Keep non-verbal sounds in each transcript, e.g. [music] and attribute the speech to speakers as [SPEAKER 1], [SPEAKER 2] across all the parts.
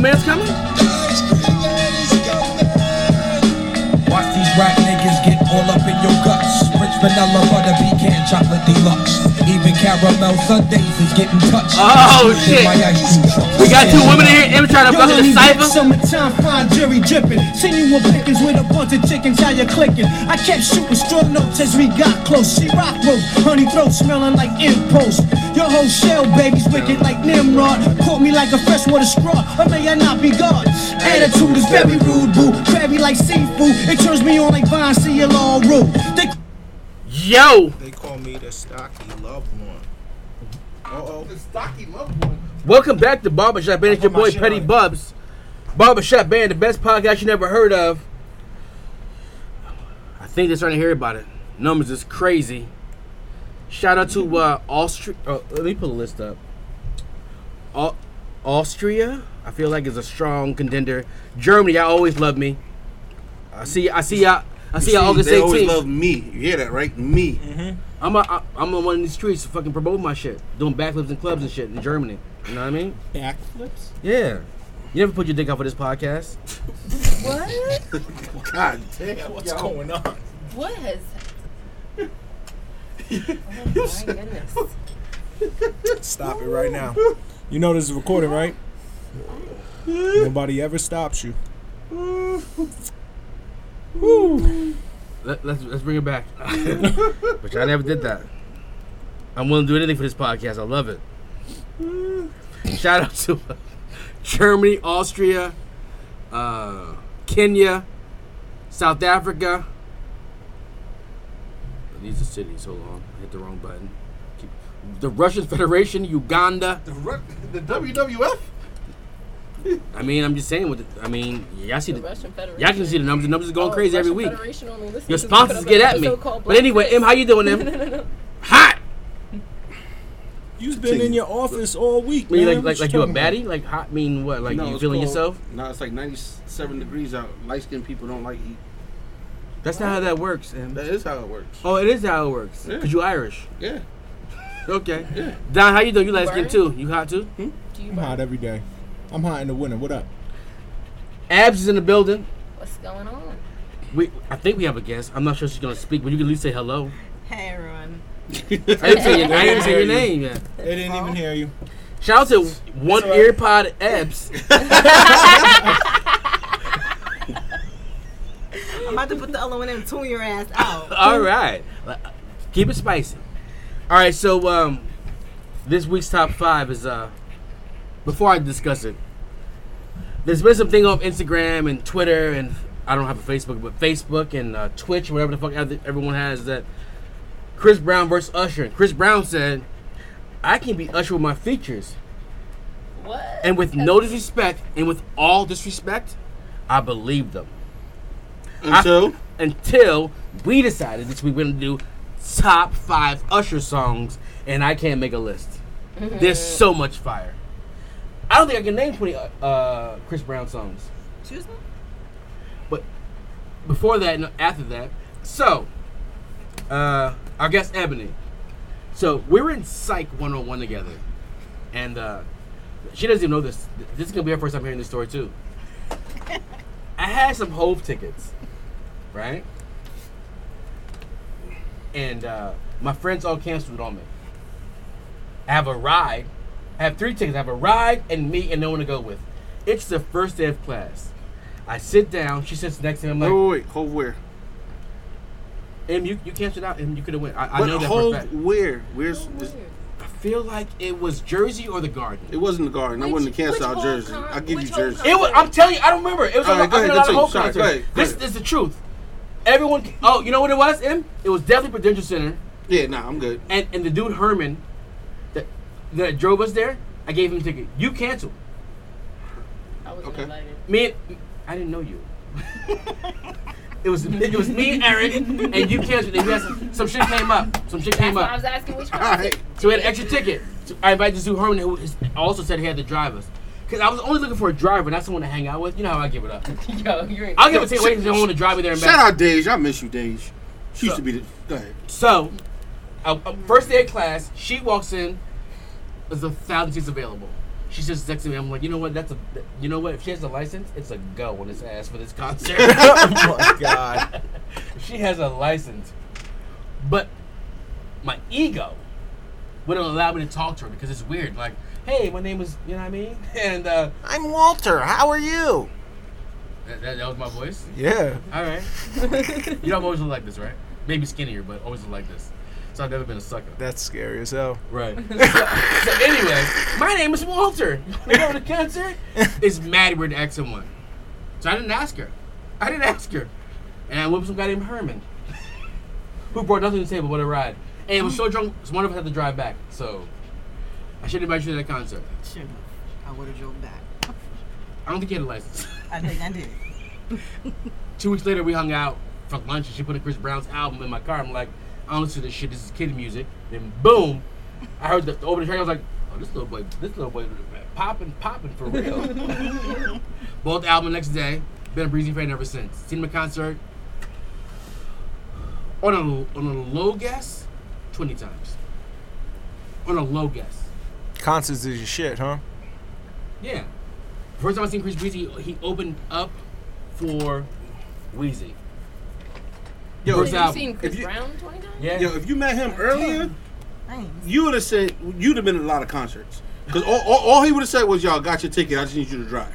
[SPEAKER 1] man's coming?
[SPEAKER 2] Watch these rap niggas get all up in your guts. Rich vanilla butter pecan chocolate deluxe. Even caramel sundaes is getting touched.
[SPEAKER 1] Oh, shit. We got two women in here, and we trying to
[SPEAKER 3] Yo,
[SPEAKER 1] fucking
[SPEAKER 3] honey,
[SPEAKER 1] decipher.
[SPEAKER 3] dip, summertime, fine jury dripping. Seen you on pickings with a bunch of chickens, how you clicking? I kept shooting strong notes as we got close. She rock rope, honey throat smelling like impost. Your whole shell, baby's wicked like Nimrod. Caught me like a freshwater straw, or may I not be God? Attitude is very rude, boo. Crabby like seafood, it turns me on like Vine, see you all root. They
[SPEAKER 1] Yo,
[SPEAKER 4] They call me the stocky loved one. Uh-oh.
[SPEAKER 5] The stocky loved one.
[SPEAKER 1] welcome back to Barbershop Band. It's your boy Petty Bubs. Barbershop Band, the best podcast you never heard of. I think they're starting to hear about it. Numbers is crazy. Shout out to uh, Austria. Oh, let me pull the list up. Au- Austria, I feel like is a strong contender. Germany, I always love me. I see, I see, I, I see,
[SPEAKER 5] See,
[SPEAKER 1] you August
[SPEAKER 5] they always
[SPEAKER 1] 18th.
[SPEAKER 5] love me. You hear that, right? Me.
[SPEAKER 1] I'm a, I, I'm on one of these streets to fucking promote my shit, doing backflips in clubs and shit in Germany. You know what I mean?
[SPEAKER 3] Backflips?
[SPEAKER 1] Yeah. You never put your dick out for this podcast.
[SPEAKER 6] What?
[SPEAKER 5] God damn.
[SPEAKER 4] What's going on?
[SPEAKER 6] What has? Oh my goodness.
[SPEAKER 4] Stop it right now. You know this is recorded, right? Nobody ever stops you.
[SPEAKER 1] Let, let's let's bring it back. Which I never did that. I'm willing to do anything for this podcast. I love it. Shout out to uh, Germany, Austria, uh, Kenya, South Africa. These are cities. Hold on, I hit the wrong button. Keep, the Russian Federation, Uganda.
[SPEAKER 5] The, Ru- the WWF?
[SPEAKER 1] I mean, I'm just saying. What the, I mean, y'all see
[SPEAKER 6] The
[SPEAKER 1] the,
[SPEAKER 6] Russian Federation.
[SPEAKER 1] y'all can see the numbers. The numbers are going
[SPEAKER 6] Oh,
[SPEAKER 1] crazy every
[SPEAKER 6] Russian
[SPEAKER 1] week.
[SPEAKER 6] Federation only listens
[SPEAKER 1] Your
[SPEAKER 6] to put
[SPEAKER 1] sponsors
[SPEAKER 6] up
[SPEAKER 1] get
[SPEAKER 6] an
[SPEAKER 1] at me.
[SPEAKER 6] episode called
[SPEAKER 1] But anyway,
[SPEAKER 6] Black
[SPEAKER 1] M, how you doing,
[SPEAKER 6] Fist. [laughs]
[SPEAKER 1] Em? Hot.
[SPEAKER 4] You've been in your office all week,
[SPEAKER 1] I mean,
[SPEAKER 4] man. What
[SPEAKER 1] like like
[SPEAKER 4] you
[SPEAKER 1] like you a
[SPEAKER 4] talking about?
[SPEAKER 1] baddie? Like hot mean what? Like you
[SPEAKER 5] it's
[SPEAKER 1] feeling
[SPEAKER 5] called-
[SPEAKER 1] yourself?
[SPEAKER 5] No, it's like 97 degrees out. Light skinned people don't like heat.
[SPEAKER 1] That's not how that works. Em.
[SPEAKER 5] That is how it works.
[SPEAKER 1] Oh, it is how it works.
[SPEAKER 5] Yeah.
[SPEAKER 1] Cause you Irish.
[SPEAKER 5] Yeah.
[SPEAKER 1] Okay.
[SPEAKER 5] Yeah.
[SPEAKER 1] Don, how you doing? You light skin
[SPEAKER 6] Word.
[SPEAKER 1] too. You hot too?
[SPEAKER 4] Hmm?
[SPEAKER 6] Do you
[SPEAKER 4] I'm hot every day. I'm hot in the winter. What up?
[SPEAKER 1] Abs is in the building.
[SPEAKER 6] What's going on?
[SPEAKER 1] We I think we have a guest. I'm not sure she's gonna speak, but you can at least say
[SPEAKER 5] [laughs]
[SPEAKER 1] hello.
[SPEAKER 7] Hey everyone.
[SPEAKER 1] I didn't say your, I didn't say your name yet.
[SPEAKER 4] They didn't even hear you.
[SPEAKER 1] Shout out to one earpod Abs.
[SPEAKER 7] I'm about to put the other one in tune your ass
[SPEAKER 1] [laughs]
[SPEAKER 7] out.
[SPEAKER 1] All right. Keep it spicy. All right, so um this week's top 5 is uh before I discuss it. There's been some thing on Instagram and Twitter and I don't have a Facebook, but Facebook and uh, Twitch, whatever the fuck ev- everyone has that Chris Brown versus Usher. And Chris Brown said, "I can be Usher with my features."
[SPEAKER 6] What?
[SPEAKER 1] And with no disrespect, and with all disrespect, I believe them
[SPEAKER 5] Until.
[SPEAKER 1] until we decided this week we're gonna do top five Usher songs, and I can't make a list. There's so much fire. I don't think I can name 20 uh, uh, Chris Brown songs,
[SPEAKER 7] Choose me?
[SPEAKER 1] but before that and after that. So, uh, our guest Ebony. So we were in Psych 101 together, and uh, she doesn't even know this. This is gonna be her first time hearing this story too. I had some Hove tickets, right? And uh, my friends all canceled on me. I have a ride. I have three tickets. I have a ride and me and no one to go with. It's the first day of class. I sit down. She sits next to me. I'm
[SPEAKER 5] Wait,
[SPEAKER 1] like,
[SPEAKER 5] wait, wait. Hold where?
[SPEAKER 1] Em, you, you canceled out. Em, you could have went. I, I
[SPEAKER 5] But
[SPEAKER 1] know that for a
[SPEAKER 5] hold
[SPEAKER 1] fact.
[SPEAKER 5] where? Where's. is-
[SPEAKER 1] I feel like it was Jersey or the Garden.
[SPEAKER 5] It wasn't the garden. I
[SPEAKER 6] Which-
[SPEAKER 5] wasn't the
[SPEAKER 6] which
[SPEAKER 5] cancel out
[SPEAKER 6] whole
[SPEAKER 5] jersey.
[SPEAKER 6] con-
[SPEAKER 5] I'll give
[SPEAKER 6] which
[SPEAKER 5] you
[SPEAKER 6] whole
[SPEAKER 5] jersey.
[SPEAKER 6] con-
[SPEAKER 1] It was. I'm telling you, I don't remember. It was.
[SPEAKER 5] All
[SPEAKER 1] on the,
[SPEAKER 5] right, go
[SPEAKER 1] I
[SPEAKER 5] ahead,
[SPEAKER 1] forgot the
[SPEAKER 5] continue.
[SPEAKER 1] whole
[SPEAKER 5] Sorry,
[SPEAKER 1] concert.
[SPEAKER 5] go ahead, go
[SPEAKER 1] This
[SPEAKER 5] ahead.
[SPEAKER 1] is the truth. Everyone. Oh, you know what it was, Em? It was definitely Prudential Center,
[SPEAKER 5] yeah, nah, I'm good.
[SPEAKER 1] and and the dude Herman, that that drove us there. I gave him a ticket. You canceled.
[SPEAKER 6] I was
[SPEAKER 5] Okay.
[SPEAKER 6] invited.
[SPEAKER 1] Me and I didn't know you. [laughs] it was it was me and Eric, and you canceled. And we had some, some shit came up. Some shit
[SPEAKER 6] That's
[SPEAKER 1] came
[SPEAKER 6] why
[SPEAKER 1] up.
[SPEAKER 6] I was asking which one.
[SPEAKER 5] All right.
[SPEAKER 1] So we had an extra ticket. So I invited Zoo Herman, who is- also said he had to drive us. Because I was only looking for a driver, not someone to hang out with. You know how I give it up.
[SPEAKER 6] [laughs] Yo, you're. in-
[SPEAKER 1] I'll give it to you because I want to drive me there and
[SPEAKER 5] Shout
[SPEAKER 1] back.
[SPEAKER 5] out Dej. I miss you, Dej. She
[SPEAKER 1] So-
[SPEAKER 5] used to be the. Go ahead.
[SPEAKER 1] So, uh, uh, first day of class, she walks in. There's a thousand seats available. She just texted me. I'm like, you know what? That's a, you know what? If she has a license, it's a go on this ass for this concert.
[SPEAKER 8] [laughs] Oh
[SPEAKER 1] [laughs]
[SPEAKER 8] my god.
[SPEAKER 1] she has a license, but my ego wouldn't allow me to talk to her because it's weird. Like, hey, my name is, you know what I mean? [laughs] And uh,
[SPEAKER 8] I'm Walter. How are you?
[SPEAKER 1] that, that, that was my voice.
[SPEAKER 8] Yeah.
[SPEAKER 1] All right.
[SPEAKER 8] [laughs]
[SPEAKER 1] you know, I've always looked like this, right? Maybe skinnier, but always looked like this. So I've never been a sucker.
[SPEAKER 8] That's scary as hell.
[SPEAKER 1] Right. [laughs] so, so anyway, my name is Walter. You go to concert? It's Maddie we're at someone. So I didn't ask her. I didn't ask her. And I went with some guy named Herman, [laughs] who brought nothing to the table but a ride. And was so drunk, so one of us had to drive back. So I shouldn't invite you to that concert.
[SPEAKER 7] Shouldn't have. I would have drove back.
[SPEAKER 1] I don't think he had a license.
[SPEAKER 7] I think I did.
[SPEAKER 1] Two weeks later, we hung out for lunch, and she put a Chris Brown's album in my car. I'm like, I don't listen to this shit. This is kid music. Then boom, I heard the, the opening track. I was like, oh, this little boy, this little boy, popping, popping for real. Both album next day. Been a breezy fan ever since. Seen him at concert. On a on a low guess, twenty times. On a low guess.
[SPEAKER 8] Concerts is your shit, huh?
[SPEAKER 1] Yeah. First time I seen Chris Breezy, he opened up for Weezy. First
[SPEAKER 5] Yo, if
[SPEAKER 6] So you've
[SPEAKER 1] album.
[SPEAKER 6] seen Chris
[SPEAKER 5] If you-
[SPEAKER 6] Brown 20 times?
[SPEAKER 1] Yeah.
[SPEAKER 5] Yo, if you met him earlier,
[SPEAKER 7] Thanks.
[SPEAKER 5] you would have said you'd have been at a lot of concerts. Because all, all, all he would have said was, "Y'all got your ticket. I just need you to drive."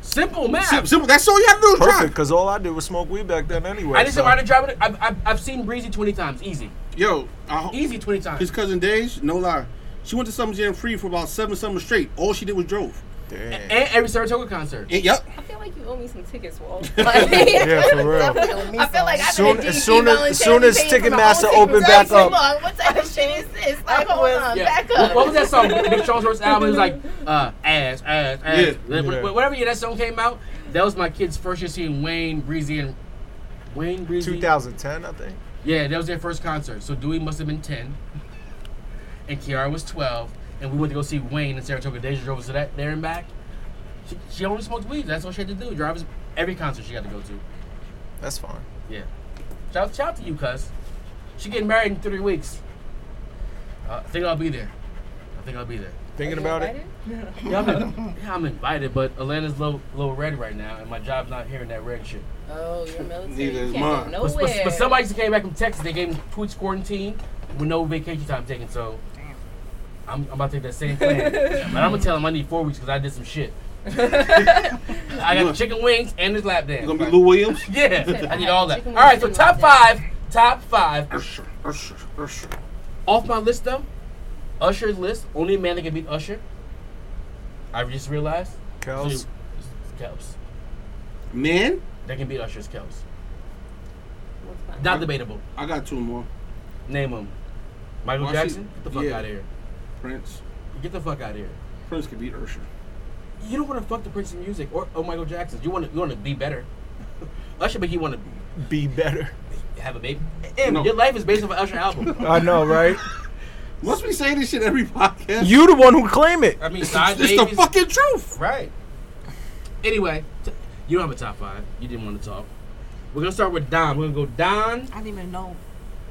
[SPEAKER 1] Simple math.
[SPEAKER 5] Sim- simple. That's all you have to do. Is
[SPEAKER 8] Perfect,
[SPEAKER 5] drive.
[SPEAKER 8] because all I did was smoke weed back then anyway.
[SPEAKER 1] I just
[SPEAKER 8] so-
[SPEAKER 1] said ride and drive. It. I've, I've, I've seen Breezy 20 times. Easy.
[SPEAKER 5] Yo, I, ho-
[SPEAKER 1] Easy 20
[SPEAKER 5] his
[SPEAKER 1] times.
[SPEAKER 5] cousin Dage, no lie, she went to Summer Jam free for about seven summers straight. All she did was drove.
[SPEAKER 8] Damn.
[SPEAKER 1] And every Saratoga concert.
[SPEAKER 5] And, yep.
[SPEAKER 6] I feel like you owe me some tickets, Walt. Like, yeah,
[SPEAKER 8] for real.
[SPEAKER 6] [laughs] I feel like I've
[SPEAKER 8] Soon-
[SPEAKER 6] been
[SPEAKER 8] as
[SPEAKER 6] as
[SPEAKER 8] soon as- as soon as Ticketmaster opened back up.
[SPEAKER 6] what type of shit is this? Like, hold on,
[SPEAKER 1] Yeah.
[SPEAKER 6] back
[SPEAKER 1] What,
[SPEAKER 6] up.
[SPEAKER 1] what was that song? Big Sean's
[SPEAKER 5] [laughs]
[SPEAKER 1] first album. It was like, uh, ass, ass, ass.
[SPEAKER 5] Yeah.
[SPEAKER 1] Wh- wh-
[SPEAKER 8] Yeah.
[SPEAKER 1] Whatever year that song came out, that was my kid's first year seeing Wayne Breezy and Wayne Breezy.
[SPEAKER 8] 2010, I think.
[SPEAKER 1] Yeah, that was their first concert. So Dewey must have been 10, and Kiara was 12, and we went to go see Wayne in Saratoga. Deja drove us to that there and back. She, she only smoked weed. That's all she had to do. Drive us every concert she had to go to.
[SPEAKER 8] That's fine.
[SPEAKER 1] Yeah. Shout, shout out to you, cuz. She getting married in three weeks. Uh, I think I'll be there. I think I'll be there.
[SPEAKER 8] Thinking about it?
[SPEAKER 1] Yeah, I'm, [laughs] in- yeah, I'm invited, but Atlanta's low, low red right now, and my job's not hearing that red shit.
[SPEAKER 6] Oh, you're military.
[SPEAKER 5] Neither
[SPEAKER 6] you
[SPEAKER 5] is
[SPEAKER 6] can't
[SPEAKER 5] mine.
[SPEAKER 6] Go
[SPEAKER 1] But,
[SPEAKER 6] nowhere.
[SPEAKER 1] but, but somebody just came back from Texas. They gave him two weeks quarantine with no vacation time taken, so I'm, I'm about to take that same
[SPEAKER 6] [laughs]
[SPEAKER 1] plan. but I'm going to tell him I need four weeks because I did some shit. I got chicken wings and this lap dance.
[SPEAKER 5] You gonna be Lou Williams?
[SPEAKER 1] [laughs] Yeah, I need all that. All
[SPEAKER 6] Chicken
[SPEAKER 1] right, so
[SPEAKER 6] wings
[SPEAKER 1] top
[SPEAKER 6] and lap
[SPEAKER 1] five, top five
[SPEAKER 5] [laughs] Usher, Usher, Usher.
[SPEAKER 1] Off my list though, Usher's list. Only man that can beat Usher. I just realized.
[SPEAKER 8] Kels?
[SPEAKER 1] It's Kels.
[SPEAKER 5] Man,
[SPEAKER 1] That can beat Usher's Kels.
[SPEAKER 6] What's mine?
[SPEAKER 1] Not debatable.
[SPEAKER 5] I got two more.
[SPEAKER 1] Name him. Michael
[SPEAKER 5] Well, I see-
[SPEAKER 1] Jackson. Get the fuck
[SPEAKER 5] yeah.
[SPEAKER 1] out of here.
[SPEAKER 5] Prince.
[SPEAKER 1] Get the fuck out of here.
[SPEAKER 5] Prince could beat Usher.
[SPEAKER 1] You don't want to fuck the Prince of music or, or Michael Jackson. You want to you want to be better. [laughs] Usher, but he want
[SPEAKER 8] Be better.
[SPEAKER 1] to have a baby. Em,
[SPEAKER 5] No.
[SPEAKER 1] Your life is based on an Usher [laughs] album.
[SPEAKER 8] I know, right?
[SPEAKER 5] Must be saying this shit every
[SPEAKER 8] [laughs]
[SPEAKER 5] podcast.
[SPEAKER 8] you the one who claim it.
[SPEAKER 1] I mean,
[SPEAKER 5] it's,
[SPEAKER 1] side
[SPEAKER 5] it's the
[SPEAKER 1] babies.
[SPEAKER 5] fucking truth.
[SPEAKER 1] Right. Anyway, t- you don't have a top five. You didn't want to talk. We're gonna start with Don. We're gonna go Don.
[SPEAKER 7] I didn't even know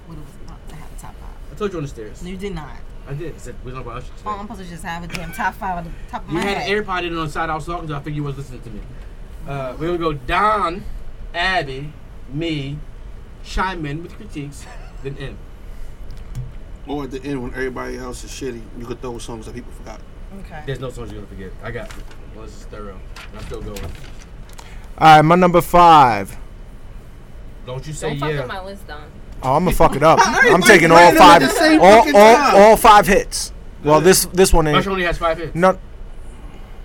[SPEAKER 7] what it was about to have a top five.
[SPEAKER 1] I told you on the stairs.
[SPEAKER 7] You did not.
[SPEAKER 1] I did. I said we're talking about Usher
[SPEAKER 7] Oh, I'm
[SPEAKER 1] today.
[SPEAKER 7] supposed to just have a damn top five at the top of
[SPEAKER 1] You
[SPEAKER 7] my
[SPEAKER 1] had
[SPEAKER 7] head.
[SPEAKER 1] an AirPod in on the side I was talking to. I figured you was listening to me. Uh, we're gonna go Don, Abby, me, chime in with critiques, then M.
[SPEAKER 5] Or at the end when everybody else is shitty, you could throw songs that people forgot.
[SPEAKER 7] okay.
[SPEAKER 1] There's no songs you're gonna forget. I got. Well, this is thorough. I'm still going.
[SPEAKER 8] All right, my number five.
[SPEAKER 1] Don't you say
[SPEAKER 6] Don't fuck
[SPEAKER 1] yeah.
[SPEAKER 6] with my list, Don.
[SPEAKER 8] Oh, I'm gonna fuck it up. I'm taking all
[SPEAKER 5] playing them at
[SPEAKER 8] five,
[SPEAKER 5] the same
[SPEAKER 8] all,
[SPEAKER 5] fucking
[SPEAKER 8] all,
[SPEAKER 5] time.
[SPEAKER 8] all five hits. Well, this this one ain't.
[SPEAKER 1] Usher only has five hits.
[SPEAKER 8] No,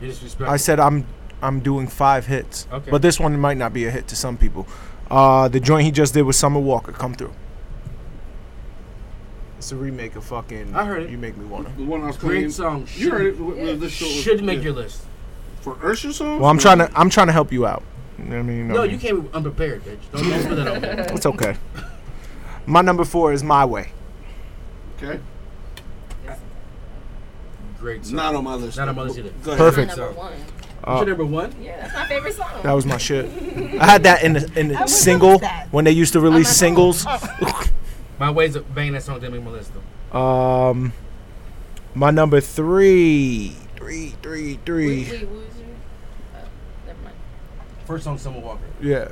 [SPEAKER 1] You disrespect.
[SPEAKER 8] I said I'm I'm doing five hits,
[SPEAKER 1] Okay.
[SPEAKER 8] but this one might not be a hit to some people. Uh, the joint he just did with Summer Walker, "Come Through." It's a remake of fucking.
[SPEAKER 1] I heard it.
[SPEAKER 8] You make me wanna.
[SPEAKER 5] The one I was playing.
[SPEAKER 1] Great song.
[SPEAKER 5] You
[SPEAKER 1] Should,
[SPEAKER 5] heard it. w- w- this show was-
[SPEAKER 1] should make
[SPEAKER 5] yeah.
[SPEAKER 1] your list.
[SPEAKER 5] for Usher songs.
[SPEAKER 8] Well, I'm trying to I'm trying to help you out. You know what I mean,
[SPEAKER 1] No, you can't be unprepared, bitch. Don't, don't put that on me.
[SPEAKER 8] [laughs] It's okay. My number four is "My Way."
[SPEAKER 5] Okay.
[SPEAKER 1] Great song.
[SPEAKER 5] Not on my list.
[SPEAKER 1] Not on my list either.
[SPEAKER 5] Go ahead.
[SPEAKER 8] Perfect.
[SPEAKER 6] Number
[SPEAKER 1] song.
[SPEAKER 6] one.
[SPEAKER 8] Uh,
[SPEAKER 1] Usher number one.
[SPEAKER 6] Yeah, that's my favorite song.
[SPEAKER 8] That was my
[SPEAKER 1] [laughs]
[SPEAKER 8] shit. I had that in the, in the
[SPEAKER 7] would
[SPEAKER 8] single
[SPEAKER 7] love that.
[SPEAKER 8] when they used to release singles.
[SPEAKER 1] My ways of banging that song didn't make my list though.
[SPEAKER 8] Um, my number Um, three. three, three,
[SPEAKER 6] Wait,
[SPEAKER 8] three.
[SPEAKER 6] wait, what was your? Uh, never mind.
[SPEAKER 1] First song, Summer Walker.
[SPEAKER 8] Yeah,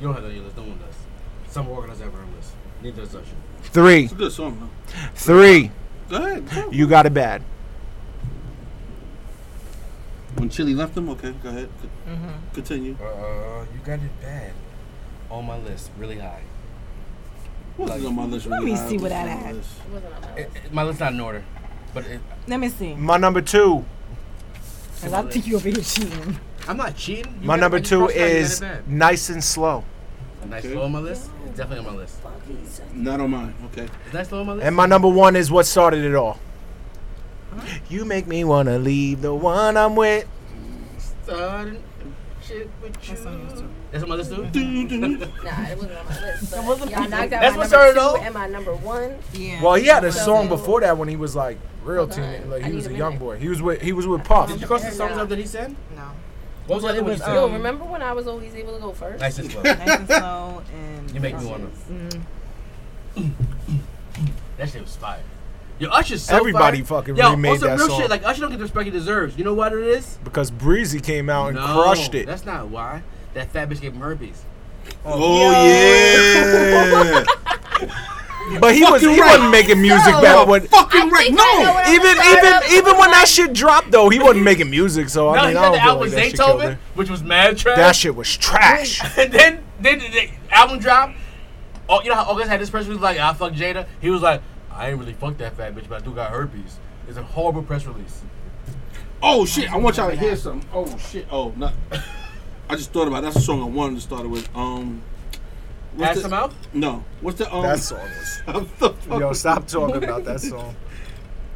[SPEAKER 1] You don't have that on your list. No one does. Summer Walker doesn't have it on her list. Neither does Usher.
[SPEAKER 8] three,
[SPEAKER 5] It's a good song,
[SPEAKER 8] three.
[SPEAKER 5] though. Go ahead. go.
[SPEAKER 8] You got it bad.
[SPEAKER 5] When Chili left them, okay, go ahead. C-
[SPEAKER 1] Mm-hmm.
[SPEAKER 5] Continue.
[SPEAKER 1] Uh, you got it bad. On my list, really high.
[SPEAKER 5] What's on my list?
[SPEAKER 7] Let
[SPEAKER 5] really
[SPEAKER 7] me
[SPEAKER 5] high?
[SPEAKER 7] see
[SPEAKER 5] What's
[SPEAKER 7] what
[SPEAKER 5] on
[SPEAKER 7] I
[SPEAKER 5] my
[SPEAKER 7] had.
[SPEAKER 5] list?
[SPEAKER 6] It wasn't on my
[SPEAKER 1] It,
[SPEAKER 6] list.
[SPEAKER 1] it- my list not in order, but it,
[SPEAKER 7] Let me see.
[SPEAKER 1] Mm.
[SPEAKER 8] My number two.
[SPEAKER 7] Cause I think you over here cheating.
[SPEAKER 1] I'm not cheating. You
[SPEAKER 8] My
[SPEAKER 1] got it-
[SPEAKER 8] number
[SPEAKER 1] you
[SPEAKER 8] two
[SPEAKER 1] first got it, you got
[SPEAKER 8] is
[SPEAKER 1] it bad.
[SPEAKER 8] nice and slow.
[SPEAKER 1] Nice
[SPEAKER 5] Okay.
[SPEAKER 1] Low on my list. It's definitely on my list.
[SPEAKER 5] Not on mine. Okay.
[SPEAKER 1] Is Nice Low on my list.
[SPEAKER 8] And my number one is what started it all. You make me wanna leave the one I'm with.
[SPEAKER 1] Starting shit with you. That's on my list too.
[SPEAKER 6] Nah, it wasn't on
[SPEAKER 8] [laughs]
[SPEAKER 6] my list. But yeah, I knocked out
[SPEAKER 1] That's
[SPEAKER 6] my
[SPEAKER 1] what
[SPEAKER 6] number
[SPEAKER 1] started
[SPEAKER 6] two
[SPEAKER 1] all-
[SPEAKER 6] and my number one.
[SPEAKER 7] Yeah.
[SPEAKER 8] Well, he had a
[SPEAKER 6] So
[SPEAKER 8] song
[SPEAKER 6] good.
[SPEAKER 8] before that when he was like real
[SPEAKER 6] Hold on,
[SPEAKER 8] teenage, like
[SPEAKER 6] I
[SPEAKER 8] he
[SPEAKER 6] need
[SPEAKER 8] was
[SPEAKER 6] a
[SPEAKER 8] a young
[SPEAKER 6] minute.
[SPEAKER 8] boy. He was with he was with Puff.
[SPEAKER 1] Did you cross the
[SPEAKER 6] There
[SPEAKER 1] songs
[SPEAKER 6] now.
[SPEAKER 1] up that he said?
[SPEAKER 7] no. [laughs]
[SPEAKER 1] What was the
[SPEAKER 7] Well,
[SPEAKER 1] other
[SPEAKER 7] it
[SPEAKER 1] one you
[SPEAKER 7] was,
[SPEAKER 1] said?
[SPEAKER 6] Yo,
[SPEAKER 7] Um,
[SPEAKER 6] remember when I was always able to go first?
[SPEAKER 1] Nice and slow.
[SPEAKER 7] Nice and slow and.
[SPEAKER 1] You make me wanna.
[SPEAKER 7] Mhm.
[SPEAKER 1] Mm. That shit was fire. Yo, Usher's so
[SPEAKER 8] Everybody
[SPEAKER 1] fire.
[SPEAKER 8] fucking
[SPEAKER 1] Yo,
[SPEAKER 8] remade
[SPEAKER 1] on some
[SPEAKER 8] that
[SPEAKER 1] real
[SPEAKER 8] song.
[SPEAKER 1] shit. Like Usher don't get the respect he deserves. You know what it is?
[SPEAKER 8] because Breezy came out and
[SPEAKER 1] No,
[SPEAKER 8] crushed it.
[SPEAKER 1] That's not why. That fat bitch gave him herpes.
[SPEAKER 5] Oh
[SPEAKER 8] Oh,
[SPEAKER 5] yeah.
[SPEAKER 8] But he was he wasn't making music back when
[SPEAKER 5] Fucking right. No.
[SPEAKER 8] even even even when that shit dropped though he wasn't making music. So I
[SPEAKER 1] no,
[SPEAKER 8] mean
[SPEAKER 1] he got
[SPEAKER 8] I don't
[SPEAKER 1] the
[SPEAKER 8] feel
[SPEAKER 1] album
[SPEAKER 8] like that shit killed
[SPEAKER 1] Zaytoven,
[SPEAKER 8] it.
[SPEAKER 1] which was mad trash.
[SPEAKER 8] That shit was trash.
[SPEAKER 1] and then, then the- the album drop. Oh, you know how August had this press release like, "I fuck Jada." He was like, "I ain't really fuck that fat bitch, but I do got herpes." It's a horrible press release.
[SPEAKER 5] Oh shit! I want y'all to hear something. Oh shit! Oh no! I just thought about it. that's the song I wanted to start it with. Um, what's
[SPEAKER 1] Ass
[SPEAKER 5] the-
[SPEAKER 1] him out.
[SPEAKER 5] No. What's the um?
[SPEAKER 8] That song was.
[SPEAKER 5] [laughs] what the fuck
[SPEAKER 8] Yo,
[SPEAKER 5] was-
[SPEAKER 8] stop talking about that song.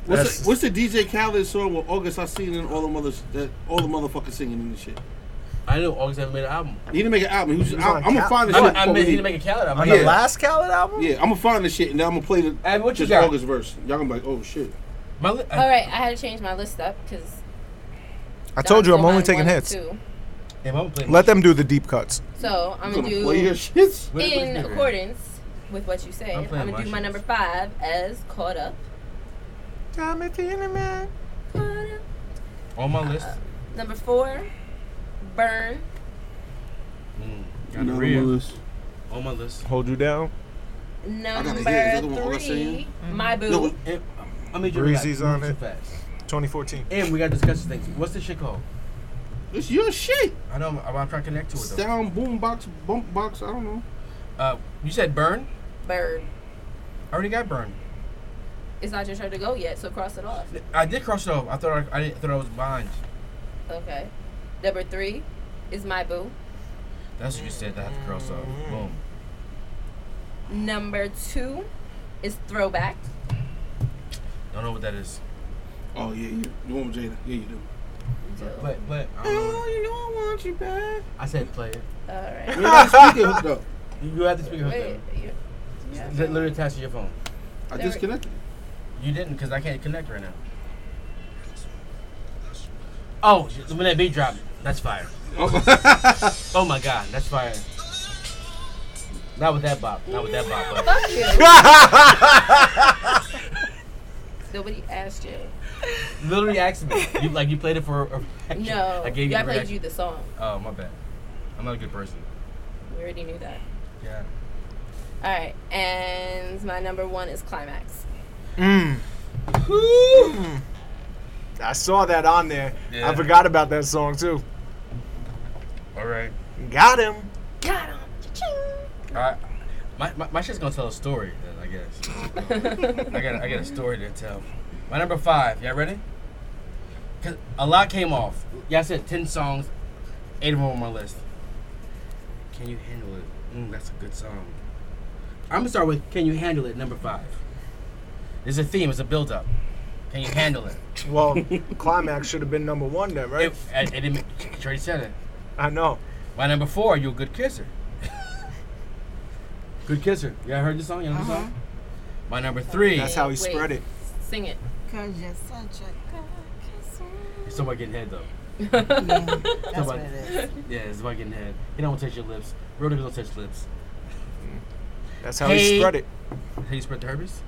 [SPEAKER 5] What's
[SPEAKER 8] That's-
[SPEAKER 5] the, what's the DJ Khaled song with August I seen and all the mothers that all the motherfuckers singing and shit?
[SPEAKER 1] I know August never made an album.
[SPEAKER 5] He didn't make an album. He was just,
[SPEAKER 8] was
[SPEAKER 5] I,
[SPEAKER 8] on
[SPEAKER 5] I'm gonna
[SPEAKER 8] Cal-
[SPEAKER 5] find the
[SPEAKER 1] I,
[SPEAKER 5] shit.
[SPEAKER 1] mean, I
[SPEAKER 5] before
[SPEAKER 1] mean,
[SPEAKER 5] we
[SPEAKER 1] he
[SPEAKER 5] leave.
[SPEAKER 1] didn't make a Khaled album.
[SPEAKER 8] On
[SPEAKER 1] Yeah.
[SPEAKER 8] the last Khaled album.
[SPEAKER 5] yeah, I'm gonna find the shit and then I'm gonna play the
[SPEAKER 1] Ab, what you
[SPEAKER 5] just
[SPEAKER 1] got?
[SPEAKER 5] August verse. Y'all gonna be like, oh shit.
[SPEAKER 1] My li-
[SPEAKER 6] All right, I had to change my list up because
[SPEAKER 8] I told you I'm only taking hits.
[SPEAKER 1] Hey, Mama played
[SPEAKER 8] Let them do the deep cuts.
[SPEAKER 6] So I'm
[SPEAKER 5] I'm
[SPEAKER 6] gonna
[SPEAKER 5] gonna
[SPEAKER 6] do
[SPEAKER 5] play your shit.
[SPEAKER 1] What- what
[SPEAKER 6] in
[SPEAKER 1] is it?
[SPEAKER 6] accordance with what you say.
[SPEAKER 1] I'm
[SPEAKER 6] I'm,
[SPEAKER 1] playing my
[SPEAKER 6] gonna do my
[SPEAKER 1] shit.
[SPEAKER 6] number five as caught up. Caught up.
[SPEAKER 1] on my list.
[SPEAKER 6] Number four, burn.
[SPEAKER 1] Mm,
[SPEAKER 5] Another
[SPEAKER 1] gonorrhea.
[SPEAKER 5] one of those.
[SPEAKER 1] on my list.
[SPEAKER 8] Hold you down.
[SPEAKER 6] Number
[SPEAKER 5] gotta hear it. Is that the one August
[SPEAKER 6] three,
[SPEAKER 5] singing?
[SPEAKER 1] Mm-hmm.
[SPEAKER 6] my
[SPEAKER 5] No,
[SPEAKER 6] boo.
[SPEAKER 1] And, I made you
[SPEAKER 8] Breezy's
[SPEAKER 1] relax.
[SPEAKER 8] on
[SPEAKER 1] Move too
[SPEAKER 8] it.
[SPEAKER 1] fast.
[SPEAKER 8] [laughs] 2014.
[SPEAKER 1] And we gotta discuss things. What's this shit called?
[SPEAKER 5] It's your shit.
[SPEAKER 1] I know I'm, I'm trying to connect to it though.
[SPEAKER 5] Sound boom box, bump box. I don't know.
[SPEAKER 1] Uh, you said burn.
[SPEAKER 6] Burn.
[SPEAKER 1] I already got burned.
[SPEAKER 6] It's not your turn to go yet, so cross it off.
[SPEAKER 1] I did cross it off. I thought I, I didn't, thought I was behind.
[SPEAKER 6] Okay. Number three is my boo.
[SPEAKER 1] That's what you said. That I had to cross off. Boom.
[SPEAKER 6] Number two is throwback.
[SPEAKER 1] Don't know what that is.
[SPEAKER 5] Oh yeah, yeah. The one with Jada. Yeah, you
[SPEAKER 1] [laughs]
[SPEAKER 5] do.
[SPEAKER 1] Play, play. I don't know. what- um, I said play it.
[SPEAKER 6] All right.
[SPEAKER 5] Where that speaker hooked up?
[SPEAKER 1] You, you have to speak
[SPEAKER 6] Wait,
[SPEAKER 1] it.
[SPEAKER 6] you-
[SPEAKER 1] It's literally attached to your phone.
[SPEAKER 5] I
[SPEAKER 6] There-
[SPEAKER 5] disconnected.
[SPEAKER 1] You didn't because I can't connect right now. Oh, sh- when that beat dropped, that's fire. [laughs] Oh my god, that's fire. Not with that bop. Not with that bop. But
[SPEAKER 6] Fuck you.
[SPEAKER 8] Mm.
[SPEAKER 6] Nobody asked you.
[SPEAKER 1] [laughs] literally asked me. You, like you played it for. A reaction.
[SPEAKER 6] No,
[SPEAKER 1] I gave you.
[SPEAKER 6] I
[SPEAKER 1] a
[SPEAKER 6] played
[SPEAKER 1] reaction.
[SPEAKER 6] you the song.
[SPEAKER 1] Oh my bad. I'm not a good person.
[SPEAKER 6] We already knew that.
[SPEAKER 1] Yeah.
[SPEAKER 6] All right, and my number one is climax.
[SPEAKER 8] Mm. I saw that on there.
[SPEAKER 1] Yeah.
[SPEAKER 8] I forgot about that song too.
[SPEAKER 1] All right.
[SPEAKER 8] Got him.
[SPEAKER 6] Got him.
[SPEAKER 1] I, my, my, my shit's gonna tell a story, then, I guess. I got a, I got a story to tell. My number five, y'all ready? Cause a lot came off. Y'all said ten songs, eight of them on my list. Can you handle it? Mm, that's a good song. I'm gonna start with "Can You Handle It" number five. There's a theme. It's a build up. Can you handle it? [laughs]
[SPEAKER 8] Well, climax should have been number one then, right?
[SPEAKER 1] It, it, it didn't. Trey said it.
[SPEAKER 8] I know.
[SPEAKER 1] My number four, you a good [laughs] kisser. good kisser. Y'all heard the song? You know the song? My number three.
[SPEAKER 8] That's how he
[SPEAKER 6] Wait.
[SPEAKER 8] spread it.
[SPEAKER 6] Sing it.
[SPEAKER 7] Cause you're such a good kisser.
[SPEAKER 1] It's somebody getting head [laughs] though.
[SPEAKER 7] Yeah, that's what it is.
[SPEAKER 1] Yeah, it's about getting head. He don't want to touch your lips. Real niggas don't touch lips.
[SPEAKER 8] That's how
[SPEAKER 1] Hey.
[SPEAKER 8] he spread it.
[SPEAKER 1] How you spread the herpes?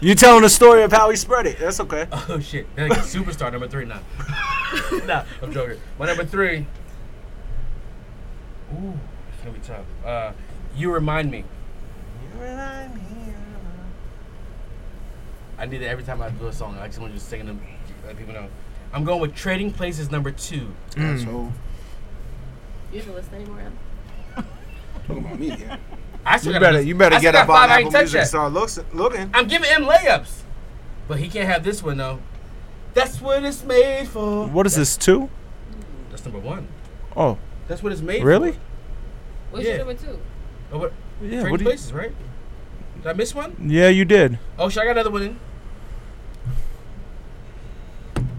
[SPEAKER 8] You telling the story of how he spread it.
[SPEAKER 1] [laughs]
[SPEAKER 8] That's okay.
[SPEAKER 1] Oh shit! They're like superstar number three [laughs] now. nah, I'm joking. My number three. Ooh, it's gonna be tough. Uh, you remind me. I need it every time I do a song. I just want to just sing them, let people know. I'm going with Trading Places number two. Mm.
[SPEAKER 5] So
[SPEAKER 6] You should listen anymore. Em.
[SPEAKER 5] talking
[SPEAKER 1] [laughs]
[SPEAKER 5] about me again.
[SPEAKER 1] I still
[SPEAKER 8] You
[SPEAKER 1] gotta
[SPEAKER 8] better,
[SPEAKER 1] listen-
[SPEAKER 8] you better
[SPEAKER 1] I still
[SPEAKER 8] get
[SPEAKER 1] got
[SPEAKER 8] up on
[SPEAKER 1] five I ain't
[SPEAKER 8] Apple
[SPEAKER 1] touched
[SPEAKER 8] Music.
[SPEAKER 1] yet.
[SPEAKER 8] and Start looks, looking.
[SPEAKER 1] I'm giving him layups, but he can't have this one though. That's what it's made for.
[SPEAKER 8] What is this two?
[SPEAKER 1] That's number one.
[SPEAKER 8] Oh,
[SPEAKER 1] That's what it's made.
[SPEAKER 8] really?
[SPEAKER 6] What's
[SPEAKER 1] Yeah.
[SPEAKER 6] your number two?
[SPEAKER 1] For. Oh, what,
[SPEAKER 8] Yeah.
[SPEAKER 1] Trading
[SPEAKER 8] What do you,
[SPEAKER 1] Places, right? Did I miss one?
[SPEAKER 8] yeah, you did.
[SPEAKER 1] Oh shit! I got another one in.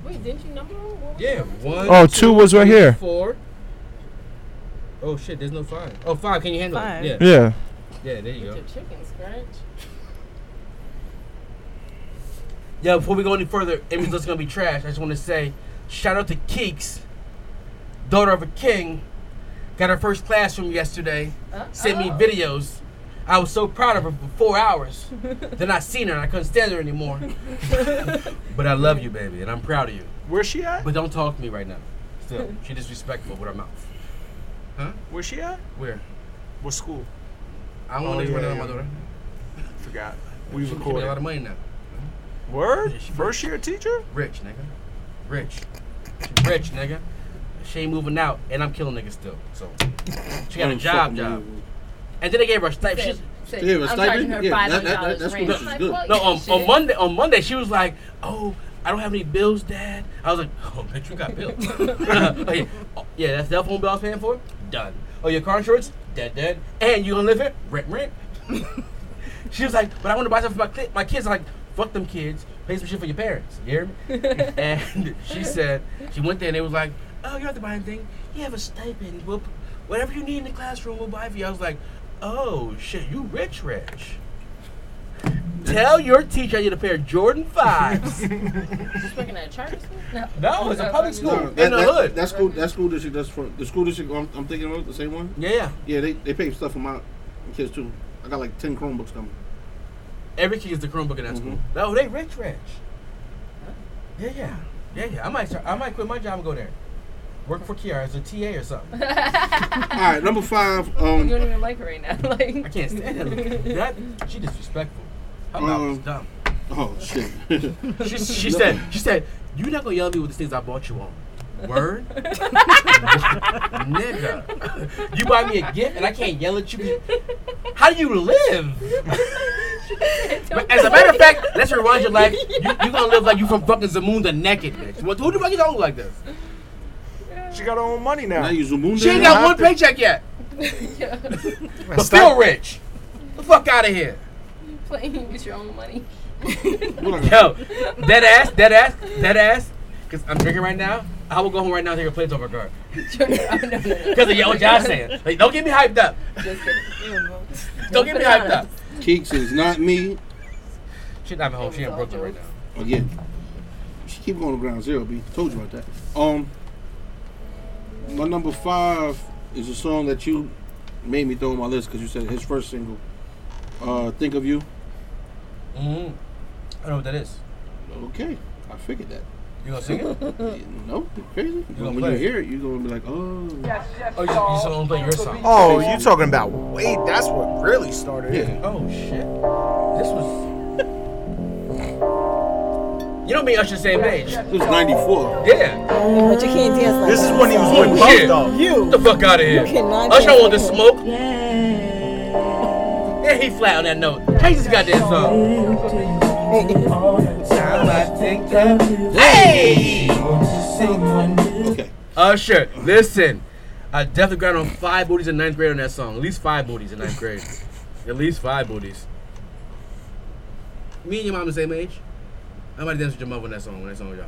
[SPEAKER 6] Wait, didn't you number them? What was your
[SPEAKER 1] Yeah,
[SPEAKER 6] number two?
[SPEAKER 1] one.
[SPEAKER 8] Oh, two was right
[SPEAKER 1] three,
[SPEAKER 8] here.
[SPEAKER 1] Four. Oh shit, there's no five. Oh five, can you handle
[SPEAKER 7] Five.
[SPEAKER 1] it? Yeah,
[SPEAKER 8] Yeah.
[SPEAKER 1] yeah, there you
[SPEAKER 6] With
[SPEAKER 1] go.
[SPEAKER 6] your chicken scratch.
[SPEAKER 1] Yeah, before we go any further, Amy's list gonna be trash. I just want to say, shout out to Keeks, daughter of a king, got her first classroom yesterday.
[SPEAKER 6] Uh,
[SPEAKER 1] Sent me
[SPEAKER 6] oh.
[SPEAKER 1] videos. I was so proud of her for four
[SPEAKER 6] [laughs]
[SPEAKER 1] hours. then I seen her and I couldn't stand her anymore. but I love you, baby, and I'm proud of you.
[SPEAKER 8] Where's she at?
[SPEAKER 1] But don't talk to me right now.
[SPEAKER 8] [laughs]
[SPEAKER 1] Still, she disrespectful with her mouth.
[SPEAKER 8] Where's she at?
[SPEAKER 1] Where?
[SPEAKER 8] What school?
[SPEAKER 1] I don't
[SPEAKER 8] Oh,
[SPEAKER 1] want to
[SPEAKER 8] yeah,
[SPEAKER 1] run out of my
[SPEAKER 8] yeah.
[SPEAKER 1] daughter.
[SPEAKER 8] Forgot. We
[SPEAKER 1] She give me a lot
[SPEAKER 8] recorded.
[SPEAKER 1] of money now.
[SPEAKER 8] Word?
[SPEAKER 1] Yeah, she-
[SPEAKER 8] First year teacher?
[SPEAKER 1] Rich, nigga. [laughs] Rich. She rich, nigga. She ain't moving out, and I'm killing niggas still. So she got a job, job. And then they gave her a
[SPEAKER 6] Said-
[SPEAKER 1] stipend.
[SPEAKER 6] said,
[SPEAKER 5] Yeah, but
[SPEAKER 6] I'm charging
[SPEAKER 5] stipend?
[SPEAKER 6] her
[SPEAKER 5] Yeah,
[SPEAKER 6] five
[SPEAKER 5] that-
[SPEAKER 6] hundred
[SPEAKER 5] that-
[SPEAKER 6] dollars.
[SPEAKER 5] that's
[SPEAKER 6] rent.
[SPEAKER 5] what she's
[SPEAKER 6] I'm
[SPEAKER 5] good.
[SPEAKER 6] like,
[SPEAKER 1] No, um,
[SPEAKER 6] well,
[SPEAKER 1] on,
[SPEAKER 6] you
[SPEAKER 1] on
[SPEAKER 6] should.
[SPEAKER 1] Monday, on Monday she was like, "Oh, I don't have any bills, Dad." I was like, [laughs] "Oh, bitch, you got bills." [laughs]
[SPEAKER 6] [laughs]
[SPEAKER 1] oh, yeah. Oh, yeah, that cell phone bill I was paying for, done. Oh, your car insurance, dead, dead. And you gonna live here, rent, rent. [laughs] she was like, "But I want to buy something for my cli- my kids." I'm like, "Fuck them kids. Pay some shit for your parents." You hear
[SPEAKER 6] [laughs]
[SPEAKER 1] me? and she said she went there and they was like, "Oh, you don't have to buy anything. You have a stipend. We'll, p- whatever you need in the classroom, we'll buy for you." I was like, "Oh shit, you rich, rich." Tell your teacher I need a pair of Jordan fives.
[SPEAKER 6] She's working at a charter school. No,
[SPEAKER 1] no, it's a public school
[SPEAKER 5] No,
[SPEAKER 1] in
[SPEAKER 5] that,
[SPEAKER 1] the
[SPEAKER 5] that-
[SPEAKER 1] hood.
[SPEAKER 5] that school, that school district, that's from the school district I'm, I'm thinking about, the same one.
[SPEAKER 1] yeah, yeah.
[SPEAKER 5] Yeah, they, they pay stuff for my kids too. I got like ten Chromebooks coming.
[SPEAKER 1] Every kid gets the Chromebook in that school. No, they rich, rich. Yeah, yeah, yeah, yeah. I might, start, I might quit my job and go there. Work for Kiara as a TA or something.
[SPEAKER 5] All right, number five.
[SPEAKER 6] you
[SPEAKER 5] Um,
[SPEAKER 6] don't even like her right now. [laughs] like,
[SPEAKER 1] I can't stand that. That she disrespectful. Her mouth is
[SPEAKER 5] Um,
[SPEAKER 1] dumb.
[SPEAKER 5] oh shit. [laughs]
[SPEAKER 1] She, she said, she said, you're not gonna yell at me with the things I bought you on. Word, nigga, you buy me a gift and I can't yell at you. How do you live? [laughs] But As a matter of fact, let's rewind your life. You, you're gonna live like you from fucking Zamunda naked, bitch. What, who the fuck you don't look like this?
[SPEAKER 8] She got her own money
[SPEAKER 5] now
[SPEAKER 8] now.
[SPEAKER 5] you zoom in.
[SPEAKER 1] She ain't
[SPEAKER 5] there.
[SPEAKER 1] got one paycheck yet,
[SPEAKER 6] yeah,
[SPEAKER 1] but still rich. The fuck out of here.
[SPEAKER 6] playing with your own money. [laughs]
[SPEAKER 5] What I got?
[SPEAKER 1] Yo, dead ass, dead ass, dead ass. Cause I'm drinking right now. I will go home right now and take a plate off my car. Cause of yo, Josh saying, like, don't get me hyped up. [laughs]
[SPEAKER 6] Just kidding.
[SPEAKER 1] Don't get me hyped up.
[SPEAKER 5] Keeks is not me
[SPEAKER 1] She's not at home. She in Brooklyn right now.
[SPEAKER 5] again. She keep going to ground zero. B told you about that. Um, my number five is a song that you made me throw on my list because you said his first single. Uh, think of you.
[SPEAKER 1] Mm-hmm. I don't know what that is.
[SPEAKER 5] Okay, I figured that.
[SPEAKER 1] You gonna sing [laughs] it?
[SPEAKER 5] No, you crazy.
[SPEAKER 1] Uh. gonna
[SPEAKER 5] when
[SPEAKER 1] play
[SPEAKER 5] you
[SPEAKER 1] it.
[SPEAKER 5] hear it, you're gonna be like, oh,
[SPEAKER 1] Oh, you, you still don't play your song?
[SPEAKER 8] Oh, you talking about wait, that's what really started it.
[SPEAKER 5] yeah.
[SPEAKER 1] Oh shit. This was. you know me, and Usher same age.
[SPEAKER 5] It was '94.
[SPEAKER 1] Yeah.
[SPEAKER 7] But you can't dance like
[SPEAKER 8] This is when he was with
[SPEAKER 1] Oh, shit.
[SPEAKER 8] Bump Dog.
[SPEAKER 1] Get the fuck out of here.
[SPEAKER 7] cannot
[SPEAKER 1] Usher
[SPEAKER 7] dance
[SPEAKER 1] Oh, want to
[SPEAKER 7] like
[SPEAKER 1] smoke. Yeah. Yeah, he flat on that note. Change this goddamn song. Hey.
[SPEAKER 5] Okay.
[SPEAKER 1] Usher, listen. I definitely got on five booties in ninth grade on that song. At least five booties in ninth grade. At least five booties. Me and your mom the same age. I might dance with your mother on that song when that song was out.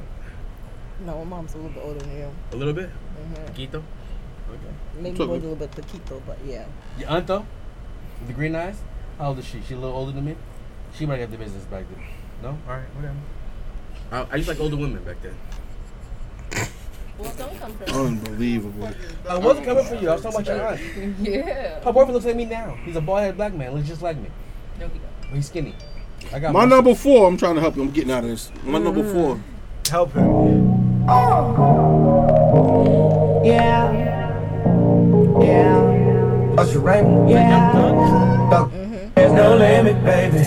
[SPEAKER 7] No, my mom's a little bit older than you.
[SPEAKER 1] A little bit?
[SPEAKER 7] Mhm.
[SPEAKER 1] Quito?
[SPEAKER 7] Maybe
[SPEAKER 5] Took
[SPEAKER 7] more a
[SPEAKER 5] it.
[SPEAKER 7] little bit poquito, but yeah.
[SPEAKER 1] Your aunt though? With the green eyes? How old is she? She a little older than me? She might have the business back then. No? Alright, whatever. I, I used to like older women back then.
[SPEAKER 6] Well, don't come
[SPEAKER 1] Oh.
[SPEAKER 6] for
[SPEAKER 5] Unbelievable.
[SPEAKER 1] I wasn't coming for you. I was talking about your aunt.
[SPEAKER 6] Yeah.
[SPEAKER 1] My boyfriend looks at me now. He's a bald headed black man. Looks just like me.
[SPEAKER 6] No, he don't.
[SPEAKER 1] But he's skinny. I got
[SPEAKER 5] My
[SPEAKER 1] muscles.
[SPEAKER 5] number four, I'm trying to help you. I'm getting out of this. My number four.
[SPEAKER 8] Help him.
[SPEAKER 9] Yeah. Yeah. That's your right. Yeah. Mm-hmm. There's no limit, baby.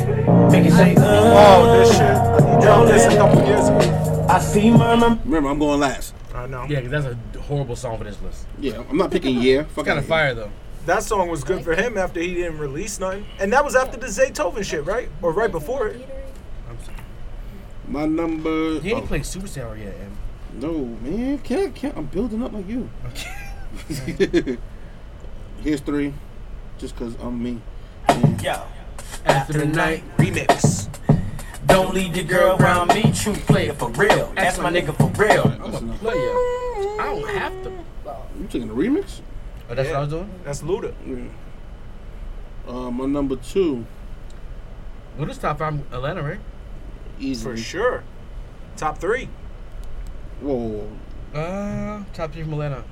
[SPEAKER 9] Make it say,
[SPEAKER 4] Oh,
[SPEAKER 9] oh,
[SPEAKER 4] this shit. Y'all this a couple years ago.
[SPEAKER 9] I see murmur.
[SPEAKER 5] Remember, I'm going last.
[SPEAKER 4] I know.
[SPEAKER 1] Yeah, 'cause that's a horrible song for this list.
[SPEAKER 5] Yeah, I'm not picking year. Fuck
[SPEAKER 1] It's kind
[SPEAKER 5] out
[SPEAKER 1] of
[SPEAKER 5] of
[SPEAKER 1] fire
[SPEAKER 5] fire.
[SPEAKER 1] though.
[SPEAKER 8] That song was good for him after he didn't release nothing. And that was after the Zaytoven shit, right? Or right before it.
[SPEAKER 5] My number.
[SPEAKER 1] He ain't
[SPEAKER 5] oh,
[SPEAKER 1] played Super Sour yet. and
[SPEAKER 5] no, man. Can't, can't, I'm building up like you. [laughs] Here's three. Just because I'm me.
[SPEAKER 9] Yo,
[SPEAKER 1] After the night,
[SPEAKER 9] remix. Don't leave your girl around me, true player for real. That's my nigga for real.
[SPEAKER 5] That's enough.
[SPEAKER 1] play you. I don't have to.
[SPEAKER 5] You taking a remix?
[SPEAKER 1] Oh, that's what I was doing.
[SPEAKER 8] That's Luda.
[SPEAKER 5] Yeah. Uh, my number two.
[SPEAKER 1] Well, this top five Atlanta, right?
[SPEAKER 5] Easily.
[SPEAKER 8] For sure. Top three.
[SPEAKER 5] Whoa, whoa, whoa.
[SPEAKER 1] Uh, top three from Atlanta.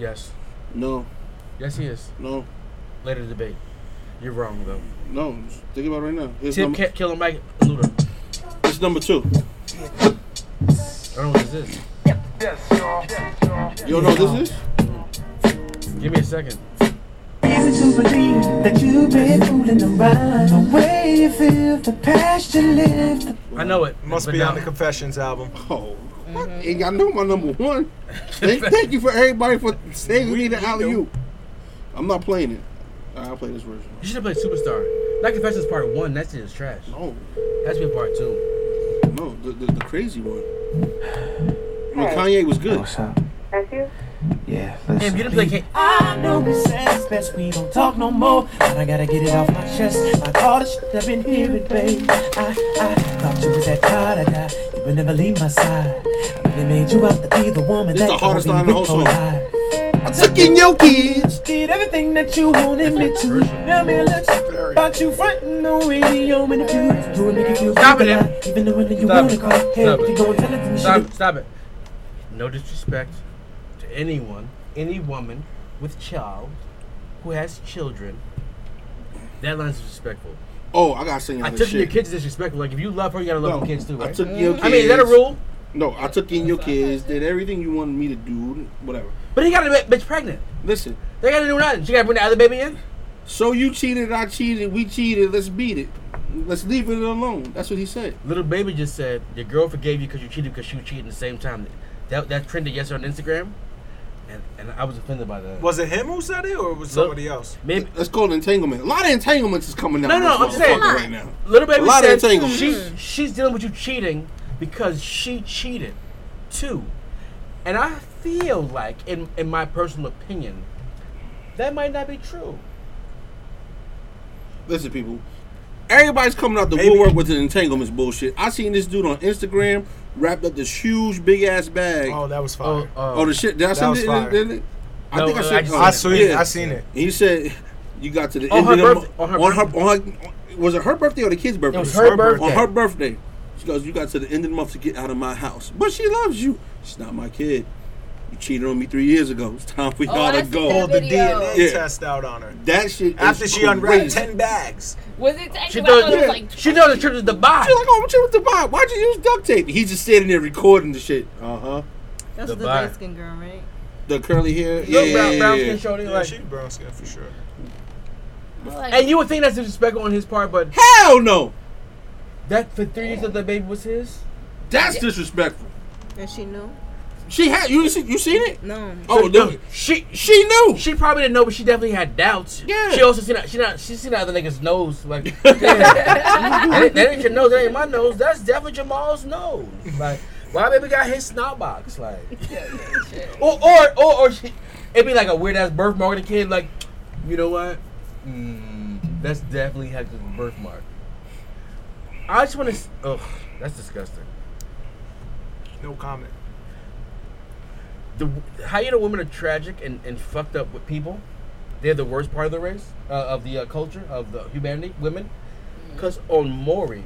[SPEAKER 1] Yes,
[SPEAKER 5] No,
[SPEAKER 1] yes he is.
[SPEAKER 5] no,
[SPEAKER 1] Later debate. You're wrong though.
[SPEAKER 5] no. Just Think about it right now. Here's
[SPEAKER 1] Tip
[SPEAKER 5] number,
[SPEAKER 1] Cat Killer Mike Luda.
[SPEAKER 5] it's number two.
[SPEAKER 1] I don't know what this is.
[SPEAKER 5] You don't know what this is?
[SPEAKER 1] Give me a second.
[SPEAKER 9] Easy to believe that you've been fooling around. The way you feel, the passion lived.
[SPEAKER 1] I know it.
[SPEAKER 8] Must
[SPEAKER 1] but
[SPEAKER 8] be
[SPEAKER 1] no.
[SPEAKER 8] on the Confessions album.
[SPEAKER 5] Oh, what? Ain't I know my number one. thank, thank you for everybody for saving me the alley oop. I'm not playing it. Alright, I'll play this version.
[SPEAKER 1] You should have played Superstar. That Confessions Part One. That shit is trash.
[SPEAKER 5] No,
[SPEAKER 1] That's been Part Two.
[SPEAKER 5] Oh, no, the, the, the crazy one. When Kanye was good.
[SPEAKER 1] Oh,
[SPEAKER 9] Yeah,
[SPEAKER 1] Damn, you didn't play. Can-
[SPEAKER 9] I know it says best we don't talk no more, but I gotta get it off my chest. Like all the shit I've been hearing, babe. I, I thought you was that tired of that. You would never leave my side. I really made you out to be the woman
[SPEAKER 5] This
[SPEAKER 9] that
[SPEAKER 5] the hardest
[SPEAKER 9] I
[SPEAKER 5] line in the whole song.
[SPEAKER 9] I took in your kids, did everything that you wanted me to. Now me looks about you frontin' on radio in the view, doing me confused.
[SPEAKER 1] Stop it, Em.
[SPEAKER 9] Even though I know you
[SPEAKER 1] Stop
[SPEAKER 9] wanna
[SPEAKER 1] it.
[SPEAKER 9] call, hey,
[SPEAKER 1] Stop it.
[SPEAKER 9] you go and tell it to me. she
[SPEAKER 1] Stop, stop it. No disrespect to anyone, any woman with child who has children. That line's disrespectful.
[SPEAKER 5] Oh, I gotta sing you
[SPEAKER 1] I
[SPEAKER 5] out
[SPEAKER 1] took
[SPEAKER 5] this
[SPEAKER 1] in your
[SPEAKER 5] shit.
[SPEAKER 1] kids is disrespectful. Like if you love her, you gotta love
[SPEAKER 5] No,
[SPEAKER 1] your kids too,
[SPEAKER 5] I
[SPEAKER 1] right?
[SPEAKER 5] took in your kids.
[SPEAKER 1] I mean, is that a rule?
[SPEAKER 5] No, I took in your kids, did everything you wanted me to do, whatever.
[SPEAKER 1] But he got a bi- bitch pregnant.
[SPEAKER 5] Listen,
[SPEAKER 1] They gotta do nothing. She gotta bring the other baby in.
[SPEAKER 5] so you cheated, I cheated, we cheated, let's beat it. Let's leave it alone. That's what he said.
[SPEAKER 1] Little baby just said your girl forgave you because you cheated because she was cheating at the same time. That that trended yesterday on Instagram, and and I was offended by that.
[SPEAKER 8] Was it him who said it or was it somebody else?
[SPEAKER 1] Maybe
[SPEAKER 5] That's called entanglement. A lot of entanglements is coming out.
[SPEAKER 1] No,
[SPEAKER 5] of
[SPEAKER 1] no,
[SPEAKER 5] this
[SPEAKER 1] I'm saying-
[SPEAKER 5] motherfucker right now.
[SPEAKER 1] Little baby
[SPEAKER 5] A lot of
[SPEAKER 1] said
[SPEAKER 5] entanglements.
[SPEAKER 1] she, she's dealing with you cheating because she cheated too. And I feel like, in, in my personal opinion, that might not be true.
[SPEAKER 5] Listen, people. Everybody's coming out the
[SPEAKER 8] Maybe.
[SPEAKER 5] woodwork with the entanglements bullshit. I seen this dude on Instagram wrapped up this huge big ass bag.
[SPEAKER 8] Oh,
[SPEAKER 5] Oh,
[SPEAKER 8] that was fire.
[SPEAKER 1] Uh,
[SPEAKER 5] the shit! Did I send
[SPEAKER 8] was
[SPEAKER 5] it?
[SPEAKER 8] fire.
[SPEAKER 5] Did it? I
[SPEAKER 1] No,
[SPEAKER 5] think I
[SPEAKER 1] I
[SPEAKER 5] sent.
[SPEAKER 1] just
[SPEAKER 5] oh,
[SPEAKER 8] I seen it.
[SPEAKER 5] yeah.
[SPEAKER 8] I seen it.
[SPEAKER 5] And he said, "You got to the
[SPEAKER 1] On
[SPEAKER 5] end
[SPEAKER 1] her
[SPEAKER 5] of the
[SPEAKER 1] birth-
[SPEAKER 5] month-
[SPEAKER 1] on her
[SPEAKER 5] on her, on her- was it her birthday or the kid's birthday?
[SPEAKER 1] It was her
[SPEAKER 8] her
[SPEAKER 1] birthday.
[SPEAKER 5] on her birthday. She goes, "You got to the end of the month to get out of my house, but she loves you. She's not my kid. You cheated on me three years ago. It's time for y'all
[SPEAKER 6] I
[SPEAKER 5] to
[SPEAKER 6] see
[SPEAKER 5] go."
[SPEAKER 8] Pulled Oh, the
[SPEAKER 6] Video.
[SPEAKER 8] DNA
[SPEAKER 5] Yeah.
[SPEAKER 8] test out on her.
[SPEAKER 5] That shit.
[SPEAKER 8] After
[SPEAKER 5] is
[SPEAKER 8] she unwrapped
[SPEAKER 5] crazy.
[SPEAKER 8] 10 bags.
[SPEAKER 6] Was it Tank?
[SPEAKER 1] She
[SPEAKER 6] Well, I
[SPEAKER 1] knows,
[SPEAKER 6] was like,
[SPEAKER 1] she knows the trip is the bot.
[SPEAKER 5] You're like, oh, what's with the vibe? Why'd you use duct tape? He's just sitting there recording the shit. Uh huh.
[SPEAKER 7] That's
[SPEAKER 1] The
[SPEAKER 7] the,
[SPEAKER 1] the bar.
[SPEAKER 7] light
[SPEAKER 1] light
[SPEAKER 7] skin girl, right?
[SPEAKER 5] The curly hair.
[SPEAKER 1] Little
[SPEAKER 5] Yeah,
[SPEAKER 1] brown,
[SPEAKER 5] yeah,
[SPEAKER 1] brown
[SPEAKER 5] yeah.
[SPEAKER 1] skin shorty,
[SPEAKER 8] Yeah,
[SPEAKER 1] like-
[SPEAKER 8] she brown skin for sure.
[SPEAKER 6] like,
[SPEAKER 1] and you would think that's disrespectful on his part, but
[SPEAKER 5] Hell no.
[SPEAKER 1] that for three years that the baby was his.
[SPEAKER 5] That's disrespectful.
[SPEAKER 7] And she knew?
[SPEAKER 5] She had you. See, you seen it?
[SPEAKER 7] No.
[SPEAKER 5] Oh, dude.
[SPEAKER 1] She
[SPEAKER 5] She knew.
[SPEAKER 1] she probably didn't know, but she definitely had doubts.
[SPEAKER 5] Yeah.
[SPEAKER 1] She also seen that she not she seen that other nigga's nose. [laughs] Like damn, that, ain't- that ain't your nose. That ain't my nose. That's definitely Jamal's nose. Like why baby got his snout box? [laughs] Like or or or, or she, it'd be like a weird ass birthmark of the kid. Like you know what? Mm, that's definitely Hector's birthmark. I just want to. Ugh, that's disgusting.
[SPEAKER 8] No comment.
[SPEAKER 1] the how you know women are tragic and, and fucked up with people. They're the worst part of the race uh, of the uh, culture of the humanity. Women,
[SPEAKER 6] Mm.
[SPEAKER 1] because on
[SPEAKER 6] [laughs]
[SPEAKER 1] Maury,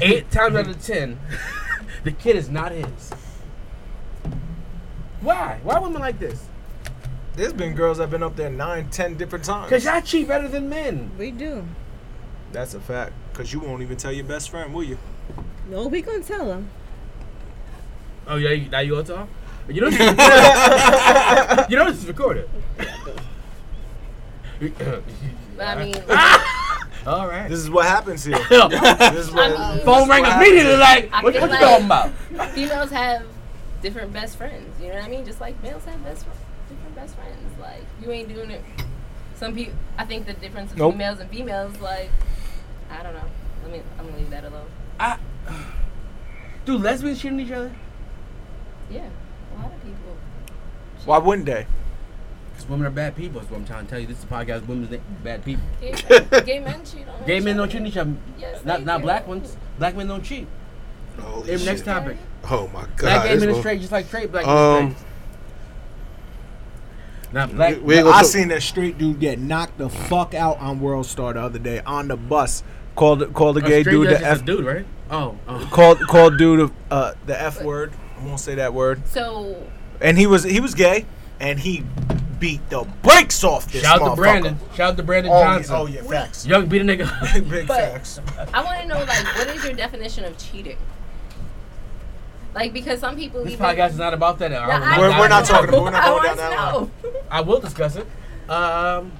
[SPEAKER 1] eight times out of ten, the kid is not his. Why? Why women like this?
[SPEAKER 8] There's been girls that've been up there nine, ten different times.
[SPEAKER 1] Cause y'all cheat better than men.
[SPEAKER 7] We do.
[SPEAKER 8] That's a fact.
[SPEAKER 4] Cause you won't even tell your best friend, will
[SPEAKER 1] [laughs]
[SPEAKER 4] you?
[SPEAKER 7] No, we gonna tell him.
[SPEAKER 1] Oh yeah, you- now you all talk. You know this is [laughs] recorded. you know this is [laughs] recorded.
[SPEAKER 6] But I mean,
[SPEAKER 1] all right.
[SPEAKER 8] This is what happens here.
[SPEAKER 1] [laughs]
[SPEAKER 8] This is what,
[SPEAKER 6] I mean-
[SPEAKER 1] Phone rang immediately. Like,
[SPEAKER 6] I
[SPEAKER 1] what,
[SPEAKER 6] feel
[SPEAKER 1] what you
[SPEAKER 6] like-
[SPEAKER 1] talking about?
[SPEAKER 6] females have different best friends. You know what I mean? Just like males have best fr- different best friends. Like you ain't doing it. Some people. I think the difference between
[SPEAKER 8] Nope.
[SPEAKER 6] males and females, like I don't know. Let me. I'm gonna leave that alone.
[SPEAKER 1] Do lesbians cheat on each other?
[SPEAKER 6] Yeah, a lot of people.
[SPEAKER 8] Why wouldn't they?
[SPEAKER 1] Because women are bad people. Is what I'm trying to tell you. This is a podcast. Women's na- bad people.
[SPEAKER 6] Gay men, gay men cheat on.
[SPEAKER 1] Gay
[SPEAKER 6] each
[SPEAKER 1] men don't
[SPEAKER 6] other.
[SPEAKER 1] cheat on each other.
[SPEAKER 6] Yes,
[SPEAKER 1] not
[SPEAKER 6] they
[SPEAKER 1] not
[SPEAKER 6] do.
[SPEAKER 1] black ones. Black men don't cheat.
[SPEAKER 5] Holy
[SPEAKER 1] Hey, next
[SPEAKER 5] shit.
[SPEAKER 1] topic.
[SPEAKER 5] Oh my god.
[SPEAKER 1] Black gay
[SPEAKER 5] this
[SPEAKER 1] men is
[SPEAKER 5] one-
[SPEAKER 1] straight, just like straight black men
[SPEAKER 5] Um,
[SPEAKER 1] is straight. Not black.
[SPEAKER 5] we- we ain't gonna
[SPEAKER 8] I
[SPEAKER 5] talk-
[SPEAKER 8] seen that straight dude get knocked the fuck out on World Star the other day on the bus. Called called the
[SPEAKER 1] a
[SPEAKER 8] gay
[SPEAKER 1] straight
[SPEAKER 8] dude
[SPEAKER 1] judge
[SPEAKER 8] the
[SPEAKER 1] is
[SPEAKER 8] f
[SPEAKER 1] a dude, right? Oh, oh.
[SPEAKER 8] called called dude uh, the f word. I won't say that word.
[SPEAKER 6] So
[SPEAKER 8] And he was he was gay, and he beat the brakes off this
[SPEAKER 1] shout out
[SPEAKER 8] motherfucker.
[SPEAKER 1] to Brandon. Shout out to Brandon
[SPEAKER 8] Oh, yeah,
[SPEAKER 1] Johnson.
[SPEAKER 8] oh yeah, facts.
[SPEAKER 1] Young beat a
[SPEAKER 6] [laughs]
[SPEAKER 1] nigga.
[SPEAKER 8] [laughs] Big
[SPEAKER 6] But-
[SPEAKER 8] facts.
[SPEAKER 6] I want to know, like, what is your definition of cheating? Like, because some people
[SPEAKER 1] this
[SPEAKER 6] even-
[SPEAKER 1] podcast is not about that.
[SPEAKER 6] No, I-
[SPEAKER 8] We're- we're not
[SPEAKER 6] I
[SPEAKER 8] talking-
[SPEAKER 6] know.
[SPEAKER 8] we're not going
[SPEAKER 6] [laughs] I
[SPEAKER 8] down
[SPEAKER 6] wanna
[SPEAKER 8] that line.
[SPEAKER 6] know
[SPEAKER 1] I will discuss it. Um,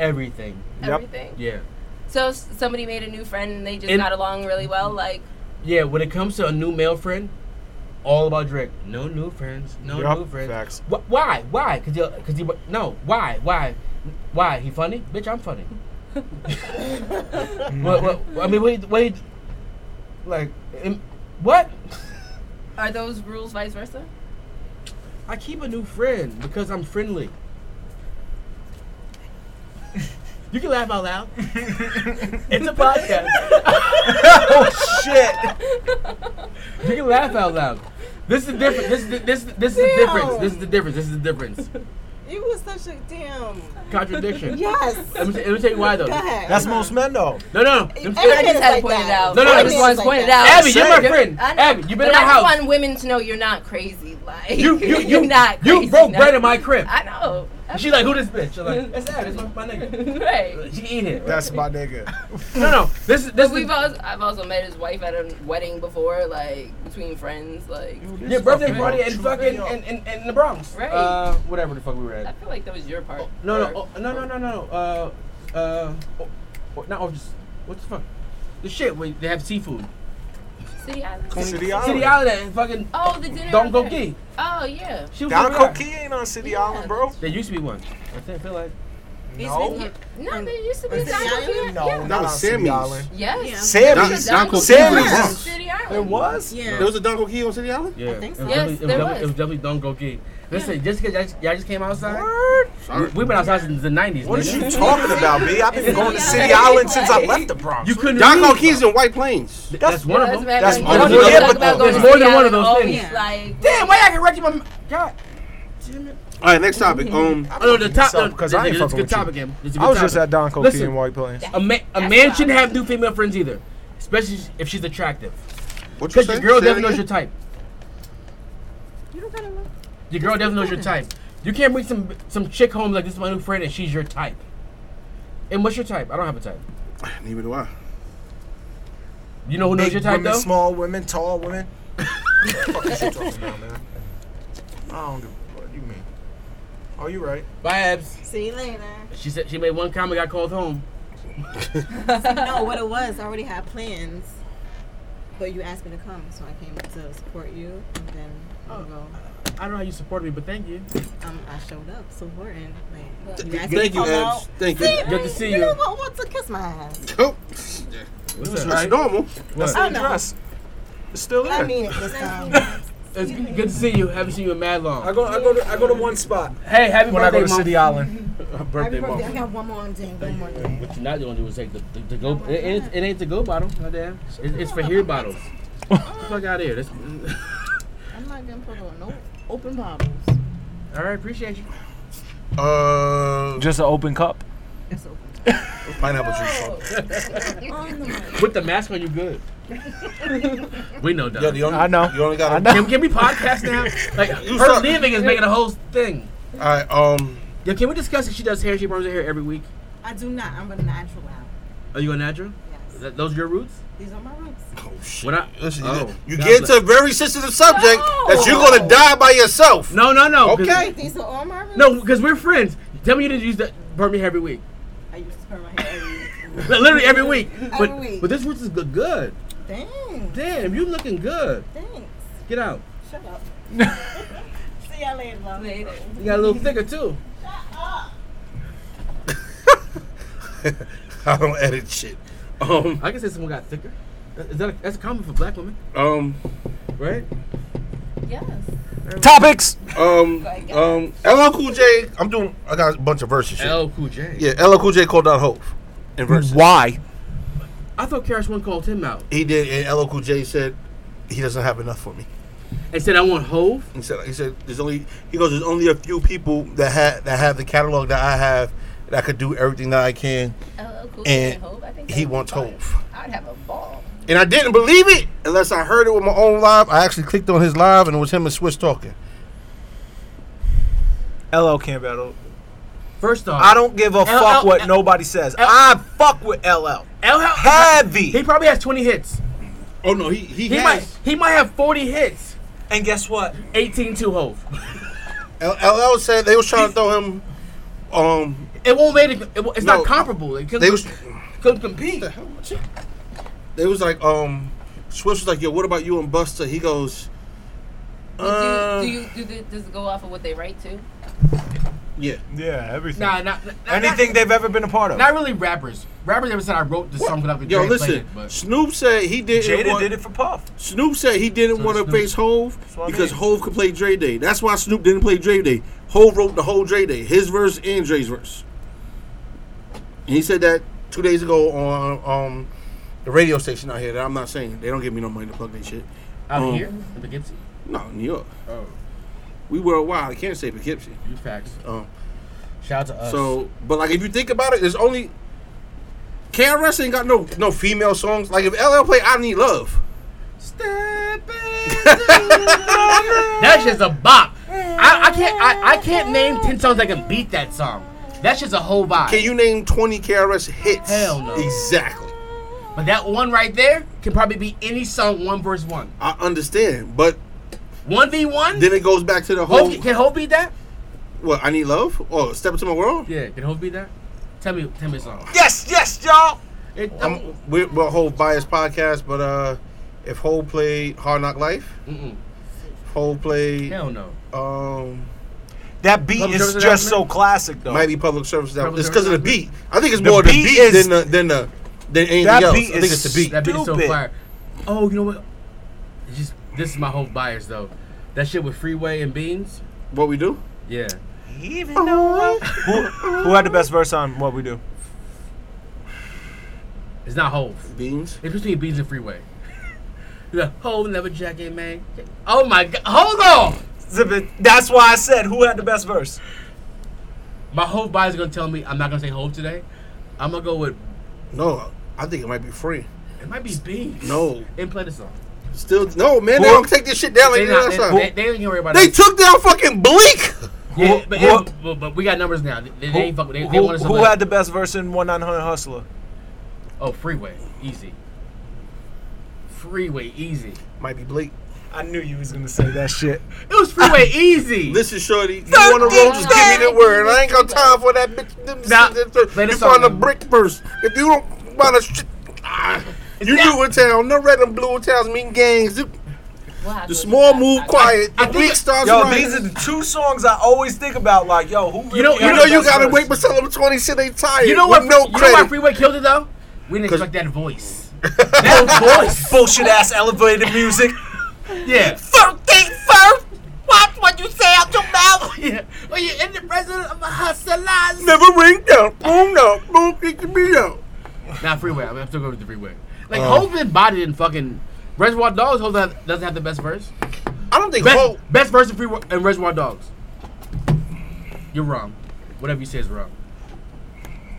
[SPEAKER 1] everything.
[SPEAKER 8] Yep.
[SPEAKER 6] Everything.
[SPEAKER 1] Yeah.
[SPEAKER 6] So s- somebody made a new friend and they just
[SPEAKER 1] In-
[SPEAKER 6] got along really well. Like,
[SPEAKER 1] Yeah, when it comes to a new male friend, all about Drake. No new friends. No
[SPEAKER 8] Yup,
[SPEAKER 1] new friends.
[SPEAKER 8] facts.
[SPEAKER 1] Wh- why? Why? Cause he, cause he, no. Why? Why? Why? He funny? Bitch, I'm funny.
[SPEAKER 8] Mm-hmm.
[SPEAKER 1] what, what? I mean, wait, wait. Like, em- what?
[SPEAKER 6] are those rules vice versa?
[SPEAKER 1] I keep a new friend because I'm friendly. you can laugh out loud. it's a podcast.
[SPEAKER 8] oh shit!
[SPEAKER 1] You can laugh out loud. This is different. This is the, this this is the difference. This is the difference. This is the difference.
[SPEAKER 7] You was such a damn.
[SPEAKER 1] Contradiction.
[SPEAKER 7] Yes.
[SPEAKER 1] Let me, let me tell you why though.
[SPEAKER 7] Go ahead. [laughs]
[SPEAKER 8] That's most men though.
[SPEAKER 1] No, no. Let me-
[SPEAKER 7] Every
[SPEAKER 6] I just
[SPEAKER 7] man's
[SPEAKER 6] had
[SPEAKER 7] like
[SPEAKER 6] pointed
[SPEAKER 7] that.
[SPEAKER 6] out.
[SPEAKER 1] No, no,
[SPEAKER 6] I
[SPEAKER 1] no,
[SPEAKER 6] just
[SPEAKER 1] it's
[SPEAKER 6] wanted
[SPEAKER 7] like
[SPEAKER 6] pointed
[SPEAKER 7] that.
[SPEAKER 6] out.
[SPEAKER 1] Abby, you're my
[SPEAKER 8] Sure.
[SPEAKER 1] friend.
[SPEAKER 6] I know,
[SPEAKER 1] Abby, you've been
[SPEAKER 6] but
[SPEAKER 1] in my
[SPEAKER 6] I just
[SPEAKER 1] house.
[SPEAKER 6] want women to know you're not crazy. Like,
[SPEAKER 1] You
[SPEAKER 6] [laughs]
[SPEAKER 1] you you
[SPEAKER 6] are not.
[SPEAKER 1] you
[SPEAKER 6] crazy
[SPEAKER 1] broke
[SPEAKER 6] no.
[SPEAKER 1] bread in my crib.
[SPEAKER 6] I know.
[SPEAKER 1] She like who this bitch? She's like that's Abby. That's my, my nigga.
[SPEAKER 6] [laughs] right.
[SPEAKER 1] She eat it.
[SPEAKER 8] That's my nigga.
[SPEAKER 1] no, no. This is this is.
[SPEAKER 6] But we've also, I've also met his wife at a wedding before, like between friends. Like,
[SPEAKER 1] Your birthday
[SPEAKER 8] fucking
[SPEAKER 1] party
[SPEAKER 8] up.
[SPEAKER 1] and fucking and, and, and the Bronx.
[SPEAKER 6] Right.
[SPEAKER 1] Uh, whatever the fuck we were
[SPEAKER 6] I
[SPEAKER 1] at.
[SPEAKER 6] feel like that was your part.
[SPEAKER 1] No,
[SPEAKER 6] Or-
[SPEAKER 1] no, oh, no, no, no, no. Uh, uh, oh, oh, not oh, just what the fuck? The shit where they have seafood.
[SPEAKER 6] City Island.
[SPEAKER 8] City
[SPEAKER 1] City
[SPEAKER 8] Island.
[SPEAKER 1] Island and fucking
[SPEAKER 6] Oh, the dinner.
[SPEAKER 1] Don't Go
[SPEAKER 6] out there.
[SPEAKER 1] Gay.
[SPEAKER 6] Oh yeah.
[SPEAKER 1] She was
[SPEAKER 8] Down
[SPEAKER 1] over there.
[SPEAKER 8] Coquille ain't on City
[SPEAKER 6] Yeah.
[SPEAKER 8] Island, bro.
[SPEAKER 1] There used to be one. I think- I feel like.
[SPEAKER 8] No,
[SPEAKER 6] No, there used to be
[SPEAKER 7] City
[SPEAKER 6] Don Coquille.
[SPEAKER 7] Island?
[SPEAKER 8] no,
[SPEAKER 6] Yeah.
[SPEAKER 8] not
[SPEAKER 5] was
[SPEAKER 8] on City
[SPEAKER 5] Sammy's.
[SPEAKER 8] Island.
[SPEAKER 6] Yes.
[SPEAKER 8] Sammy's.
[SPEAKER 5] Don- Don
[SPEAKER 8] Sammy's.
[SPEAKER 5] Coquille was
[SPEAKER 6] City
[SPEAKER 8] There
[SPEAKER 6] Island.
[SPEAKER 8] was.
[SPEAKER 7] Yeah.
[SPEAKER 5] There was a Dunkel Key on City Island?
[SPEAKER 1] Yeah,
[SPEAKER 7] think
[SPEAKER 1] it
[SPEAKER 7] so.
[SPEAKER 1] was
[SPEAKER 6] Yes,
[SPEAKER 1] definitely- it was
[SPEAKER 6] there
[SPEAKER 1] definitely-
[SPEAKER 6] was.
[SPEAKER 1] it was definitely don't go gay. Listen, just because y'all, just- y'all just came outside,
[SPEAKER 5] Sorry.
[SPEAKER 1] we, have been outside since the nineties.
[SPEAKER 8] What is you talking about, B? I've been going to City Island since I left the Bronx.
[SPEAKER 1] You couldn't.
[SPEAKER 5] Dunkel
[SPEAKER 1] leave.
[SPEAKER 5] Key's in White Plains.
[SPEAKER 1] That's, one of them.
[SPEAKER 8] That's
[SPEAKER 6] That's
[SPEAKER 8] one
[SPEAKER 6] one
[SPEAKER 8] of
[SPEAKER 6] of
[SPEAKER 8] them. Yeah, but
[SPEAKER 1] there's more than one of those things.
[SPEAKER 6] Like,
[SPEAKER 1] Damn, why y'all can wreck my God? Damn it.
[SPEAKER 5] All right, next topic. Um,
[SPEAKER 1] I know the top
[SPEAKER 8] Myself, 'cause I ain't
[SPEAKER 1] It's a
[SPEAKER 8] fucking
[SPEAKER 1] good
[SPEAKER 8] with you.
[SPEAKER 1] topic. Em. It's a good
[SPEAKER 8] I was just
[SPEAKER 1] topic.
[SPEAKER 8] at Don Coquille
[SPEAKER 1] Listen,
[SPEAKER 8] in White Plains.
[SPEAKER 1] A, ma- a
[SPEAKER 6] why
[SPEAKER 1] man
[SPEAKER 6] I-
[SPEAKER 1] shouldn't have new female friends either, especially if she's attractive.
[SPEAKER 5] what you
[SPEAKER 1] Because
[SPEAKER 5] say?
[SPEAKER 1] your girl
[SPEAKER 5] Say that
[SPEAKER 1] definitely knows your
[SPEAKER 5] again?
[SPEAKER 1] type. You don't gotta Your girl definitely knows your type. You can't bring some some chick home like this is my new friend and she's your type. And what's your type? I don't have a type.
[SPEAKER 5] Neither do I.
[SPEAKER 1] You know who knows
[SPEAKER 8] Big
[SPEAKER 1] your type
[SPEAKER 8] women,
[SPEAKER 1] though?
[SPEAKER 8] small women,
[SPEAKER 1] [laughs]
[SPEAKER 8] tall women. What the fuck is you talking about, man? I don't give a what you mean. Oh, you right.
[SPEAKER 1] Vibes.
[SPEAKER 7] See you later.
[SPEAKER 1] She said she made one comment, got called home.
[SPEAKER 7] No, what it was, I already had plans, but you asked me to come, so I came to support you, and then I'll go.
[SPEAKER 1] I don't know how you supported me, but thank you.
[SPEAKER 7] Um, I showed up supporting. Like,
[SPEAKER 5] Th-
[SPEAKER 7] you asked me
[SPEAKER 5] Thank
[SPEAKER 7] to
[SPEAKER 5] you,
[SPEAKER 7] come
[SPEAKER 5] Abs.
[SPEAKER 7] out.
[SPEAKER 5] Thank you.
[SPEAKER 1] Good to see
[SPEAKER 7] You
[SPEAKER 1] you.
[SPEAKER 7] don't want, want to kiss my ass.
[SPEAKER 5] Oh,
[SPEAKER 1] What's
[SPEAKER 5] that's
[SPEAKER 1] up?
[SPEAKER 5] normal.
[SPEAKER 8] That's
[SPEAKER 7] I
[SPEAKER 8] the
[SPEAKER 7] know.
[SPEAKER 8] dress. It's still there.
[SPEAKER 7] I mean it this time.
[SPEAKER 1] It's good good to see you. Haven't seen you in mad
[SPEAKER 8] I
[SPEAKER 1] long.
[SPEAKER 8] go, I go, to, I go to one spot
[SPEAKER 1] Hey, happy
[SPEAKER 8] when I go
[SPEAKER 1] birthday,
[SPEAKER 8] to City
[SPEAKER 1] Mom.
[SPEAKER 8] Island.
[SPEAKER 7] Happy birthday. I got one more day. One more day.
[SPEAKER 1] What you're not gonna do is take the, the, the go. it, ain't- it ain't the go bottle, no damn. It, it's for here bottles. Fuck out here. That's, [laughs]
[SPEAKER 7] I'm not gonna put on no open bottles.
[SPEAKER 1] all right, appreciate you.
[SPEAKER 5] Uh,
[SPEAKER 8] Just an open cup.
[SPEAKER 7] It's open.
[SPEAKER 5] pineapple juice.
[SPEAKER 1] With the mask on, you good. We know Don.
[SPEAKER 5] Yo, the only,
[SPEAKER 8] I know.
[SPEAKER 5] You only got.
[SPEAKER 8] I
[SPEAKER 5] a-
[SPEAKER 8] know.
[SPEAKER 1] Can, can we podcast now? Like
[SPEAKER 5] You
[SPEAKER 1] her
[SPEAKER 5] suck.
[SPEAKER 1] leaving is making a whole thing.
[SPEAKER 5] All right. Um.
[SPEAKER 1] Yo, can we discuss if she does hair? She burns her hair every week.
[SPEAKER 7] I do not. I'm gonna natural out.
[SPEAKER 1] Are you a natural?
[SPEAKER 7] Yes.
[SPEAKER 1] Th- those your roots?
[SPEAKER 7] These are my roots.
[SPEAKER 5] Oh shit.
[SPEAKER 1] When I-
[SPEAKER 5] Listen, you-
[SPEAKER 1] oh,
[SPEAKER 5] you
[SPEAKER 1] God
[SPEAKER 5] get
[SPEAKER 1] bless-
[SPEAKER 5] into a very sensitive subject that you're gonna die by yourself.
[SPEAKER 1] No, no, no. 'cause-
[SPEAKER 5] Okay.
[SPEAKER 7] These are all my roots.
[SPEAKER 1] No, because we're friends. Tell me you didn't use that burn me hair every week. [laughs]
[SPEAKER 7] I used to perm my hair every week.
[SPEAKER 1] Literally every week. But,
[SPEAKER 7] Every week.
[SPEAKER 1] but this roots is good. good.
[SPEAKER 7] Dang.
[SPEAKER 1] Damn, you looking good.
[SPEAKER 7] Thanks.
[SPEAKER 1] Get out.
[SPEAKER 7] Shut up. [laughs] See y'all later, love.
[SPEAKER 6] Later.
[SPEAKER 1] You got a little thicker too.
[SPEAKER 5] [laughs] I don't edit shit. Um.
[SPEAKER 1] I can say someone got thicker. Is that a, that's common for black women,
[SPEAKER 5] Um.
[SPEAKER 1] right?
[SPEAKER 6] Yes.
[SPEAKER 4] Topics.
[SPEAKER 5] Um. Um. LL Cool J. I'm doing. I got a bunch of verses. shit.
[SPEAKER 1] L Cool J.
[SPEAKER 5] Yeah. LL Cool J called out Hope in verses.
[SPEAKER 4] Why?
[SPEAKER 1] I thought KRS One called him out
[SPEAKER 5] He did, and LL Cool J said he doesn't have enough for me.
[SPEAKER 1] and said, "I want Hove."
[SPEAKER 5] He said, he said, there's only he goes, there's only a few people that had that have the catalog that I have that could do everything that I can,
[SPEAKER 6] LL Oh, Cool J
[SPEAKER 5] and
[SPEAKER 6] and Hove. I think
[SPEAKER 5] he
[SPEAKER 6] that would be
[SPEAKER 5] wants
[SPEAKER 6] fun.
[SPEAKER 5] Hove.
[SPEAKER 6] I would have a ball.
[SPEAKER 5] And I didn't believe it unless I heard it with my own live. I actually clicked on his live, and it was him and Swiss talking.
[SPEAKER 8] LL can't battle.
[SPEAKER 1] First off,
[SPEAKER 8] I don't give a fuck what
[SPEAKER 1] L-
[SPEAKER 8] nobody says. I fuck with LL.
[SPEAKER 1] L He
[SPEAKER 8] Heavy.
[SPEAKER 1] probably has 20 hits.
[SPEAKER 5] Oh no, he he,
[SPEAKER 1] He might he might have 40 hits.
[SPEAKER 8] And guess what?
[SPEAKER 1] 18 to Hove.
[SPEAKER 5] LL said they was trying to throw him. Um,
[SPEAKER 1] It won't make it. it won't- it's
[SPEAKER 5] No.
[SPEAKER 1] not comparable. It couldn't,
[SPEAKER 5] they was
[SPEAKER 1] couldn't compete.
[SPEAKER 5] the hell was it? They was like, um, Swiss was like, yo, what about you and Buster? He goes,
[SPEAKER 6] Do
[SPEAKER 5] uh,
[SPEAKER 6] you, do you do, the, does it go off of what they write to?
[SPEAKER 5] yeah.
[SPEAKER 8] Yeah, everything.
[SPEAKER 1] Nah, not, not
[SPEAKER 8] Anything they've ever been a
[SPEAKER 1] Not,
[SPEAKER 8] part of.
[SPEAKER 1] not really rappers. Rappers ever said I wrote this song without the
[SPEAKER 5] Yo,
[SPEAKER 1] Drake
[SPEAKER 5] listen.
[SPEAKER 1] played it, but
[SPEAKER 5] Snoop said he didn't.
[SPEAKER 8] Jada
[SPEAKER 5] want-
[SPEAKER 8] did it for Puff.
[SPEAKER 5] Snoop said he didn't
[SPEAKER 1] So
[SPEAKER 5] want to
[SPEAKER 1] Snoop-
[SPEAKER 5] face Hove
[SPEAKER 8] what I
[SPEAKER 5] because
[SPEAKER 8] mean.
[SPEAKER 5] Hove could play Dre Day. That's why Snoop didn't play Dre Day. Hove wrote the whole Dre Day, his verse and Dre's verse. And he said that two days ago on um, the radio station out here that I'm not saying. They don't give me no money to plug their shit.
[SPEAKER 1] out
[SPEAKER 5] Um,
[SPEAKER 1] here in Poughkeepsie,
[SPEAKER 5] No, New York.
[SPEAKER 1] oh,
[SPEAKER 5] We worldwide. I can't say Poughkeepsie.
[SPEAKER 1] you facts.
[SPEAKER 5] Um,
[SPEAKER 1] Shout out to us.
[SPEAKER 5] so, but like if you think about it, there's only KRS ain't got no no female songs. Like if LL play I Need Love,
[SPEAKER 1] Step That's just a bop. I, I can't I, I can't name ten songs that can beat that song. That's just a whole vibe.
[SPEAKER 5] can you name 20 KRS hits?
[SPEAKER 1] Hell no.
[SPEAKER 5] Exactly.
[SPEAKER 1] but that one right there can probably be any song one verse one.
[SPEAKER 5] I understand, but
[SPEAKER 1] One v one.
[SPEAKER 5] then it goes back to the whole.
[SPEAKER 1] Hope, can Hope beat that?
[SPEAKER 5] What I need love or step into my world.
[SPEAKER 1] Yeah, can Hope beat that? Tell me, tell me a song.
[SPEAKER 8] Yes, yes, y'all.
[SPEAKER 1] It,
[SPEAKER 5] I'm, we're, we're a whole biased podcast, but uh, if Hole played Hard Knock Life,
[SPEAKER 1] mm-mm.
[SPEAKER 5] Hole played
[SPEAKER 1] Hell no.
[SPEAKER 5] um,
[SPEAKER 8] That beat
[SPEAKER 1] Public
[SPEAKER 8] is
[SPEAKER 1] service
[SPEAKER 8] just so
[SPEAKER 1] announcement?
[SPEAKER 8] classic, though.
[SPEAKER 5] might be public service. That
[SPEAKER 1] Public
[SPEAKER 5] it's because of the
[SPEAKER 1] service
[SPEAKER 5] beat. I think it's
[SPEAKER 8] The
[SPEAKER 5] more the
[SPEAKER 8] beat
[SPEAKER 5] beat,
[SPEAKER 8] is-
[SPEAKER 5] than the than the than anything
[SPEAKER 8] That
[SPEAKER 5] else.
[SPEAKER 8] beat
[SPEAKER 5] I think
[SPEAKER 8] is
[SPEAKER 5] it's the beat.
[SPEAKER 1] That beat is so
[SPEAKER 8] Stupid.
[SPEAKER 1] fire. Oh, you know what? It's just this is my whole bias though. That shit with Freeway and Beans.
[SPEAKER 5] What we do?
[SPEAKER 1] Yeah.
[SPEAKER 8] Even though who, who had the best verse on what we do?
[SPEAKER 1] It's not Hope.
[SPEAKER 5] Beans.
[SPEAKER 1] It's between Beans and Freeway. [laughs] The whole never jacket man. Oh my god! Hold on.
[SPEAKER 8] Zip it. That's why I said who had the best verse.
[SPEAKER 1] My whole body's gonna tell me I'm not gonna say Hope today. I'm gonna go with
[SPEAKER 5] No, I think it might be free.
[SPEAKER 1] it might be Beans.
[SPEAKER 5] No,
[SPEAKER 1] And play the song.
[SPEAKER 5] still no man. They
[SPEAKER 8] Who-
[SPEAKER 5] don't take this shit down like
[SPEAKER 1] They,
[SPEAKER 5] they,
[SPEAKER 1] not,
[SPEAKER 5] last
[SPEAKER 1] they,
[SPEAKER 5] time.
[SPEAKER 1] they, they don't even worry about
[SPEAKER 5] They
[SPEAKER 1] it.
[SPEAKER 5] took down fucking Bleak.
[SPEAKER 1] Yeah, but,
[SPEAKER 8] Who-
[SPEAKER 1] but, but we got numbers now. They, they
[SPEAKER 8] Who,
[SPEAKER 1] ain't fucking. They, they
[SPEAKER 8] who-
[SPEAKER 1] wanted
[SPEAKER 8] who
[SPEAKER 1] somebody.
[SPEAKER 8] had the best verse in One Nine Hundred Hustler?
[SPEAKER 1] oh, Freeway, easy. Freeway, easy.
[SPEAKER 5] [laughs] Might be Bleak.
[SPEAKER 8] I knew you was gonna say that shit.
[SPEAKER 1] It was Freeway,
[SPEAKER 8] [laughs]
[SPEAKER 1] easy.
[SPEAKER 5] Listen, shorty, you want to roll? Just give me the word. I ain't got time for that bitch. Them
[SPEAKER 1] Nah,
[SPEAKER 5] shit-
[SPEAKER 1] play the
[SPEAKER 5] you
[SPEAKER 1] song,
[SPEAKER 5] find a
[SPEAKER 1] man.
[SPEAKER 5] brick first. If you don't find a shit, ah, you new in town. No red and blue in towns mean gangs. The,
[SPEAKER 6] We'll have
[SPEAKER 5] the
[SPEAKER 6] to-
[SPEAKER 5] small move quiet.
[SPEAKER 1] I
[SPEAKER 5] The
[SPEAKER 1] think-
[SPEAKER 5] weak starts
[SPEAKER 8] Yo,
[SPEAKER 5] right.
[SPEAKER 8] these are the two songs I always think about. Like, yo, who? Really
[SPEAKER 1] know-
[SPEAKER 8] had
[SPEAKER 5] you
[SPEAKER 8] the
[SPEAKER 5] know you
[SPEAKER 8] best
[SPEAKER 5] gotta
[SPEAKER 8] verse?
[SPEAKER 5] wait for some twenty shit. They tired.
[SPEAKER 1] You know what?
[SPEAKER 5] With no
[SPEAKER 1] you know why
[SPEAKER 5] credit.
[SPEAKER 1] Freeway killed it though? We didn't
[SPEAKER 5] 'Cause-
[SPEAKER 1] expect that
[SPEAKER 8] [laughs]
[SPEAKER 1] voice. that voice.
[SPEAKER 8] bullshit ass elevated music. [laughs]
[SPEAKER 1] Yeah.
[SPEAKER 8] Thirteen first. Watch what you say
[SPEAKER 1] [laughs]
[SPEAKER 8] out your mouth.
[SPEAKER 1] Oh, yeah. Well, you're in the president of a hustler.
[SPEAKER 5] Never ring down. Boom no. Boom kick me out.
[SPEAKER 1] Not freeway. I mean, I'm still going with the freeway. Like
[SPEAKER 8] Oh.
[SPEAKER 1] Hov and body didn't fucking Reservoir Dogs. Hov doesn't have- doesn't have the best verse.
[SPEAKER 5] I don't think
[SPEAKER 1] Best,
[SPEAKER 5] Hope.
[SPEAKER 1] best verse in freeway and Reservoir Dogs. You're wrong. Whatever you say is wrong.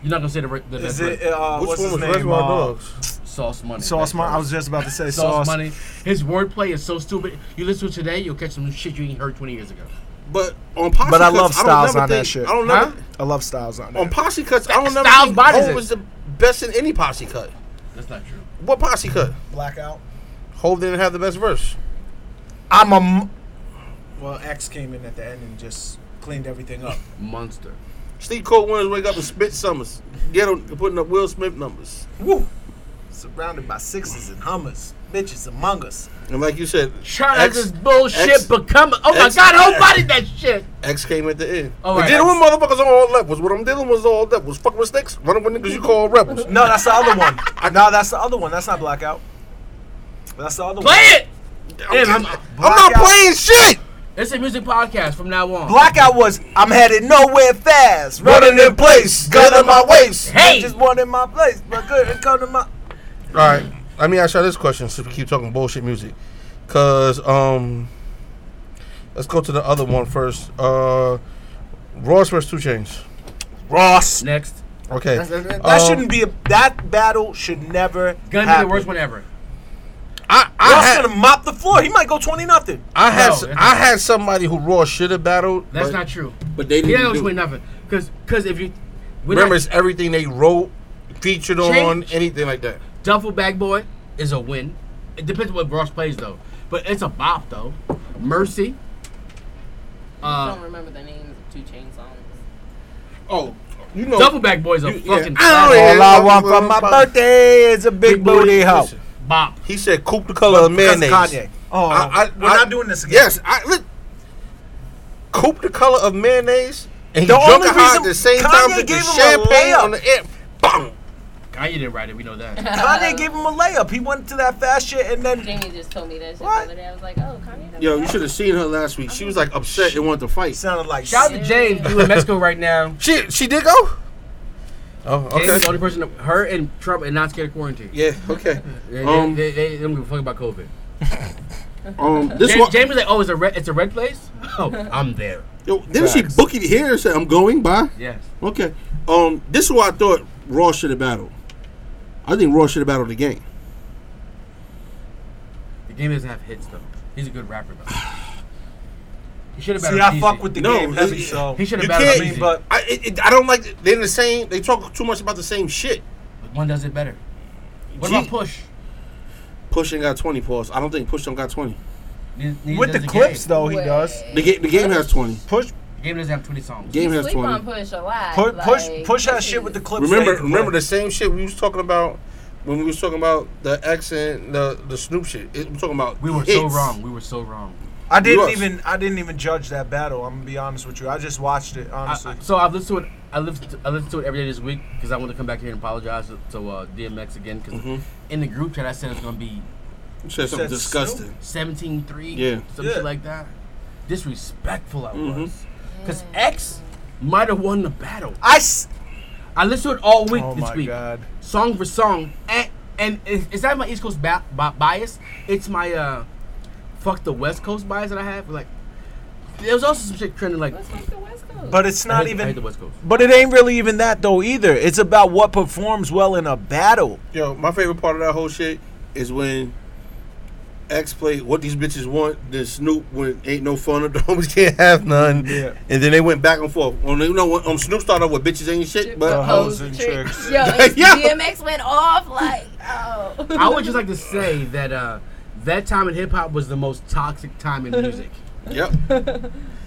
[SPEAKER 1] You're not gonna say the, re- the
[SPEAKER 8] Is
[SPEAKER 1] best
[SPEAKER 8] it uh,
[SPEAKER 5] Which
[SPEAKER 8] what's
[SPEAKER 5] one
[SPEAKER 8] his
[SPEAKER 5] was
[SPEAKER 8] name?
[SPEAKER 5] Reservoir
[SPEAKER 8] Uh,
[SPEAKER 5] Dogs?
[SPEAKER 1] verse. Sauce Money.
[SPEAKER 8] Sauce
[SPEAKER 1] That
[SPEAKER 8] money. I
[SPEAKER 1] verse.
[SPEAKER 8] was just about to say
[SPEAKER 1] Sauce,
[SPEAKER 8] sauce.
[SPEAKER 1] Money. His wordplay is so stupid. You listen to it today, you'll catch some shit you ain't heard 20 years ago.
[SPEAKER 5] But on posse
[SPEAKER 8] But I
[SPEAKER 5] cuts,
[SPEAKER 8] love
[SPEAKER 5] don't
[SPEAKER 8] styles
[SPEAKER 5] never
[SPEAKER 8] on that
[SPEAKER 5] think-
[SPEAKER 8] shit.
[SPEAKER 5] I don't
[SPEAKER 1] Huh?
[SPEAKER 5] know.
[SPEAKER 8] I love styles on
[SPEAKER 5] On
[SPEAKER 8] that.
[SPEAKER 5] posse cuts, I don't never
[SPEAKER 1] Styles
[SPEAKER 5] think
[SPEAKER 1] bodies
[SPEAKER 5] Hov
[SPEAKER 1] it.
[SPEAKER 5] was the best in any posse cut.
[SPEAKER 1] That's not true.
[SPEAKER 5] What posse cut?
[SPEAKER 4] Blackout.
[SPEAKER 5] Hove didn't have the best verse.
[SPEAKER 8] I'm a. m-
[SPEAKER 4] Well, X came in at the end and just cleaned everything up.
[SPEAKER 1] Monster.
[SPEAKER 5] Steve Cole winners wake up and spit summers. Get him putting up Will Smith numbers.
[SPEAKER 8] Woo. Surrounded by sixes and hummers, bitches among us.
[SPEAKER 5] And like you said,
[SPEAKER 1] Trying
[SPEAKER 5] X-
[SPEAKER 1] this bullshit
[SPEAKER 5] X-
[SPEAKER 1] become. Oh
[SPEAKER 5] X-
[SPEAKER 1] my god, whole body that shit.
[SPEAKER 5] X came at the end.
[SPEAKER 1] All
[SPEAKER 5] I'm
[SPEAKER 1] right.
[SPEAKER 5] dealing with motherfuckers on all levels. What I'm dealing with is all levels. Fucking with snakes, running with niggas you call rebels.
[SPEAKER 8] No, that's the other one. [laughs] No, that's the other one. That's not blackout. That's the other
[SPEAKER 1] Play
[SPEAKER 8] one.
[SPEAKER 1] it! Damn, I'm,
[SPEAKER 5] I'm not
[SPEAKER 8] Blackout.
[SPEAKER 5] playing shit.
[SPEAKER 1] it's a music podcast from now on.
[SPEAKER 8] Blackout was I'm headed nowhere fast, running in place, gun in my waist.
[SPEAKER 1] Hey!
[SPEAKER 8] just wanted my place, but couldn't come to my.
[SPEAKER 5] All right, let me ask y'all this question since we keep talking bullshit music. Cause um, let's go to the other one first. Uh, Ross versus Two Chains.
[SPEAKER 8] Ross.
[SPEAKER 1] Next.
[SPEAKER 5] Okay,
[SPEAKER 1] That's- that's-
[SPEAKER 8] That
[SPEAKER 5] Um,
[SPEAKER 8] shouldn't be a. That battle should never.
[SPEAKER 1] Gonna be
[SPEAKER 8] happen.
[SPEAKER 1] the worst one ever.
[SPEAKER 5] I I
[SPEAKER 8] Ross
[SPEAKER 5] had
[SPEAKER 8] gonna mop the floor. He might go twenty nothing.
[SPEAKER 5] I had
[SPEAKER 1] No,
[SPEAKER 5] s-
[SPEAKER 1] that's
[SPEAKER 5] I
[SPEAKER 1] not-
[SPEAKER 5] had somebody who Raw should have battled.
[SPEAKER 1] That's
[SPEAKER 5] but
[SPEAKER 1] not true.
[SPEAKER 5] But they
[SPEAKER 1] He
[SPEAKER 5] didn't
[SPEAKER 1] ain't
[SPEAKER 5] do
[SPEAKER 1] doing
[SPEAKER 5] it.
[SPEAKER 1] nothing. Cause, cause if you we're
[SPEAKER 5] remember
[SPEAKER 1] not-
[SPEAKER 5] it's everything they wrote, featured on,
[SPEAKER 1] Change.
[SPEAKER 5] anything like that.
[SPEAKER 1] Duffel Bag Boy is a win. It depends on what Ross plays though, but it's a bop though. Mercy.
[SPEAKER 6] I
[SPEAKER 1] Uh,
[SPEAKER 6] don't remember the names of two chain songs.
[SPEAKER 5] Oh, you know,
[SPEAKER 1] Double Back Boy is a
[SPEAKER 5] You- yeah.
[SPEAKER 1] fucking
[SPEAKER 5] I
[SPEAKER 1] slap.
[SPEAKER 5] don't
[SPEAKER 8] All
[SPEAKER 5] even-
[SPEAKER 8] I want
[SPEAKER 5] well,
[SPEAKER 8] for my
[SPEAKER 5] probably-
[SPEAKER 8] birthday is a big, booty hoe.
[SPEAKER 5] Listen,
[SPEAKER 1] bop.
[SPEAKER 5] He said, "Coop the color of
[SPEAKER 8] Because
[SPEAKER 5] mayonnaise."
[SPEAKER 8] Kanye. Oh,
[SPEAKER 5] I- I-
[SPEAKER 8] we're
[SPEAKER 5] I-
[SPEAKER 8] not doing this again.
[SPEAKER 5] Yes, I look. Coop the color of mayonnaise, and he
[SPEAKER 8] The
[SPEAKER 5] drunk
[SPEAKER 8] only
[SPEAKER 5] it high at
[SPEAKER 8] reason-
[SPEAKER 5] the same
[SPEAKER 8] Kanye
[SPEAKER 5] time with the
[SPEAKER 8] gave him a
[SPEAKER 5] champagne
[SPEAKER 8] layup.
[SPEAKER 5] on the air. Bang!
[SPEAKER 1] Kanye didn't write it. We know that.
[SPEAKER 8] Kanye gave him a layup. He went to that fast shit and then
[SPEAKER 6] Jamie just told me that shit
[SPEAKER 8] What?
[SPEAKER 6] the other day. I was like, oh, Kanye.
[SPEAKER 5] Yo, you should have seen her last week. She was like upset and wanted to
[SPEAKER 8] It
[SPEAKER 5] fight.
[SPEAKER 8] sounded like
[SPEAKER 1] Shout out to James. You in Mexico right
[SPEAKER 8] [laughs]
[SPEAKER 1] now?
[SPEAKER 5] She she did go. Oh, okay.
[SPEAKER 1] James is the only person. that- her and Trump and not scared of quarantine.
[SPEAKER 5] Yeah, okay.
[SPEAKER 1] They,
[SPEAKER 5] Um,
[SPEAKER 1] they, they, they don't give a fuck about COVID.
[SPEAKER 5] Um, this
[SPEAKER 1] James,
[SPEAKER 5] one.
[SPEAKER 1] James was like, "Oh, it's a red, it's a red place. Oh, [laughs] I'm there."
[SPEAKER 5] Yo, then she
[SPEAKER 8] Facts.
[SPEAKER 5] booked it here and said, "I'm going." Bye.
[SPEAKER 1] Yes.
[SPEAKER 5] Okay. Um, this is why I thought Raw should have battled. I think Raw should have battled the game.
[SPEAKER 1] The game doesn't have hits though. He's a good rapper
[SPEAKER 8] [sighs]
[SPEAKER 1] though. He should have.
[SPEAKER 8] See, I fuck with the
[SPEAKER 5] No,
[SPEAKER 8] game heavy,
[SPEAKER 5] it's-
[SPEAKER 8] so
[SPEAKER 1] He should
[SPEAKER 5] You
[SPEAKER 1] have battled
[SPEAKER 5] can't-
[SPEAKER 1] Easy.
[SPEAKER 8] but
[SPEAKER 5] I it, it, I don't like they're the same. They talk too much about the same shit.
[SPEAKER 1] One does it better. What
[SPEAKER 5] Gee.
[SPEAKER 1] about Push?
[SPEAKER 5] Push ain't got twenty pause. I don't think Push don't got twenty.
[SPEAKER 1] Neither- neither
[SPEAKER 8] with the
[SPEAKER 1] does
[SPEAKER 8] clips
[SPEAKER 1] game.
[SPEAKER 8] though he does
[SPEAKER 5] The game the game has twenty.
[SPEAKER 8] push
[SPEAKER 1] The game doesn't have 20 songs.
[SPEAKER 5] Game has
[SPEAKER 6] Sleep on
[SPEAKER 5] twenty.
[SPEAKER 6] push a lot.
[SPEAKER 8] push push
[SPEAKER 6] like,
[SPEAKER 8] push that
[SPEAKER 6] this
[SPEAKER 8] shit
[SPEAKER 6] is-
[SPEAKER 8] with the clips.
[SPEAKER 5] Remember
[SPEAKER 8] that he
[SPEAKER 5] remember
[SPEAKER 8] played.
[SPEAKER 5] the same shit we was talking about when we was talking about the X and the the Snoop shit. It, I'm talking about
[SPEAKER 1] We were so
[SPEAKER 5] hits.
[SPEAKER 1] wrong. We were so wrong.
[SPEAKER 8] I didn't
[SPEAKER 5] Russ.
[SPEAKER 8] even I didn't even judge that battle. I'm gonna be honest with you. I just watched it
[SPEAKER 1] I-
[SPEAKER 8] honestly.
[SPEAKER 1] I- so I've listened to it. I listened to, I listened to it every day this week because I want to come back here and apologize to, to uh, DMX again because in the group chat I said it's gonna be
[SPEAKER 5] You said
[SPEAKER 8] said
[SPEAKER 5] something disgusting.
[SPEAKER 1] 17-3,
[SPEAKER 5] Yeah.
[SPEAKER 1] some
[SPEAKER 8] Yeah.
[SPEAKER 1] shit like that. Disrespectful I was because X might have won the battle.
[SPEAKER 8] I s-
[SPEAKER 1] I listened to it all week
[SPEAKER 8] oh
[SPEAKER 1] this
[SPEAKER 8] my
[SPEAKER 1] week.
[SPEAKER 8] god.
[SPEAKER 1] song for song, and and is, is that my East Coast ba- bi- bias? It's my uh, fuck the West Coast bias that I have. Like, there was also some shit trending like.
[SPEAKER 6] Let's fuck the West Coast.
[SPEAKER 8] But it's
[SPEAKER 1] I hate,
[SPEAKER 8] not
[SPEAKER 1] I hate the
[SPEAKER 8] even.
[SPEAKER 1] West Coast.
[SPEAKER 8] But it ain't really even that though either. It's about what performs well in a battle.
[SPEAKER 5] Yo, my favorite part of that whole shit is when X played "What These Bitches Want." Then Snoop went, "Ain't no fun, [laughs] the homies can't have none."
[SPEAKER 8] Yeah.
[SPEAKER 5] And then they went back and forth. On you know, when, um, Snoop started off with "Bitches ain't shit," uh-huh. but
[SPEAKER 8] The hoes and
[SPEAKER 6] Trick.
[SPEAKER 8] tricks.
[SPEAKER 6] Yo,
[SPEAKER 5] Yeah.
[SPEAKER 6] DMX went off like, oh.
[SPEAKER 1] I would just like to say that uh, that time in hip hop was the most toxic time in
[SPEAKER 6] [laughs]
[SPEAKER 1] music.
[SPEAKER 5] yep.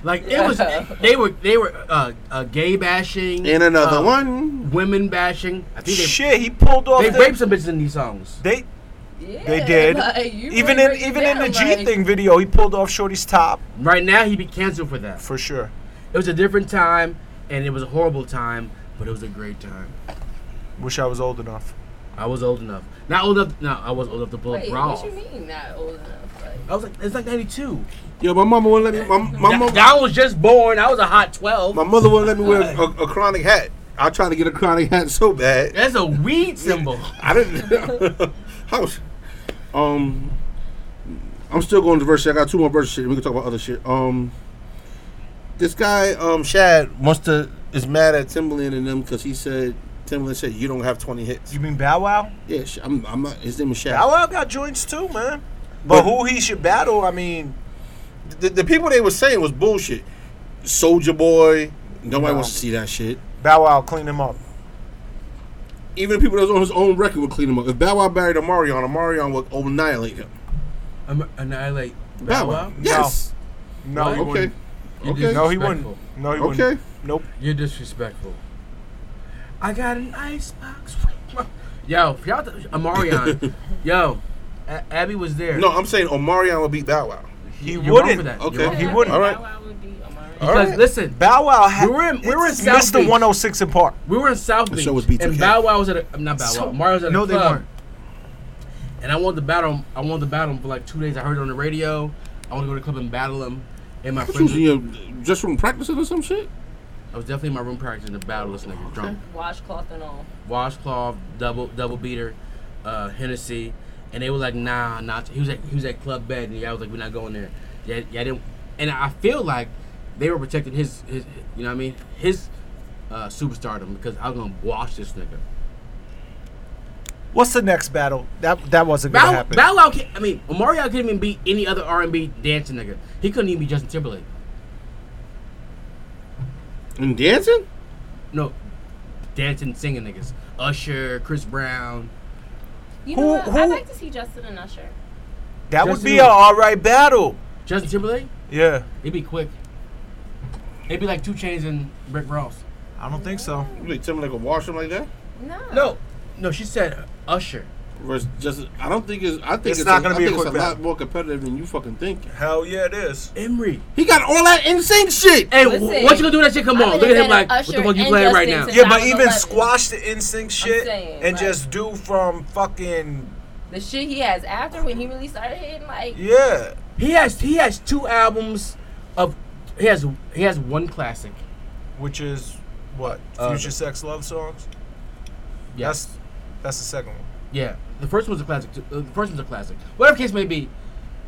[SPEAKER 1] Like it was, they were they were uh, uh, gay bashing
[SPEAKER 5] And another
[SPEAKER 1] uh,
[SPEAKER 5] one.
[SPEAKER 1] women bashing. I think they
[SPEAKER 8] Shit, he pulled off.
[SPEAKER 1] they
[SPEAKER 8] the-
[SPEAKER 1] raped some bitches in these songs.
[SPEAKER 8] They
[SPEAKER 6] Yeah,
[SPEAKER 8] they did.
[SPEAKER 6] like, you
[SPEAKER 8] even
[SPEAKER 6] really
[SPEAKER 8] in
[SPEAKER 6] break it
[SPEAKER 8] even in the
[SPEAKER 6] down,
[SPEAKER 8] G
[SPEAKER 6] like-
[SPEAKER 8] thing video, he pulled off Shorty's top
[SPEAKER 1] Right now, he'd be canceled for that.
[SPEAKER 8] for sure.
[SPEAKER 1] It was a different time, and it was a horrible time, but it was a great time.
[SPEAKER 8] Wish I was old enough.
[SPEAKER 1] I was old enough. Not old enough. No, I was old enough to pull up
[SPEAKER 6] Wait,
[SPEAKER 1] Raw.
[SPEAKER 6] what you mean not old enough? Like,
[SPEAKER 1] I was like, it's like '92.
[SPEAKER 5] Yo, my mama wouldn't let me. My, my,
[SPEAKER 1] I,
[SPEAKER 5] mom,
[SPEAKER 1] I was just born. I was a hot twelve.
[SPEAKER 5] my mother wouldn't let me wear a, a chronic hat. I tried to get a chronic hat so bad.
[SPEAKER 1] That's a weed symbol.
[SPEAKER 5] I [laughs] didn't. I was, um, I'm still going to verse shit. I got two more verse shit. We can talk about other shit. Um, this guy, um, Shad, wants to is mad at Timberland and them because he said Timbaland said, "You don't have 20 hits."
[SPEAKER 8] You mean Bow Wow?
[SPEAKER 5] Yeah, sh- I'm, I'm not. His name is Shaq.
[SPEAKER 8] Bow Wow got joints too, man. But who he should battle? I mean,
[SPEAKER 5] The, the people they were saying was bullshit. Soldier Boy. Nobody
[SPEAKER 8] No.
[SPEAKER 5] wants to see that shit.
[SPEAKER 8] Bow Wow clean him up.
[SPEAKER 5] Even people that's on his own record would clean him up. If Bow Wow buried Omarion, Omarion would annihilate him.
[SPEAKER 1] Um, annihilate
[SPEAKER 5] Bow Wow? Yes.
[SPEAKER 8] No, he
[SPEAKER 5] Okay.
[SPEAKER 8] wouldn't.
[SPEAKER 1] You're
[SPEAKER 8] No,
[SPEAKER 5] Okay.
[SPEAKER 8] he
[SPEAKER 1] disrespectful.
[SPEAKER 8] wouldn't. No, he wouldn't.
[SPEAKER 5] Okay.
[SPEAKER 8] Nope.
[SPEAKER 1] You're disrespectful. I got an icebox. Yo, if y'all, Amarion. yo, A- Abby was there.
[SPEAKER 5] No, I'm saying Omarion would beat Bow Wow.
[SPEAKER 8] He
[SPEAKER 1] You're wrong
[SPEAKER 8] wouldn't.
[SPEAKER 1] for that.
[SPEAKER 5] Okay.
[SPEAKER 1] You're wrong
[SPEAKER 5] He
[SPEAKER 1] for that.
[SPEAKER 8] wouldn't.
[SPEAKER 5] All right.
[SPEAKER 6] Bow Wow Oh, would be Amari.
[SPEAKER 5] All
[SPEAKER 1] Because
[SPEAKER 5] right.
[SPEAKER 1] listen,
[SPEAKER 8] Bow Wow had
[SPEAKER 1] We were in- we were in
[SPEAKER 8] it's
[SPEAKER 1] South
[SPEAKER 8] Mr.
[SPEAKER 1] Beach.
[SPEAKER 8] 106 in Park.
[SPEAKER 1] we were in South
[SPEAKER 5] The
[SPEAKER 1] Beach,
[SPEAKER 5] show was B2K.
[SPEAKER 1] and Bow Wow was at a, uh, not Bow Wow. Mario was at a
[SPEAKER 8] no, they
[SPEAKER 1] club.
[SPEAKER 8] weren't.
[SPEAKER 1] And I wanted to battle him. I wanted to battle him for like two days. I heard it on the radio. I want to go to the club and battle him. And my
[SPEAKER 5] What you
[SPEAKER 1] friends,
[SPEAKER 5] was in your just from practicing or some shit?
[SPEAKER 1] I was definitely in my room practicing to battle this nigga drunk.
[SPEAKER 6] Washcloth and all.
[SPEAKER 1] washcloth, double double beater, uh, Hennessy, and they were like, nah, not. He was at he was at Club Bed, and yeah, I was like, we're not going there. Yeah, yeah, I didn't. And I feel like they were protecting his his, you know what I mean, his uh, superstardom because I was gonna wash this nigga.
[SPEAKER 8] What's the next battle? That that wasn't gonna
[SPEAKER 1] Bow,
[SPEAKER 8] happen.
[SPEAKER 1] Bow Wow, can't- I mean, Mario couldn't even beat any other R and B dancing nigga. He couldn't even be Justin Timberlake.
[SPEAKER 5] And dancing?
[SPEAKER 1] No, dancing, singing niggas. Usher, Chris Brown.
[SPEAKER 6] You
[SPEAKER 8] Who-
[SPEAKER 6] know what? I'd
[SPEAKER 8] who-
[SPEAKER 6] like to see Justin and Usher.
[SPEAKER 8] that would
[SPEAKER 1] Justin
[SPEAKER 8] be
[SPEAKER 1] Timberlake.
[SPEAKER 8] an all right battle.
[SPEAKER 1] Justin Timberlake?
[SPEAKER 8] Yeah,
[SPEAKER 1] It'd be quick. It'd be like Two Chains and Rick Ross.
[SPEAKER 8] I don't think so.
[SPEAKER 5] You think Timberlake could wash him like that?
[SPEAKER 6] No.
[SPEAKER 1] No, no, she said uh, Usher.
[SPEAKER 5] Versus just I don't think it's I think
[SPEAKER 8] It's
[SPEAKER 5] it's,
[SPEAKER 8] not
[SPEAKER 5] a-
[SPEAKER 8] gonna
[SPEAKER 5] I
[SPEAKER 8] be a
[SPEAKER 5] think
[SPEAKER 8] quick
[SPEAKER 5] it's a lot
[SPEAKER 8] battle.
[SPEAKER 5] more competitive than you fucking think.
[SPEAKER 8] Hell yeah, it is.
[SPEAKER 1] Emery.
[SPEAKER 5] He got all that NSYNC shit.
[SPEAKER 1] Hey, wh-
[SPEAKER 6] Listen,
[SPEAKER 1] what you gonna do with that shit? Come
[SPEAKER 6] I've
[SPEAKER 1] on,
[SPEAKER 6] been
[SPEAKER 1] look at him
[SPEAKER 6] saying
[SPEAKER 1] like, what
[SPEAKER 6] Usher
[SPEAKER 1] the fuck you
[SPEAKER 6] and
[SPEAKER 1] playing right now?
[SPEAKER 6] Justin
[SPEAKER 8] Yeah, but
[SPEAKER 6] 2011.
[SPEAKER 8] even squash the instinct shit
[SPEAKER 6] saying,
[SPEAKER 8] and
[SPEAKER 6] like-
[SPEAKER 8] just do from fucking
[SPEAKER 6] The shit he has after when he really started hitting, like,
[SPEAKER 8] yeah.
[SPEAKER 1] He has he has two albums of he has he has one classic.
[SPEAKER 8] which is what
[SPEAKER 1] Uh,
[SPEAKER 8] future sex love songs.
[SPEAKER 1] Yes,
[SPEAKER 8] That's that's the second one.
[SPEAKER 1] yeah. The first one's a classic. too- Uh, the first one's a classic. Whatever case may be,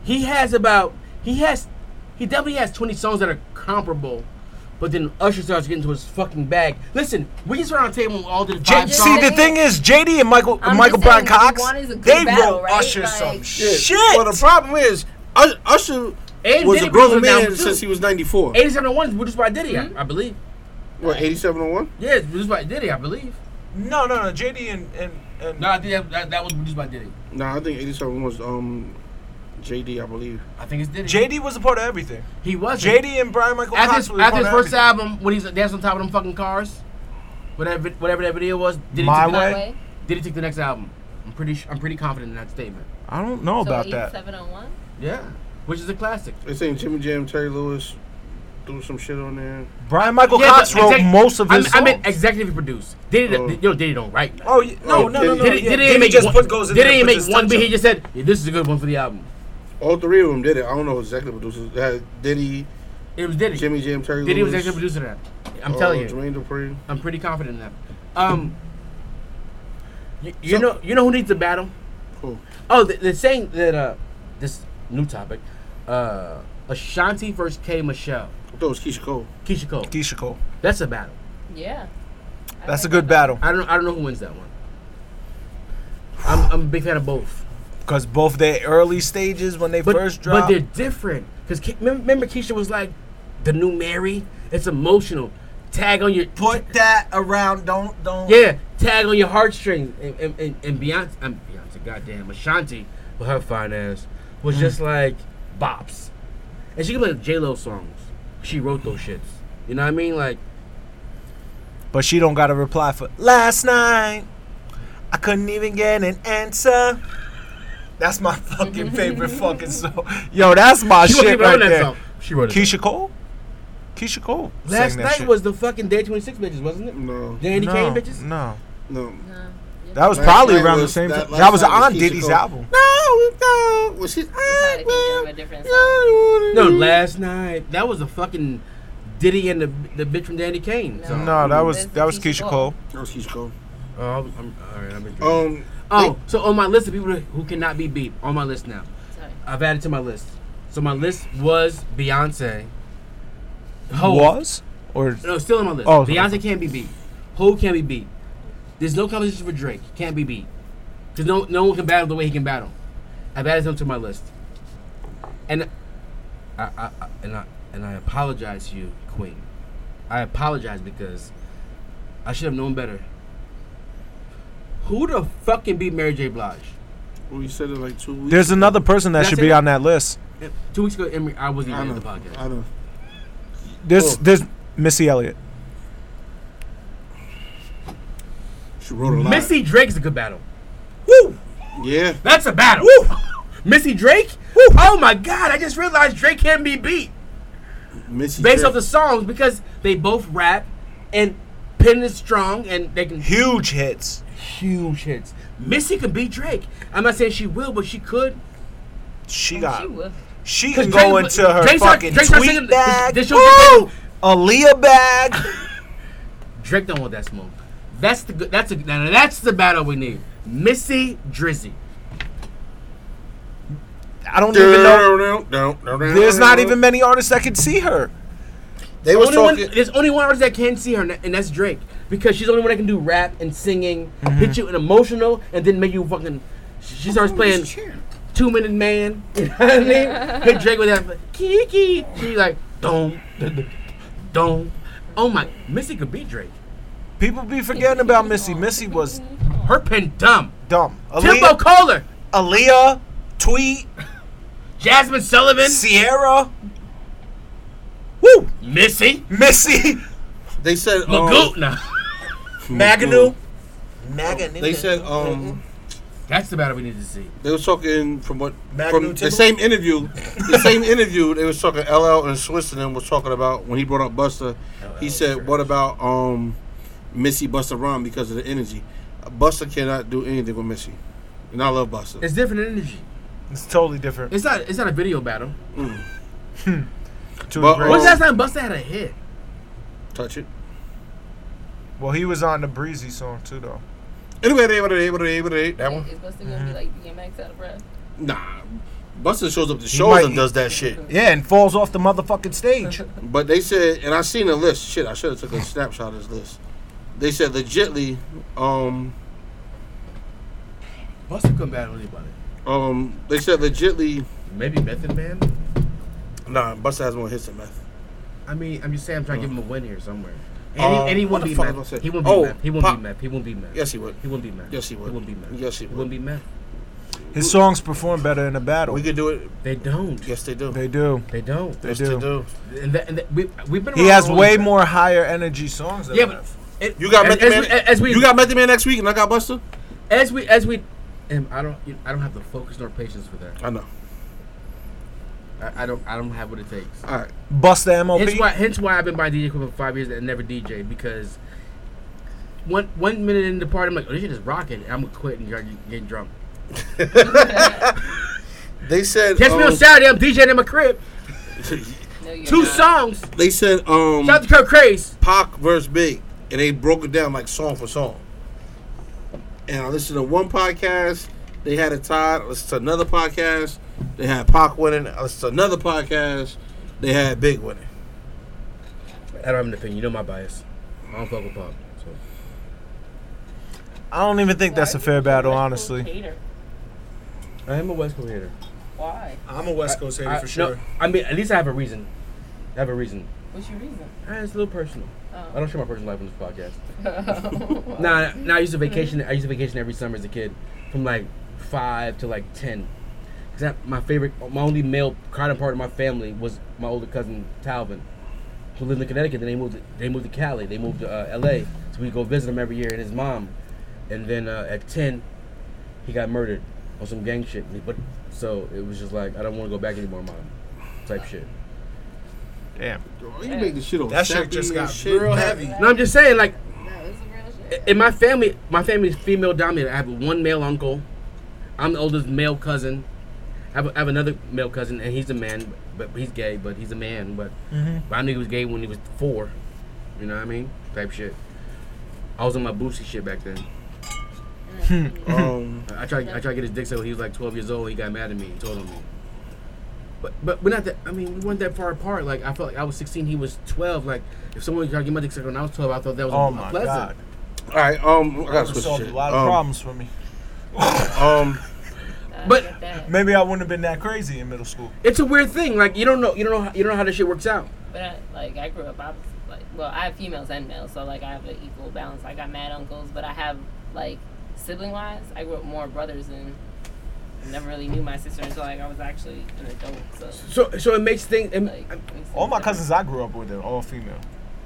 [SPEAKER 1] he has about he has he definitely has twenty songs that are comparable. But then Usher starts getting to his fucking bag. Listen, we just around the table and all did five
[SPEAKER 8] J-
[SPEAKER 6] just
[SPEAKER 8] see,
[SPEAKER 1] songs.
[SPEAKER 8] the
[SPEAKER 6] saying-
[SPEAKER 8] thing is, JD and Michael
[SPEAKER 6] I'm
[SPEAKER 8] Michael
[SPEAKER 6] just
[SPEAKER 8] Brown
[SPEAKER 6] saying,
[SPEAKER 8] Cox,
[SPEAKER 6] one is a good
[SPEAKER 8] they
[SPEAKER 6] battle,
[SPEAKER 8] wrote
[SPEAKER 6] right?
[SPEAKER 8] Usher
[SPEAKER 6] Like-
[SPEAKER 8] some
[SPEAKER 5] Yeah.
[SPEAKER 8] shit.
[SPEAKER 5] Well, the problem is Us- Usher
[SPEAKER 1] And
[SPEAKER 5] was
[SPEAKER 1] Diddy
[SPEAKER 5] a grown
[SPEAKER 1] was down
[SPEAKER 5] man
[SPEAKER 1] too.
[SPEAKER 5] since he was 94.
[SPEAKER 1] Eighty-seven oh one produced by Diddy,
[SPEAKER 6] Hmm?
[SPEAKER 1] I- I, believe.
[SPEAKER 5] What, 8701?
[SPEAKER 1] Yeah, it's produced by Diddy, I believe.
[SPEAKER 8] No, no, no. JD and and, and
[SPEAKER 1] No, I think that, that, that was produced by Diddy.
[SPEAKER 5] Nah, I think 8701 was um JD, I believe.
[SPEAKER 1] I think it's Diddy.
[SPEAKER 8] JD was a part of everything.
[SPEAKER 1] He was
[SPEAKER 8] JD and Brian Michael
[SPEAKER 1] after
[SPEAKER 8] Cox
[SPEAKER 1] his,
[SPEAKER 8] was a part
[SPEAKER 1] after his
[SPEAKER 8] of
[SPEAKER 1] first
[SPEAKER 8] everything.
[SPEAKER 1] album when he's dancing on top of them fucking cars, whatever whatever that video was. Did he
[SPEAKER 8] My
[SPEAKER 1] take the,
[SPEAKER 8] Way?
[SPEAKER 6] my way.
[SPEAKER 1] Did he take the next album? I'm pretty su- I'm pretty confident in that statement.
[SPEAKER 8] I don't know
[SPEAKER 6] So
[SPEAKER 8] about
[SPEAKER 6] eight,
[SPEAKER 8] that.
[SPEAKER 6] seven on one.
[SPEAKER 1] Yeah, which is a classic.
[SPEAKER 5] They saying Jimmy Jam, Terry Lewis threw some shit on there.
[SPEAKER 8] Brian Michael
[SPEAKER 1] Yeah,
[SPEAKER 8] Cox
[SPEAKER 1] but
[SPEAKER 8] wrote
[SPEAKER 1] exec-
[SPEAKER 8] most of
[SPEAKER 1] I
[SPEAKER 8] his
[SPEAKER 1] mean- I mean,
[SPEAKER 8] songs.
[SPEAKER 1] executive produced. Diddy,
[SPEAKER 5] Oh.
[SPEAKER 1] you know, Diddy don't write.
[SPEAKER 8] Oh yeah, no,
[SPEAKER 5] Oh,
[SPEAKER 8] no, no, no.
[SPEAKER 1] Diddy,
[SPEAKER 8] yeah,
[SPEAKER 1] Diddy,
[SPEAKER 8] Diddy
[SPEAKER 1] didn't make
[SPEAKER 8] just
[SPEAKER 1] one,
[SPEAKER 8] put goes in
[SPEAKER 1] Diddy
[SPEAKER 8] there.
[SPEAKER 1] didn't
[SPEAKER 8] and
[SPEAKER 1] make
[SPEAKER 8] puts his
[SPEAKER 1] one beat.
[SPEAKER 8] touch
[SPEAKER 1] He
[SPEAKER 8] up.
[SPEAKER 1] just said "Yeah, this is a good one for the album.
[SPEAKER 5] All three of them did it. I don't know who executive producers. They had Diddy,
[SPEAKER 1] It was Diddy.
[SPEAKER 5] Jimmy Jam, Terry
[SPEAKER 1] Diddy was
[SPEAKER 5] Lewis.
[SPEAKER 1] executive producer. That I'm
[SPEAKER 8] Oh,
[SPEAKER 5] uh,
[SPEAKER 1] telling you.
[SPEAKER 5] Jermaine Dupri.
[SPEAKER 1] I'm pretty confident in that. Um, you, you know, you know who needs a battle?
[SPEAKER 5] Who?
[SPEAKER 1] Oh, they- they're saying that uh, this new topic, uh, Ashanti versus K Michelle,
[SPEAKER 5] I thought it was Keisha Cole.
[SPEAKER 1] Keisha Cole.
[SPEAKER 8] Keisha Cole.
[SPEAKER 1] That's a battle.
[SPEAKER 6] Yeah. I
[SPEAKER 8] That's a
[SPEAKER 6] like
[SPEAKER 8] good
[SPEAKER 6] that.
[SPEAKER 8] battle
[SPEAKER 1] I don't, I don't know who wins that one. I'm, I'm a big fan of both,
[SPEAKER 8] because both their early stages when they
[SPEAKER 1] but
[SPEAKER 8] first
[SPEAKER 1] but
[SPEAKER 8] dropped.
[SPEAKER 1] they're different. Cause Ke- remember, remember Keisha was like the new Mary. It's emotional. Tag on your
[SPEAKER 8] Put that around. Don't don't.
[SPEAKER 1] Yeah, tag on your heartstrings. And, and, and, and Beyonce, I'm Beyonce, goddamn, Ashanti, with her fine ass, was
[SPEAKER 8] Mm.
[SPEAKER 1] just like bops. And she could play J-Lo songs. She wrote those shits. You know what I mean? Like,
[SPEAKER 8] But she don't got a reply for last night. I couldn't even get an answer. That's my [laughs] fucking favorite fucking song. Yo, that's my
[SPEAKER 1] she
[SPEAKER 8] shit
[SPEAKER 1] wrote
[SPEAKER 8] right
[SPEAKER 1] that
[SPEAKER 8] there.
[SPEAKER 1] song. She wrote it.
[SPEAKER 8] Keisha Cole. Keisha Cole.
[SPEAKER 1] Last
[SPEAKER 8] sang that
[SPEAKER 1] night
[SPEAKER 8] shit.
[SPEAKER 1] was the fucking Day 26 bitches, wasn't it?
[SPEAKER 5] No,
[SPEAKER 1] Danny
[SPEAKER 8] no,
[SPEAKER 1] Kane bitches?
[SPEAKER 8] No,
[SPEAKER 5] no.
[SPEAKER 6] No.
[SPEAKER 8] that was
[SPEAKER 5] Last
[SPEAKER 8] probably
[SPEAKER 5] night
[SPEAKER 8] around
[SPEAKER 5] was-
[SPEAKER 8] the same.
[SPEAKER 5] that
[SPEAKER 8] That,
[SPEAKER 5] last
[SPEAKER 8] that was
[SPEAKER 5] night was
[SPEAKER 8] on
[SPEAKER 5] Keisha
[SPEAKER 8] Diddy's
[SPEAKER 5] Cole.
[SPEAKER 8] album.
[SPEAKER 5] No, no. Was she?
[SPEAKER 6] I
[SPEAKER 5] I
[SPEAKER 6] think
[SPEAKER 5] will-
[SPEAKER 6] of a different song.
[SPEAKER 5] I
[SPEAKER 1] No,
[SPEAKER 5] wanna-
[SPEAKER 1] last night. That was the fucking Diddy and the, the bitch from Danny Kane.
[SPEAKER 6] No.
[SPEAKER 1] song.
[SPEAKER 8] No, that was
[SPEAKER 6] That's
[SPEAKER 8] that was
[SPEAKER 6] Keisha
[SPEAKER 8] Keisha
[SPEAKER 6] Cole.
[SPEAKER 8] Cole.
[SPEAKER 5] That was Keisha Cole.
[SPEAKER 1] Oh, I'm, I'm, all right, I'm in trouble.
[SPEAKER 5] Um,
[SPEAKER 1] Oh, so on my list of people who cannot be beat, on my list now.
[SPEAKER 6] Sorry.
[SPEAKER 1] I've added to my list. So my list was Beyonce. Ho
[SPEAKER 8] Was or
[SPEAKER 1] No, still on my list.
[SPEAKER 8] Oh,
[SPEAKER 1] Beyonce
[SPEAKER 8] okay.
[SPEAKER 1] can't be beat. Ho can't be beat. There's no competition for Drake. He can't be beat. Because no, no one can battle the way he can battle. I've added him to my list. And I, I, I- and I and I apologize to you, Queen. I apologize because I should have known better. Who the fuck can beat Mary J. Blige?
[SPEAKER 5] We said it like two weeks.
[SPEAKER 8] There's another person that
[SPEAKER 1] That's
[SPEAKER 8] should be
[SPEAKER 1] it.
[SPEAKER 8] on that list.
[SPEAKER 1] Eh, Two weeks ago, Emery, I wasn't
[SPEAKER 5] I
[SPEAKER 1] even in
[SPEAKER 5] know.
[SPEAKER 1] the podcast.
[SPEAKER 5] I know.
[SPEAKER 8] There's
[SPEAKER 1] Oh.
[SPEAKER 8] there's Missy Elliott.
[SPEAKER 5] She wrote a lot.
[SPEAKER 1] Missy Drake's a good battle.
[SPEAKER 5] Yeah.
[SPEAKER 1] That's a battle. [laughs] Missy Drake? Oh my god, I just realized Drake can be beat
[SPEAKER 5] Missy.
[SPEAKER 1] based
[SPEAKER 5] Drake.
[SPEAKER 1] off the songs because they both rap and Pen is strong and they can
[SPEAKER 8] Huge hits.
[SPEAKER 1] huge hits. Missy can beat Drake. I'm not saying she will, but she could.
[SPEAKER 8] She got.
[SPEAKER 6] She will.
[SPEAKER 8] She
[SPEAKER 1] Because
[SPEAKER 8] can go into her fucking tweet bag.
[SPEAKER 1] This,
[SPEAKER 8] Woo! Aaliyah bag.
[SPEAKER 1] Drake don't want that smoke. That's the good- that's a now that's the battle we need. Missy Drizzy.
[SPEAKER 8] I don't even know. There's
[SPEAKER 5] There's
[SPEAKER 8] not even many artists that can see her.
[SPEAKER 5] They was
[SPEAKER 1] Only one,
[SPEAKER 5] talking.
[SPEAKER 1] there's only one artist that can see her, and that's Drake because she's the only one that can do rap and singing, hit you and emotional, and then make you fucking. She starts playing Two Minute Man. [laughs] You know what I mean? Hit Drake with that like, Kiki. She's like, don't, don't. Oh my, Missy could beat Drake.
[SPEAKER 8] People be forgetting about Missy. Missy was
[SPEAKER 1] Her pen dumb.
[SPEAKER 8] dumb.
[SPEAKER 1] Timbo
[SPEAKER 8] Aaliyah,
[SPEAKER 1] Kohler,
[SPEAKER 8] Aaliyah Tweet,
[SPEAKER 1] Jasmine Sullivan,
[SPEAKER 8] Sierra. Woo!
[SPEAKER 1] Missy,
[SPEAKER 8] Missy.
[SPEAKER 5] They said. um,
[SPEAKER 1] Magutna.
[SPEAKER 8] Maganu. Maganu.
[SPEAKER 5] They said. Um.
[SPEAKER 1] That's the battle we need to see.
[SPEAKER 5] They was talking from what
[SPEAKER 8] Magnum
[SPEAKER 5] from the
[SPEAKER 8] Timberland?
[SPEAKER 5] same interview. The same interview they was talking. LL and Swiss and them was talking about when he brought up Buster. He said, "What about um, Missy Buster Rhyme because of the energy? Buster cannot do anything with Missy, and I love Buster.
[SPEAKER 1] It's different energy.
[SPEAKER 8] it's totally different.
[SPEAKER 1] It's not. It's not a video battle.
[SPEAKER 8] Two
[SPEAKER 5] but-
[SPEAKER 8] great-
[SPEAKER 1] When's the last time Busta had a hit?
[SPEAKER 5] Touch it.
[SPEAKER 8] well, he was on the Breezy song too, though.
[SPEAKER 5] Anyway, they- they- they- they- they- that one.
[SPEAKER 6] It's supposed to be
[SPEAKER 8] Mm-hmm.
[SPEAKER 6] like DMX out of breath.
[SPEAKER 5] Nah, Buster shows up to shows
[SPEAKER 8] might-
[SPEAKER 5] and does that shit.
[SPEAKER 8] Yeah, and falls off the motherfucking stage.
[SPEAKER 5] But they said, and I seen a list. Shit, I should have took a snapshot of this list. They said legitly, um,
[SPEAKER 1] Busta couldn't battle anybody.
[SPEAKER 5] um, they said legitly.
[SPEAKER 1] Maybe Method Man.
[SPEAKER 5] Nah, Buster has more hits than Meth.
[SPEAKER 1] I mean, I'm just saying, I'm trying to give him a win here somewhere. And,
[SPEAKER 5] Uh,
[SPEAKER 1] he, and he
[SPEAKER 5] what
[SPEAKER 1] won't
[SPEAKER 5] the
[SPEAKER 1] be
[SPEAKER 5] fuck
[SPEAKER 1] mad.
[SPEAKER 5] was I gonna say?
[SPEAKER 1] He won't be
[SPEAKER 5] Oh,
[SPEAKER 1] mad. He won't
[SPEAKER 5] Pop-
[SPEAKER 1] be mad. He won't be mad.
[SPEAKER 5] Yes, he would.
[SPEAKER 1] He won't be mad.
[SPEAKER 5] Yes, he would.
[SPEAKER 1] He won't be mad.
[SPEAKER 5] Yes, he would.
[SPEAKER 1] won't be mad.
[SPEAKER 8] His songs perform better in a battle.
[SPEAKER 5] We could do it.
[SPEAKER 1] They don't.
[SPEAKER 5] Yes, they do.
[SPEAKER 8] they do.
[SPEAKER 1] They don't.
[SPEAKER 8] They
[SPEAKER 5] yes, they
[SPEAKER 8] do.
[SPEAKER 5] do.
[SPEAKER 1] And that, and that, we, we've been.
[SPEAKER 8] He
[SPEAKER 1] around
[SPEAKER 8] has
[SPEAKER 1] the whole
[SPEAKER 8] way
[SPEAKER 1] time.
[SPEAKER 8] more higher energy songs. Than
[SPEAKER 1] Yeah,
[SPEAKER 8] that.
[SPEAKER 1] but it,
[SPEAKER 5] You got
[SPEAKER 1] as,
[SPEAKER 5] Method
[SPEAKER 1] as
[SPEAKER 5] Man.
[SPEAKER 1] we, as we
[SPEAKER 5] you got Method Man next week, and I got Buster.
[SPEAKER 1] as we as we. And I don't. You I don't have the focus nor patience for that.
[SPEAKER 5] I know.
[SPEAKER 1] I, I don't. I don't have what it takes.
[SPEAKER 5] All right.
[SPEAKER 8] bust the MOP.
[SPEAKER 1] Hence why, hence why I've been buying DJ equipment for five years and never DJ because one one minute in the party I'm like, oh, this shit is rocking. and I'm gonna quit and get- get drunk.
[SPEAKER 5] They said.
[SPEAKER 1] Catch me on
[SPEAKER 5] Um,
[SPEAKER 1] Saturday. I'm DJing in my crib.
[SPEAKER 6] No, you're
[SPEAKER 1] Two
[SPEAKER 6] not.
[SPEAKER 1] songs.
[SPEAKER 5] they said.
[SPEAKER 1] Shout out
[SPEAKER 5] Um,
[SPEAKER 1] to Kirk Craze.
[SPEAKER 5] Pac versus Big, and they broke it down like song for song. And I listened to one podcast. They had it tied. I listened to another podcast. They had Pac winning. I listened to another podcast. They had Big winning.
[SPEAKER 1] I don't have an opinion. You know my bias. I don't fuck with pop. So.
[SPEAKER 8] I don't even think that's a fair battle, honestly.
[SPEAKER 6] Hater.
[SPEAKER 1] I am a West Coast hater.
[SPEAKER 6] Why?
[SPEAKER 8] I'm a West Coast
[SPEAKER 1] I, No, I mean, at least I have a reason. I have a reason.
[SPEAKER 6] What's your reason?
[SPEAKER 1] Eh, it's a little personal. I don't share my personal life on this podcast.
[SPEAKER 6] Oh.
[SPEAKER 1] nah, nah, I used to vacation. I used to vacation every summer as a kid, from like five to like ten. Cause I, my favorite, my only male counterpart of my family was my older cousin Talvin, who lived in Connecticut. Then they moved. To, they moved to Cali. They moved to uh, L.A. So we go visit him every year and his mom. And then uh, at ten, he got murdered on some gang shit. But so it was just like I don't want to go back anymore, mom, type shit.
[SPEAKER 8] Damn.
[SPEAKER 5] You make the shit on
[SPEAKER 8] That shit
[SPEAKER 5] Sappy
[SPEAKER 8] just
[SPEAKER 5] and
[SPEAKER 8] got
[SPEAKER 5] shit.
[SPEAKER 8] real heavy.
[SPEAKER 1] No, I'm just saying like
[SPEAKER 6] No, this is real shit.
[SPEAKER 1] in my family, my family is female dominated. I have one male uncle. I'm the oldest male cousin. I have, I have another male cousin, and he's a man, but but he's gay, but he's a man. But, but I knew he was gay when he was four. You know what I mean? Type shit. I was on my Boosie shit back then.
[SPEAKER 5] Um,
[SPEAKER 1] I I tried, I tried to get his dick so he was like 12 years old. He got mad at me. He told him. But, but we're not that. I mean, we weren't that far apart. Like I felt like I was 16, he was 12. Like if someone tried to get my dick sucked when I was 12, I thought that was
[SPEAKER 8] Oh
[SPEAKER 1] a
[SPEAKER 8] my
[SPEAKER 1] pleasant.
[SPEAKER 8] god.
[SPEAKER 5] All right, um, I gotta switch
[SPEAKER 8] solved
[SPEAKER 5] shit.
[SPEAKER 8] a lot of
[SPEAKER 5] Um,
[SPEAKER 8] problems for me.
[SPEAKER 5] um,
[SPEAKER 1] But-
[SPEAKER 6] but
[SPEAKER 8] Maybe I wouldn't have been that crazy in middle school.
[SPEAKER 1] It's a weird thing. Like you don't know, you don't know, how- you don't know how this shit works out.
[SPEAKER 6] But I, like I grew up opposite. Like well, I have females and males, so like I have an equal balance. I got mad uncles, but I have like sibling wise, I grew up more brothers and I never really knew my sister until like I was actually an adult. So
[SPEAKER 1] So, so it makes things. It,
[SPEAKER 6] like it was
[SPEAKER 8] All my
[SPEAKER 6] different.
[SPEAKER 8] cousins I grew up with are all female,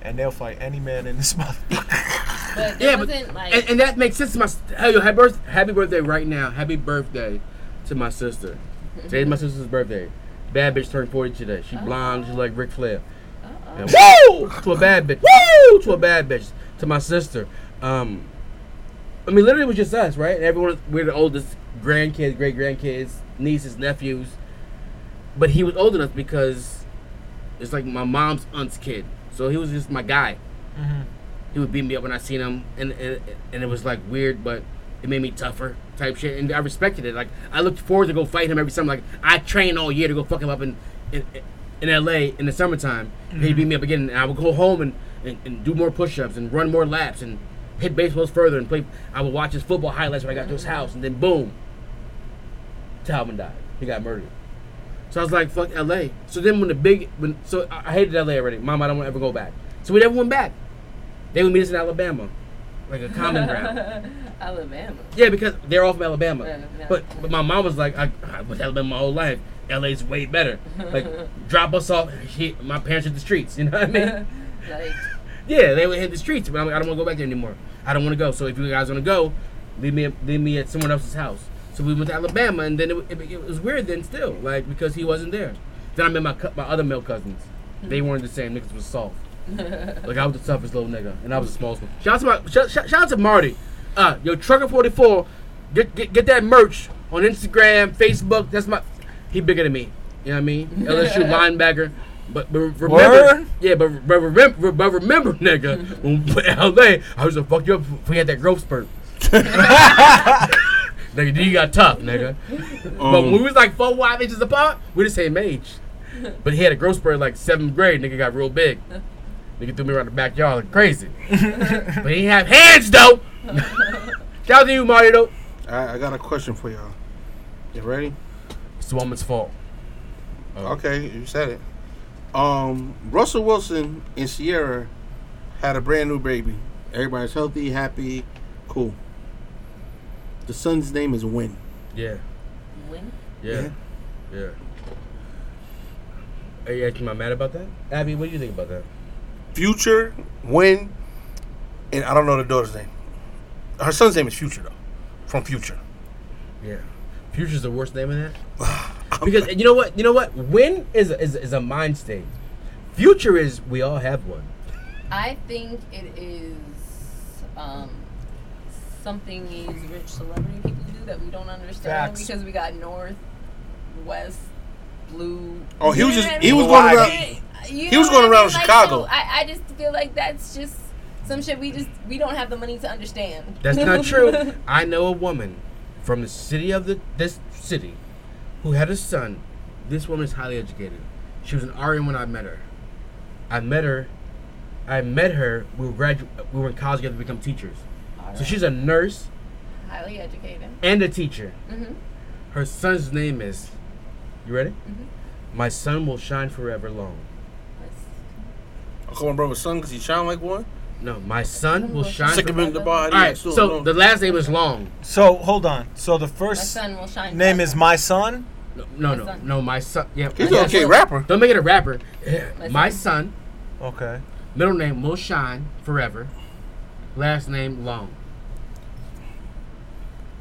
[SPEAKER 8] and they'll fight any man in this [laughs] motherfucker.
[SPEAKER 6] But
[SPEAKER 1] [laughs]
[SPEAKER 6] there
[SPEAKER 1] yeah, but
[SPEAKER 6] wasn't like
[SPEAKER 1] and, and that makes sense to my. Hey, yo, happy birth, happy birthday right now. Happy birthday to my sister. Today's my sister's birthday. Bad bitch turned forty today.
[SPEAKER 6] Oh.
[SPEAKER 1] She blonde. She like Ric Flair. And woo to a bad bitch. Woo to a bad bitch. To my sister. Um, I mean, literally, it was just us, right? And everyone, we're the oldest grandkids, great grandkids, nieces, nephews. But he was older than us because it's like my mom's aunt's kid, so he was just my guy he would beat me up when I seen him, and, and and it was like weird, but it made me tougher type shit, and I respected it. Like I looked forward to go fight him every summer. Like I trained all year to go fuck him up in in, in L.A. in the summertime. and He'd beat me up again, and I would go home and, and, and do more push-ups and run more laps and hit baseballs further and play. I would watch his football highlights when I got to his house, and then boom, Talvin died. He got murdered. So I was like, fuck LA. So then when the big when so I I hated LA already. Mom, I don't want to ever go back. So we never went back. They would meet us in Alabama. Like a common ground.
[SPEAKER 6] [laughs] uh-uh, Alabama.
[SPEAKER 1] Yeah, because they're all from Alabama.
[SPEAKER 6] Yeah, yeah.
[SPEAKER 1] But but my mom was like, I, I was Alabama my whole life. LA's way better.
[SPEAKER 6] [laughs]
[SPEAKER 1] Like drop us off hit my parents hit the streets, you know what I
[SPEAKER 6] [laughs]
[SPEAKER 1] mean?
[SPEAKER 6] Like
[SPEAKER 1] yeah, they would hit the streets, but I'm like, I don't wanna go back there anymore. I don't wanna go. So if you guys wanna go, leave me leave me at someone else's house. So we went to Alabama and then it, it, it was weird then still, like because he wasn't there. Then I met my cou- my other male cousins.
[SPEAKER 6] [laughs]
[SPEAKER 1] They weren't the same. Niggas was soft. like I was the toughest little nigga, and I was the smallest one. Shout out to my, shout, shout, shout out to Marty. Uh, yo, Trucker Forty Four, get, get get that merch on Instagram, Facebook. That's my. He bigger than me. You know what I mean? [laughs] LSU linebacker. But, but remember,
[SPEAKER 8] Word?
[SPEAKER 1] yeah, but, but remember, but remember, nigga, [laughs] when we played LA, I was gonna fuck you up if we had that growth [laughs] spurt. nigga, then you got tough, nigga. but when we was like four, five inches apart, we the same [laughs] age. But he had a growth spurt like seventh grade. Nigga got real big. Nigga threw me around the backyard like crazy. [laughs] but he have hands though. Shout out to you, Mario. Though
[SPEAKER 5] I, I got a question for y'all. You ready?
[SPEAKER 1] it's the woman's fault.
[SPEAKER 5] Okay, you said it. Um, Russell Wilson and Sierra had a brand new baby. Everybody's healthy, happy, cool. The son's name is Win.
[SPEAKER 1] Yeah,
[SPEAKER 6] when?
[SPEAKER 1] yeah, yeah. Are you actually mad about that, Abby? What do you think about that?
[SPEAKER 5] Future, Win, and I don't know the daughter's name. Her son's name is Future though, from Future.
[SPEAKER 1] Yeah, Future's the worst name [sighs] in that. because you know what? You know what? Win is a, is, a- is a mind state. Future is we all have one.
[SPEAKER 6] I think it is um, something these rich celebrity people do that we don't understand
[SPEAKER 8] Facts.
[SPEAKER 6] because we got north, west, blue.
[SPEAKER 5] Oh, he was
[SPEAKER 6] You
[SPEAKER 5] just-
[SPEAKER 6] know what
[SPEAKER 5] he
[SPEAKER 6] I
[SPEAKER 5] was
[SPEAKER 6] mean?
[SPEAKER 5] going around-
[SPEAKER 6] You
[SPEAKER 5] he
[SPEAKER 6] know
[SPEAKER 5] was
[SPEAKER 6] what
[SPEAKER 5] going
[SPEAKER 6] I
[SPEAKER 5] around
[SPEAKER 6] mean? Like,
[SPEAKER 5] Chicago.
[SPEAKER 6] so I, I just feel like that's just some shit we just we don't have the money to understand.
[SPEAKER 1] That's
[SPEAKER 6] [laughs]
[SPEAKER 1] not true. I know a woman from the city of the this city who had a son. This woman is highly educated. She was an RN when I met her. I met her. I met her. We were gradu- We were in college together to become teachers. So she's a nurse
[SPEAKER 6] Highly educated.
[SPEAKER 1] and a teacher.
[SPEAKER 6] Mhm.
[SPEAKER 1] Her son's name is. You ready? My son will shine forever long.
[SPEAKER 6] That's-
[SPEAKER 5] I call him brother son because he shine like one.
[SPEAKER 1] No, my son will shine.
[SPEAKER 5] Sick
[SPEAKER 1] forever-
[SPEAKER 5] him in the body.
[SPEAKER 1] All right. So the last name is Long.
[SPEAKER 8] So hold on. So the
[SPEAKER 6] My
[SPEAKER 8] first
[SPEAKER 6] son will shine.
[SPEAKER 8] name
[SPEAKER 6] forever.
[SPEAKER 8] is my son.
[SPEAKER 1] No, no,
[SPEAKER 6] My
[SPEAKER 1] no,
[SPEAKER 6] son.
[SPEAKER 1] no. My son. Yeah.
[SPEAKER 5] he's an
[SPEAKER 1] yes.
[SPEAKER 5] okay rapper.
[SPEAKER 1] Don't make it a rapper.
[SPEAKER 6] My
[SPEAKER 1] My son,
[SPEAKER 6] son.
[SPEAKER 8] Okay.
[SPEAKER 1] middle name Will Shine Forever, last name Long.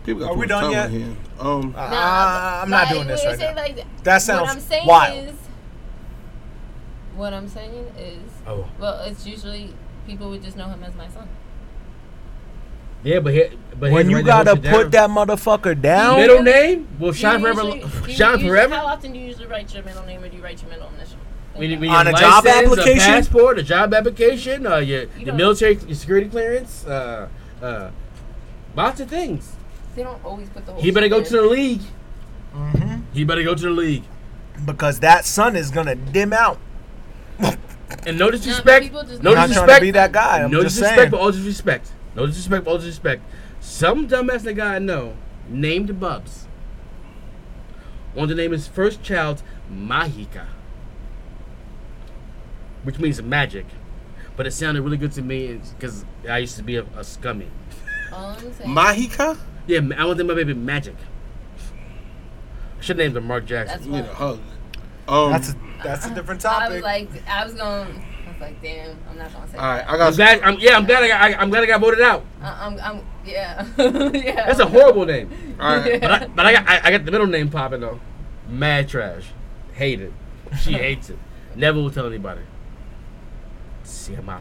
[SPEAKER 5] People
[SPEAKER 8] Are
[SPEAKER 5] too
[SPEAKER 8] we
[SPEAKER 5] much
[SPEAKER 8] done
[SPEAKER 5] time
[SPEAKER 8] yet?
[SPEAKER 5] on here. Um,
[SPEAKER 8] Uh,
[SPEAKER 6] Nah,
[SPEAKER 8] I'm not
[SPEAKER 6] like,
[SPEAKER 8] doing this
[SPEAKER 6] when
[SPEAKER 8] right
[SPEAKER 6] I say
[SPEAKER 8] now.
[SPEAKER 6] like that-
[SPEAKER 8] That
[SPEAKER 6] what I'm
[SPEAKER 8] sounds
[SPEAKER 6] saying
[SPEAKER 8] wild.
[SPEAKER 6] Is, what I'm saying is,
[SPEAKER 1] Oh.
[SPEAKER 6] well, it's usually people would just know him as my son.
[SPEAKER 1] Yeah, but here, but
[SPEAKER 8] when
[SPEAKER 1] here's
[SPEAKER 8] you
[SPEAKER 1] where they hold
[SPEAKER 8] gotta
[SPEAKER 1] you down.
[SPEAKER 8] put that motherfucker down.
[SPEAKER 1] middle name Will
[SPEAKER 6] Do
[SPEAKER 1] Shine [laughs]
[SPEAKER 6] you
[SPEAKER 1] Forever,
[SPEAKER 6] usually- do
[SPEAKER 1] Long-
[SPEAKER 6] you
[SPEAKER 1] Shine
[SPEAKER 6] usually- How
[SPEAKER 1] Forever.
[SPEAKER 6] often do you usually write your middle name, or do you write your middle initial?
[SPEAKER 1] We need- we
[SPEAKER 8] On
[SPEAKER 1] need
[SPEAKER 8] a job
[SPEAKER 1] license,
[SPEAKER 8] application?
[SPEAKER 1] a passport, a job application, uh, your, your
[SPEAKER 6] don't-
[SPEAKER 1] military your security clearance, uh, uh, lots of things.
[SPEAKER 6] they don't always put the whole.
[SPEAKER 1] He better
[SPEAKER 6] shit
[SPEAKER 1] go
[SPEAKER 6] in.
[SPEAKER 1] to the league.
[SPEAKER 8] Mm-hmm.
[SPEAKER 1] He better go to the league.
[SPEAKER 8] because that sun is gonna dim out.
[SPEAKER 1] And no
[SPEAKER 6] but
[SPEAKER 1] disrespect,
[SPEAKER 6] people just-
[SPEAKER 1] no
[SPEAKER 6] I'm
[SPEAKER 8] I'm not trying to
[SPEAKER 1] disrespect,
[SPEAKER 8] be that guy. I'm
[SPEAKER 1] no
[SPEAKER 8] just
[SPEAKER 1] disrespect,
[SPEAKER 8] saying.
[SPEAKER 1] but all disrespect. No disrespect, no disrespect. Some dumbass nigga I know named Bubs. Wanted to name his first child Mahika, which means magic. But it sounded really good to me because I used to be a, a scummy.
[SPEAKER 6] All I'm saying.
[SPEAKER 8] Mahika?
[SPEAKER 1] Yeah, I want to name my baby Magic. I should name him Mark Jackson.
[SPEAKER 6] That's
[SPEAKER 5] You need a
[SPEAKER 6] what.
[SPEAKER 5] hug. Um,
[SPEAKER 8] That's a, that's a different
[SPEAKER 6] I was
[SPEAKER 8] topic.
[SPEAKER 6] like, I was going. I was like, damn, I'm not gonna say.
[SPEAKER 5] all right,
[SPEAKER 6] that.
[SPEAKER 5] I
[SPEAKER 1] I'm
[SPEAKER 5] got.
[SPEAKER 1] glad, I'm, yeah, I'm glad I got, I, I'm glad I got voted out.
[SPEAKER 6] I, I'm, I'm, yeah, [laughs] yeah.
[SPEAKER 1] That's a horrible name.
[SPEAKER 5] all
[SPEAKER 8] [laughs]
[SPEAKER 5] right,
[SPEAKER 1] But I, but I got I, I got the middle name popping though. Mad trash. Hate it.
[SPEAKER 8] [laughs]
[SPEAKER 1] She hates it. Never will tell anybody. Siamara.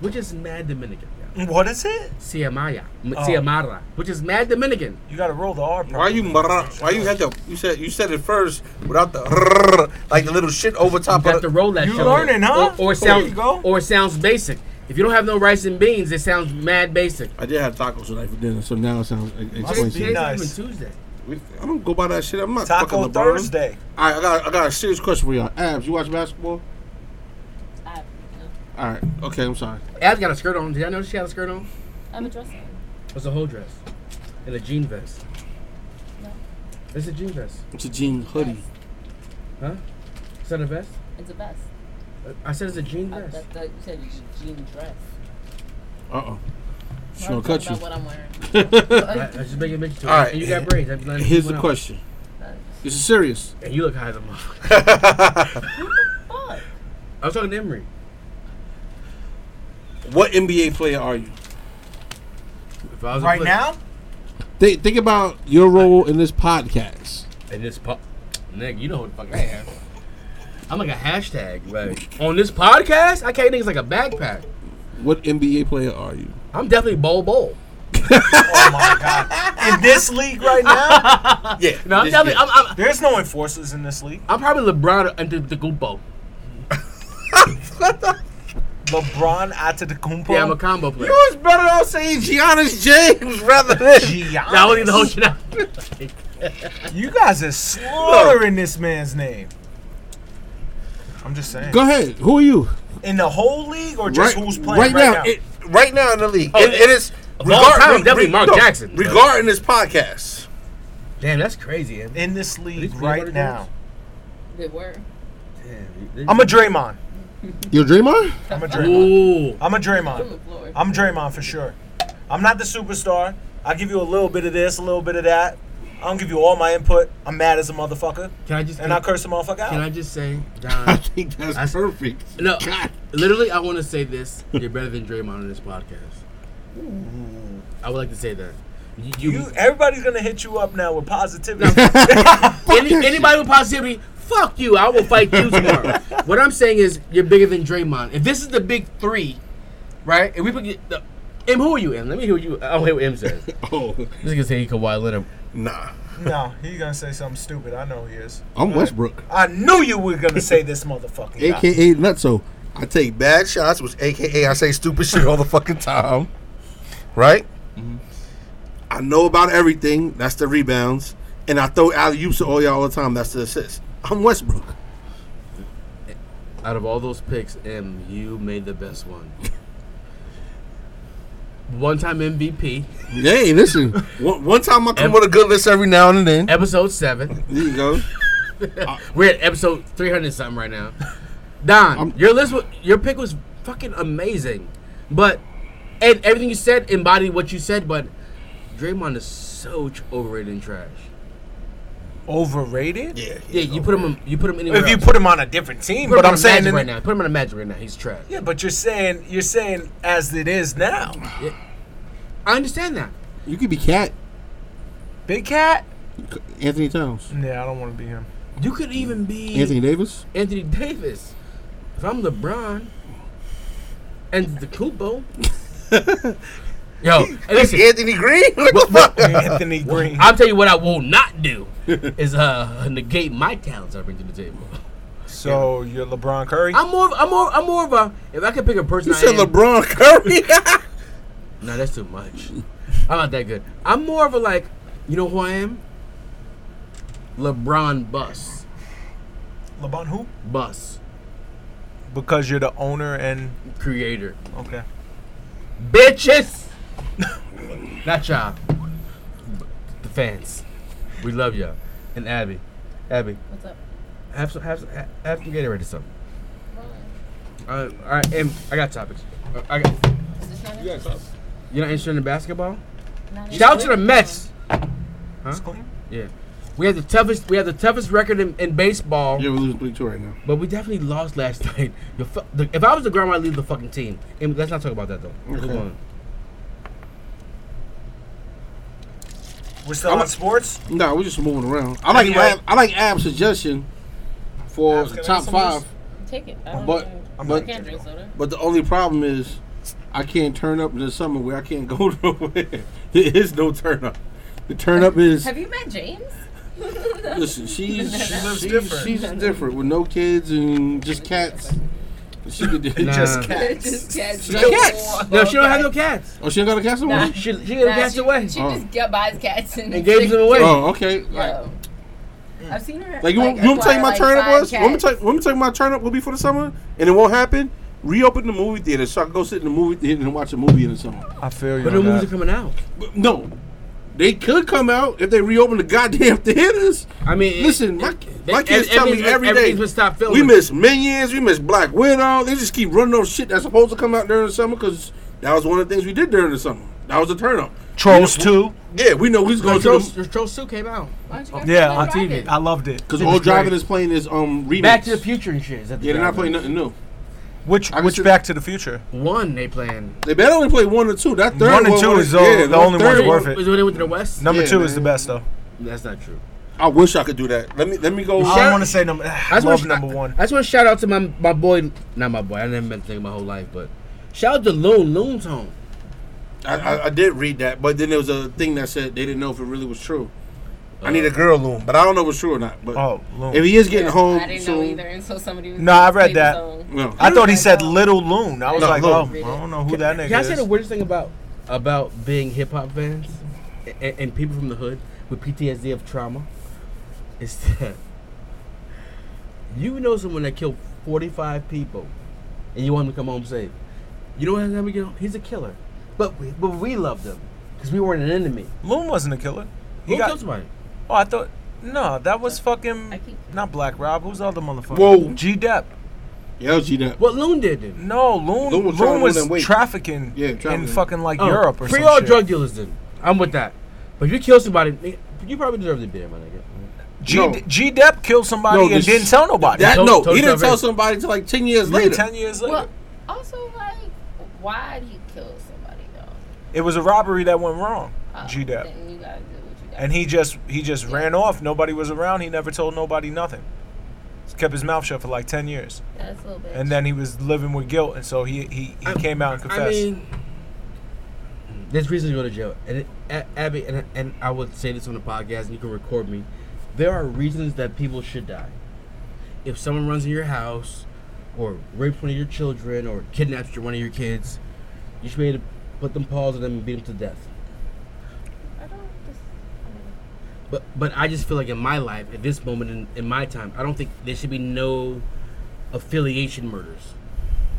[SPEAKER 1] Which is mad Dominican. y'all.
[SPEAKER 8] What is it?
[SPEAKER 1] Siamaya. M-
[SPEAKER 8] Oh.
[SPEAKER 1] Siamara. Which is mad Dominican.
[SPEAKER 8] You gotta roll the R. Part.
[SPEAKER 5] why you mara- Why you had the? You said you said it first without the rrrr, like the little shit over
[SPEAKER 1] You
[SPEAKER 5] top
[SPEAKER 1] got
[SPEAKER 5] of
[SPEAKER 1] to
[SPEAKER 5] the.
[SPEAKER 1] roll that
[SPEAKER 8] You
[SPEAKER 1] shit.
[SPEAKER 8] learning, huh?
[SPEAKER 1] Or, or
[SPEAKER 8] There
[SPEAKER 1] sounds
[SPEAKER 8] you go.
[SPEAKER 1] or it sounds basic. If you don't have no rice and beans, it sounds mad basic.
[SPEAKER 5] I did have tacos tonight for dinner, so now it sounds. It, it
[SPEAKER 8] Must
[SPEAKER 5] explains
[SPEAKER 8] be
[SPEAKER 1] Today's
[SPEAKER 5] it.
[SPEAKER 1] not even
[SPEAKER 8] nice.
[SPEAKER 1] Tuesday.
[SPEAKER 5] I don't go by that shit. I'm not
[SPEAKER 8] Taco
[SPEAKER 5] fucking LeBron.
[SPEAKER 8] Thursday.
[SPEAKER 5] All right, I got I got a serious question for y'all. Abs, you watch basketball?
[SPEAKER 6] I,
[SPEAKER 5] All right, okay, I'm sorry.
[SPEAKER 1] Ab's got a skirt on. Did y'all know she had a skirt on?
[SPEAKER 6] I'm a dresser.
[SPEAKER 1] It's a whole dress. And a jean vest. It's a jean vest.
[SPEAKER 5] It's a jean hoodie.
[SPEAKER 1] Huh? Is that a vest?
[SPEAKER 6] It's a best.
[SPEAKER 1] I said it's a jean
[SPEAKER 6] I,
[SPEAKER 1] vest.
[SPEAKER 6] that, that, you said it's a jean dress.
[SPEAKER 5] Uh oh,
[SPEAKER 6] Why
[SPEAKER 5] she's
[SPEAKER 6] are
[SPEAKER 5] gonna
[SPEAKER 6] we
[SPEAKER 5] cut
[SPEAKER 6] talking
[SPEAKER 5] you.
[SPEAKER 6] About what I'm wearing.
[SPEAKER 5] [laughs]
[SPEAKER 1] I, I just make it mention to it.
[SPEAKER 5] All right.
[SPEAKER 1] And you got braids. I'm just letting
[SPEAKER 5] Here's
[SPEAKER 1] people
[SPEAKER 5] the
[SPEAKER 1] know.
[SPEAKER 5] question.
[SPEAKER 6] Nice.
[SPEAKER 5] This is serious.
[SPEAKER 1] And you look high as a
[SPEAKER 5] [laughs]
[SPEAKER 1] motherfucker.
[SPEAKER 6] Fuck.
[SPEAKER 1] I was talking to Emery.
[SPEAKER 5] What NBA player are you?
[SPEAKER 1] If I was a
[SPEAKER 8] Right
[SPEAKER 1] player- [laughs]
[SPEAKER 8] now?
[SPEAKER 5] Think, think about your role in this podcast.
[SPEAKER 1] And this pop, nigga, you know who the fuck I am. I'm like a hashtag, right? On this podcast, I can't think it's like a backpack.
[SPEAKER 5] What NBA player are you?
[SPEAKER 1] I'm definitely Bol Bol.
[SPEAKER 8] Oh my god. In this league
[SPEAKER 1] [laughs]
[SPEAKER 8] right now?
[SPEAKER 5] Yeah.
[SPEAKER 1] No, I'm definitely, I'm, I'm,
[SPEAKER 8] There's no enforcers in this league.
[SPEAKER 1] I'm probably LeBron and the, the Gumpo.
[SPEAKER 8] LeBron Atacumpo.
[SPEAKER 1] Yeah, I'm a combo player.
[SPEAKER 5] you was better off saying Giannis James rather than.
[SPEAKER 8] Giannis.
[SPEAKER 1] Nah, I want to the whole shit out.
[SPEAKER 8] You guys are slaughtering this man's name. I'm just saying.
[SPEAKER 5] Go ahead. Who are you?
[SPEAKER 8] In the whole league or just who's playing right, now?
[SPEAKER 5] It, right now in the league.
[SPEAKER 1] Oh,
[SPEAKER 5] it, it is.
[SPEAKER 1] of all time, definitely Mark Jackson.
[SPEAKER 5] Regarding this podcast.
[SPEAKER 1] Damn, that's crazy, Em.
[SPEAKER 8] in this league
[SPEAKER 1] least we
[SPEAKER 8] right
[SPEAKER 1] know the
[SPEAKER 8] now.
[SPEAKER 6] Good word.
[SPEAKER 1] Damn.
[SPEAKER 8] I'm a Draymond.
[SPEAKER 5] Your Draymond?
[SPEAKER 8] I'm a Draymond.
[SPEAKER 1] Ooh.
[SPEAKER 8] I'm a
[SPEAKER 6] On the
[SPEAKER 8] Draymond.
[SPEAKER 6] floor.
[SPEAKER 8] I'm Draymond for sure. I'm not the superstar. I give you a little bit of this, a little bit of that. I don't give you all my input. I'm mad as a motherfucker.
[SPEAKER 1] Can I just
[SPEAKER 8] And I curse a motherfucker
[SPEAKER 1] Can
[SPEAKER 8] out.
[SPEAKER 1] I just
[SPEAKER 8] [laughs]
[SPEAKER 1] say,
[SPEAKER 5] I
[SPEAKER 1] Don?
[SPEAKER 5] think that's,
[SPEAKER 1] That's-
[SPEAKER 5] perfect.
[SPEAKER 1] No,
[SPEAKER 5] God.
[SPEAKER 1] literally, I want to say this. You're better than Draymond in this podcast. I would like to say that. You, you-
[SPEAKER 8] You, everybody's gonna hit you up now with positivity.
[SPEAKER 5] [laughs]
[SPEAKER 1] any- anybody with positivity, fuck you. I will fight you tomorrow. what I'm saying is, you're bigger than Draymond. If this is the big three, right? And we put you- the, M, who are you, M? Let me hear what you. I don't hear what M says.
[SPEAKER 5] Oh,
[SPEAKER 1] This is gonna say he Kawhi Leonard.
[SPEAKER 5] nah.
[SPEAKER 8] no, he's gonna say something stupid. I know he is.
[SPEAKER 5] I'm Westbrook,
[SPEAKER 8] I knew you were gonna say this motherfucking guy.
[SPEAKER 5] aka Nutso. I take bad shots, which aka I say stupid shit all the fucking time. Right? I know about everything. That's the rebounds, and I throw alley oops to all y'all all the time. That's the assists. I'm Westbrook.
[SPEAKER 1] Out of all those picks, M, you made the best one. One-time MVP,
[SPEAKER 5] Hey, listen. one, one time I come with a good list every now and then.
[SPEAKER 1] episode seven.
[SPEAKER 5] There you go.
[SPEAKER 1] We're at episode 300 something right now. Don,
[SPEAKER 5] I'm-
[SPEAKER 1] your list, was, your pick was fucking amazing, but and everything you said embodied what you said. But Draymond is so tr- overrated and trash.
[SPEAKER 8] Overrated?
[SPEAKER 5] Yeah.
[SPEAKER 1] Yeah, you put him, you put him anywhere.
[SPEAKER 8] If you
[SPEAKER 1] else.
[SPEAKER 8] put him on a different team,
[SPEAKER 1] Put him
[SPEAKER 8] but
[SPEAKER 1] on
[SPEAKER 8] I'm
[SPEAKER 1] the
[SPEAKER 8] saying
[SPEAKER 1] Magic
[SPEAKER 8] in-
[SPEAKER 1] right now, put him on the Magic right now. He's trash.
[SPEAKER 8] Yeah, but you're saying you're saying as it is now.
[SPEAKER 1] I understand that.
[SPEAKER 5] You could be Cat
[SPEAKER 8] Big Cat?
[SPEAKER 5] Anthony Towns,
[SPEAKER 8] Yeah, I don't want to be him.
[SPEAKER 1] You could even be
[SPEAKER 5] Anthony Davis.
[SPEAKER 1] Anthony Davis. If I'm LeBron and the
[SPEAKER 8] [laughs]
[SPEAKER 1] Kubo. Yo, hey, listen,
[SPEAKER 5] Anthony
[SPEAKER 8] [laughs]
[SPEAKER 5] Green. What the
[SPEAKER 8] [laughs]
[SPEAKER 5] fuck?
[SPEAKER 8] Anthony Green.
[SPEAKER 1] [laughs] I'll tell you what I will not do is uh negate my talents I bring to the table.
[SPEAKER 8] So you're LeBron Curry.
[SPEAKER 1] I'm more, of, I'm more, I'm more of a. If I could pick a person,
[SPEAKER 5] You
[SPEAKER 1] I
[SPEAKER 5] said
[SPEAKER 1] [laughs] am-
[SPEAKER 5] LeBron Curry.
[SPEAKER 1] No, that's too much. I'm not that good. I'm more of a like, you know who I am? LeBron Bus,
[SPEAKER 8] LeBron who?
[SPEAKER 1] Bus
[SPEAKER 8] Because you're the owner and
[SPEAKER 1] creator,
[SPEAKER 8] okay.
[SPEAKER 5] [laughs]
[SPEAKER 1] bitches. Not y'all. The fans. We love y'all. And Abby. Abby,
[SPEAKER 6] What's up?
[SPEAKER 1] have some, have some, ha- have some Gatorade or something.
[SPEAKER 6] Rolling.
[SPEAKER 1] Uh, all right, and I got topics. Uh, I got,
[SPEAKER 6] Is this not it?
[SPEAKER 1] you're not interested in basketball?
[SPEAKER 6] Not it?
[SPEAKER 1] Shout out to the Mets.
[SPEAKER 8] It's clean.
[SPEAKER 1] Yeah, we have the toughest. We have the toughest record in, in baseball.
[SPEAKER 5] [laughs] Yeah, we're losing three two right now.
[SPEAKER 1] But we definitely lost last [laughs] night. The fu- the- if I was the grandma, I'd leave the fucking team. And let's not talk about that though. Move
[SPEAKER 5] Okay.
[SPEAKER 1] on.
[SPEAKER 8] We're still
[SPEAKER 5] I'm-
[SPEAKER 8] on sports.
[SPEAKER 5] No, we're just moving around. I like
[SPEAKER 8] Anyway.
[SPEAKER 5] Ab, I like Ab's suggestion for
[SPEAKER 8] Ab's
[SPEAKER 5] the
[SPEAKER 8] gonna
[SPEAKER 5] top
[SPEAKER 8] have some of
[SPEAKER 5] five,
[SPEAKER 8] this?
[SPEAKER 6] Take it. I don't
[SPEAKER 5] but
[SPEAKER 6] know. I
[SPEAKER 5] but
[SPEAKER 6] can't drink soda.
[SPEAKER 5] but the only problem is I can't turn up in the summer where I can't [laughs] go nowhere. there is no turn up. The turn up is
[SPEAKER 6] Have you met James?
[SPEAKER 5] listen. She's she
[SPEAKER 8] lives
[SPEAKER 5] she's,
[SPEAKER 8] different.
[SPEAKER 5] She's different with no kids and just cats. She could
[SPEAKER 8] [laughs]
[SPEAKER 5] do-
[SPEAKER 8] Just
[SPEAKER 1] Nah.
[SPEAKER 8] cats.
[SPEAKER 6] cats.
[SPEAKER 5] She got
[SPEAKER 1] Cats. No, she don't have no cats.
[SPEAKER 5] Oh, she ain't got a cat somewhere.
[SPEAKER 6] Nah.
[SPEAKER 1] She she gave the
[SPEAKER 6] Nah,
[SPEAKER 1] cats
[SPEAKER 6] she,
[SPEAKER 1] away
[SPEAKER 6] She
[SPEAKER 5] Oh.
[SPEAKER 6] just get, buys cats and,
[SPEAKER 1] and gave them away.
[SPEAKER 5] Oh, okay. Like,
[SPEAKER 6] Yo. I've seen her.
[SPEAKER 5] Like you, want, you want me to tell you my turn up was? Want me to tell, want me to tell you my turn up will be for the summer, and it won't happen. Reopen the movie theater so I can go sit in the movie theater and watch a movie in the summer.
[SPEAKER 8] I feel you.
[SPEAKER 1] But the movies are coming out.
[SPEAKER 5] But no, they could come out if they reopen the goddamn [laughs] theaters.
[SPEAKER 1] I mean, it-
[SPEAKER 5] Listen, my,
[SPEAKER 1] it-
[SPEAKER 5] my
[SPEAKER 1] it-
[SPEAKER 5] kids tell me
[SPEAKER 1] everything's-
[SPEAKER 5] every
[SPEAKER 1] everything's
[SPEAKER 5] day
[SPEAKER 1] been stopped filming.
[SPEAKER 5] we miss Minions, we miss Black Widow. They just keep running off shit that's supposed to come out during the summer because that was one of the things we did during the summer. That was a turn up.
[SPEAKER 8] Trolls two.
[SPEAKER 5] Yeah, we know we was
[SPEAKER 1] No,
[SPEAKER 5] going to
[SPEAKER 1] Trolls,
[SPEAKER 5] the
[SPEAKER 1] Trolls Two came out.
[SPEAKER 8] Yeah, on
[SPEAKER 1] TV.
[SPEAKER 8] I loved it.
[SPEAKER 5] because
[SPEAKER 1] It
[SPEAKER 5] all
[SPEAKER 1] was
[SPEAKER 5] driving
[SPEAKER 1] great.
[SPEAKER 5] is playing is um remakes.
[SPEAKER 1] Back to the Future and shit. Is that the
[SPEAKER 5] Yeah, they're not
[SPEAKER 1] drama?
[SPEAKER 5] playing nothing new.
[SPEAKER 8] Which
[SPEAKER 5] I can see-
[SPEAKER 8] which Back to the Future?
[SPEAKER 1] One they playing.
[SPEAKER 5] They better only play one or two. That third
[SPEAKER 8] One and
[SPEAKER 5] one
[SPEAKER 8] two
[SPEAKER 5] was-
[SPEAKER 8] is the- the
[SPEAKER 5] that
[SPEAKER 8] only
[SPEAKER 5] third
[SPEAKER 8] one's worth it.
[SPEAKER 1] Is when they went to the West?
[SPEAKER 8] Number
[SPEAKER 5] Yeah,
[SPEAKER 8] two is the
[SPEAKER 5] man.
[SPEAKER 8] best though.
[SPEAKER 1] that's not true.
[SPEAKER 5] I wish I could do that. Let me let me go.
[SPEAKER 8] I
[SPEAKER 1] shout-
[SPEAKER 8] don't want to say number. I
[SPEAKER 1] just wanna
[SPEAKER 8] love
[SPEAKER 1] sh-
[SPEAKER 8] number one.
[SPEAKER 1] I just want to shout out to my my boy, not my boy. I never been thinking my whole life, but shout out to Loon Loon's home.
[SPEAKER 5] I, I, I did read that, but then there was a thing that said they didn't know if it really was true. I need a girl loom, but I don't know if it's true or not. But
[SPEAKER 8] Uh, Oh, Loon.
[SPEAKER 5] if he is getting home
[SPEAKER 6] I didn't know
[SPEAKER 5] soon,
[SPEAKER 6] either until somebody was.
[SPEAKER 8] No, I read
[SPEAKER 6] played the
[SPEAKER 8] that.
[SPEAKER 6] song.
[SPEAKER 5] no.
[SPEAKER 8] I thought he
[SPEAKER 6] Oh my
[SPEAKER 8] said
[SPEAKER 6] God.
[SPEAKER 8] Little Loon. I was
[SPEAKER 5] No,
[SPEAKER 8] like,
[SPEAKER 5] Loon.
[SPEAKER 8] oh, I don't know who that nigga
[SPEAKER 1] Can I
[SPEAKER 8] is.
[SPEAKER 1] say the weirdest thing about about being hip hop fans and, and people from the hood with PTSD of trauma is that you know someone that killed forty five people and you want him to come home safe. You know what happened? You know, he's a killer, but we, but we loved him because we weren't an enemy.
[SPEAKER 8] Loon wasn't a killer. He
[SPEAKER 1] Who
[SPEAKER 8] got.
[SPEAKER 1] killed somebody?
[SPEAKER 8] Oh, I thought. No, that was
[SPEAKER 6] I
[SPEAKER 8] fucking
[SPEAKER 6] keep-
[SPEAKER 8] not Black Rob. Who's the other motherfucker?
[SPEAKER 5] Whoa.
[SPEAKER 8] G Dep.
[SPEAKER 5] Yeah, LG that.
[SPEAKER 1] What Loon did then?
[SPEAKER 8] No, Loon. Loon
[SPEAKER 5] Loon was
[SPEAKER 8] was,
[SPEAKER 5] trying to lose that weight.
[SPEAKER 8] trafficking.
[SPEAKER 5] Yeah,
[SPEAKER 8] in
[SPEAKER 5] trafficking.
[SPEAKER 8] fucking like
[SPEAKER 1] Oh,
[SPEAKER 8] Europe or
[SPEAKER 1] free
[SPEAKER 8] some
[SPEAKER 1] all
[SPEAKER 8] shit.
[SPEAKER 1] drug dealers then. I'm with that. But if you kill somebody, nigga, you probably deserve to be there, my nigga.
[SPEAKER 8] G
[SPEAKER 5] No.
[SPEAKER 8] G Dep killed somebody
[SPEAKER 5] No,
[SPEAKER 8] and
[SPEAKER 5] this-
[SPEAKER 8] didn't tell nobody.
[SPEAKER 5] That
[SPEAKER 1] Told-
[SPEAKER 5] no,
[SPEAKER 1] told
[SPEAKER 5] he didn't
[SPEAKER 1] you
[SPEAKER 5] tell
[SPEAKER 1] already.
[SPEAKER 5] somebody until like ten years
[SPEAKER 8] Yeah,
[SPEAKER 5] later.
[SPEAKER 8] ten years later,
[SPEAKER 6] Well, also like, why did he kill somebody though?
[SPEAKER 8] it was a robbery that went wrong.
[SPEAKER 6] Oh,
[SPEAKER 8] G Dep.
[SPEAKER 6] Then you gotta do what you gotta.
[SPEAKER 8] and he just he just ran off. Nobody was around. He never told nobody nothing. Just kept his mouth shut for like ten years,
[SPEAKER 6] do. That's a little bit.
[SPEAKER 8] and then he was living with guilt, and so he he, he
[SPEAKER 1] I-
[SPEAKER 8] came out and confessed.
[SPEAKER 1] I mean, there's reason to go to jail. And it, A- Abby, and, and I would say this on the podcast, and you can record me. There are reasons that people should die. If someone runs in your house, or rapes one of your children, or kidnaps your- one of your kids, you should be able to put them paws on them and beat them to death.
[SPEAKER 6] I don't. Just,
[SPEAKER 1] But but I just feel like in my life, at this moment in, in my time, I don't think there should be no affiliation murders.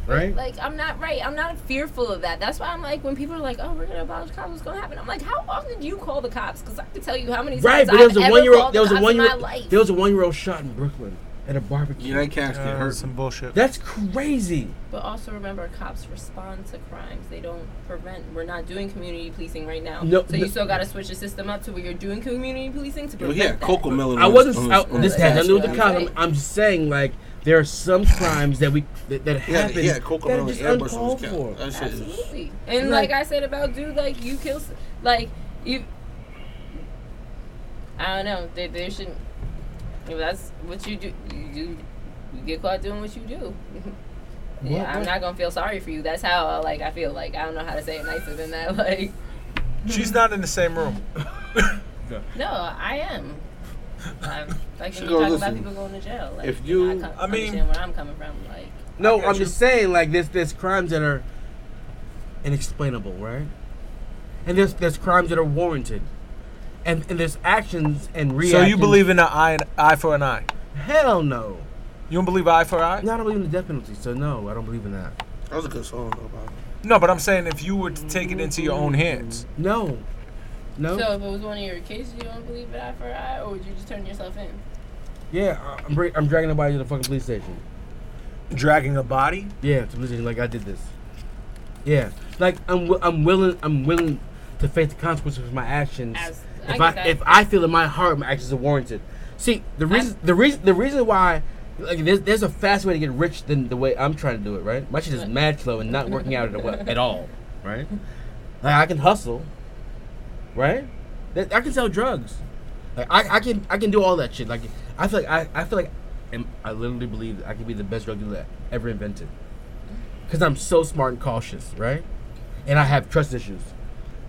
[SPEAKER 1] Right?
[SPEAKER 6] Like I'm not right. I'm not fearful of that. That's why I'm like when people are like, "Oh, we're gonna abolish cops. What's gonna happen?" I'm like, "How often do you call the cops?" Because I can tell you how many
[SPEAKER 1] Right,
[SPEAKER 6] times
[SPEAKER 1] but there was
[SPEAKER 6] I've
[SPEAKER 1] a
[SPEAKER 6] ever
[SPEAKER 1] one year
[SPEAKER 6] called
[SPEAKER 1] old there
[SPEAKER 6] the
[SPEAKER 1] was a
[SPEAKER 6] cops
[SPEAKER 1] one
[SPEAKER 6] in
[SPEAKER 1] year
[SPEAKER 6] my
[SPEAKER 1] old
[SPEAKER 6] life.
[SPEAKER 1] there was a one year old shot in Brooklyn at a barbecue.
[SPEAKER 5] yeah, that casket
[SPEAKER 8] Uh,
[SPEAKER 5] hurt.
[SPEAKER 8] some bullshit.
[SPEAKER 1] That's crazy.
[SPEAKER 5] Mm-hmm.
[SPEAKER 6] But also remember, cops respond to crimes. They don't prevent. We're not doing community policing right now.
[SPEAKER 1] No,
[SPEAKER 6] so you
[SPEAKER 1] no-
[SPEAKER 6] still got to switch the system up to where you're doing community policing to
[SPEAKER 5] Yo,
[SPEAKER 6] prevent
[SPEAKER 5] he had
[SPEAKER 6] that.
[SPEAKER 5] cocoa melon.
[SPEAKER 1] I
[SPEAKER 5] on
[SPEAKER 1] wasn't.
[SPEAKER 5] his- on
[SPEAKER 1] I,
[SPEAKER 5] his- on
[SPEAKER 1] this
[SPEAKER 5] his
[SPEAKER 1] had nothing to do with
[SPEAKER 5] casket.
[SPEAKER 1] the cops. I'm, I'm just saying, like, there are some crimes that we that, that
[SPEAKER 5] Yeah,
[SPEAKER 1] happen
[SPEAKER 5] he had cocoa
[SPEAKER 1] that are
[SPEAKER 5] melon.
[SPEAKER 1] just
[SPEAKER 5] and airbrush on
[SPEAKER 1] uncalled
[SPEAKER 5] his
[SPEAKER 1] for.
[SPEAKER 5] cap. That shit is.
[SPEAKER 6] Absolutely. And
[SPEAKER 1] Like-
[SPEAKER 6] like, I said about dude, like you kill, s- like you. I don't know. They, they shouldn't. If that's what you do. You, you, you get caught doing what you do. [laughs] yeah,
[SPEAKER 1] What
[SPEAKER 6] I'm
[SPEAKER 1] the-
[SPEAKER 6] not gonna feel sorry for you. That's how uh, like I feel. Like I don't know how to say it nicer than that. [laughs] Like
[SPEAKER 8] She's not in the same room.
[SPEAKER 6] no, I [laughs] am. I'm like
[SPEAKER 5] She
[SPEAKER 6] when you
[SPEAKER 5] go,
[SPEAKER 6] talk about
[SPEAKER 5] "Listen,
[SPEAKER 6] people going to jail. Like,
[SPEAKER 5] if
[SPEAKER 6] you,
[SPEAKER 5] you-
[SPEAKER 6] know, I, co-
[SPEAKER 8] I mean-
[SPEAKER 6] understand where I'm coming from. Like
[SPEAKER 1] No,
[SPEAKER 8] I
[SPEAKER 1] I'm
[SPEAKER 8] got you.
[SPEAKER 1] just saying, like, there's there's crimes that are inexplainable, right? And there's there's crimes that are warranted, and and there's actions and reactions.
[SPEAKER 8] So you believe in an eye and, eye for an eye?
[SPEAKER 1] Hell no.
[SPEAKER 8] You don't believe eye for eye?
[SPEAKER 1] No, I don't believe in the death penalty. So no, I don't believe in that.
[SPEAKER 5] That was a good song though. Bob.
[SPEAKER 8] No, but I'm saying if you were to take it into your own hands,
[SPEAKER 1] No. No.
[SPEAKER 6] So if it was one of your cases, you don't believe it eye for eye, or would you just turn yourself in?
[SPEAKER 1] yeah, I- I'm, bring, I'm dragging the body to the fucking police station.
[SPEAKER 8] dragging a body.
[SPEAKER 1] Yeah, to the police station. Like I did this. Yeah, like I'm wi- I'm willing I'm willing to face the consequences of my actions.
[SPEAKER 6] As- I
[SPEAKER 1] if
[SPEAKER 6] get
[SPEAKER 1] I,
[SPEAKER 6] that.
[SPEAKER 1] if I feel in my heart my actions are warranted. See the reason the reason the reason why. Like there's, there's a fast way to get rich than the way I'm trying to do it, right? My shit is mad slow and not working out at, all- at all,
[SPEAKER 6] [laughs]
[SPEAKER 1] right? Like I can hustle, right? That, I can sell drugs. Like I, I can I can do all that shit. Like I feel like I, I feel like and I literally believe that I could be the best drug dealer ever invented. Cause I'm so smart and cautious, right? And I have trust issues.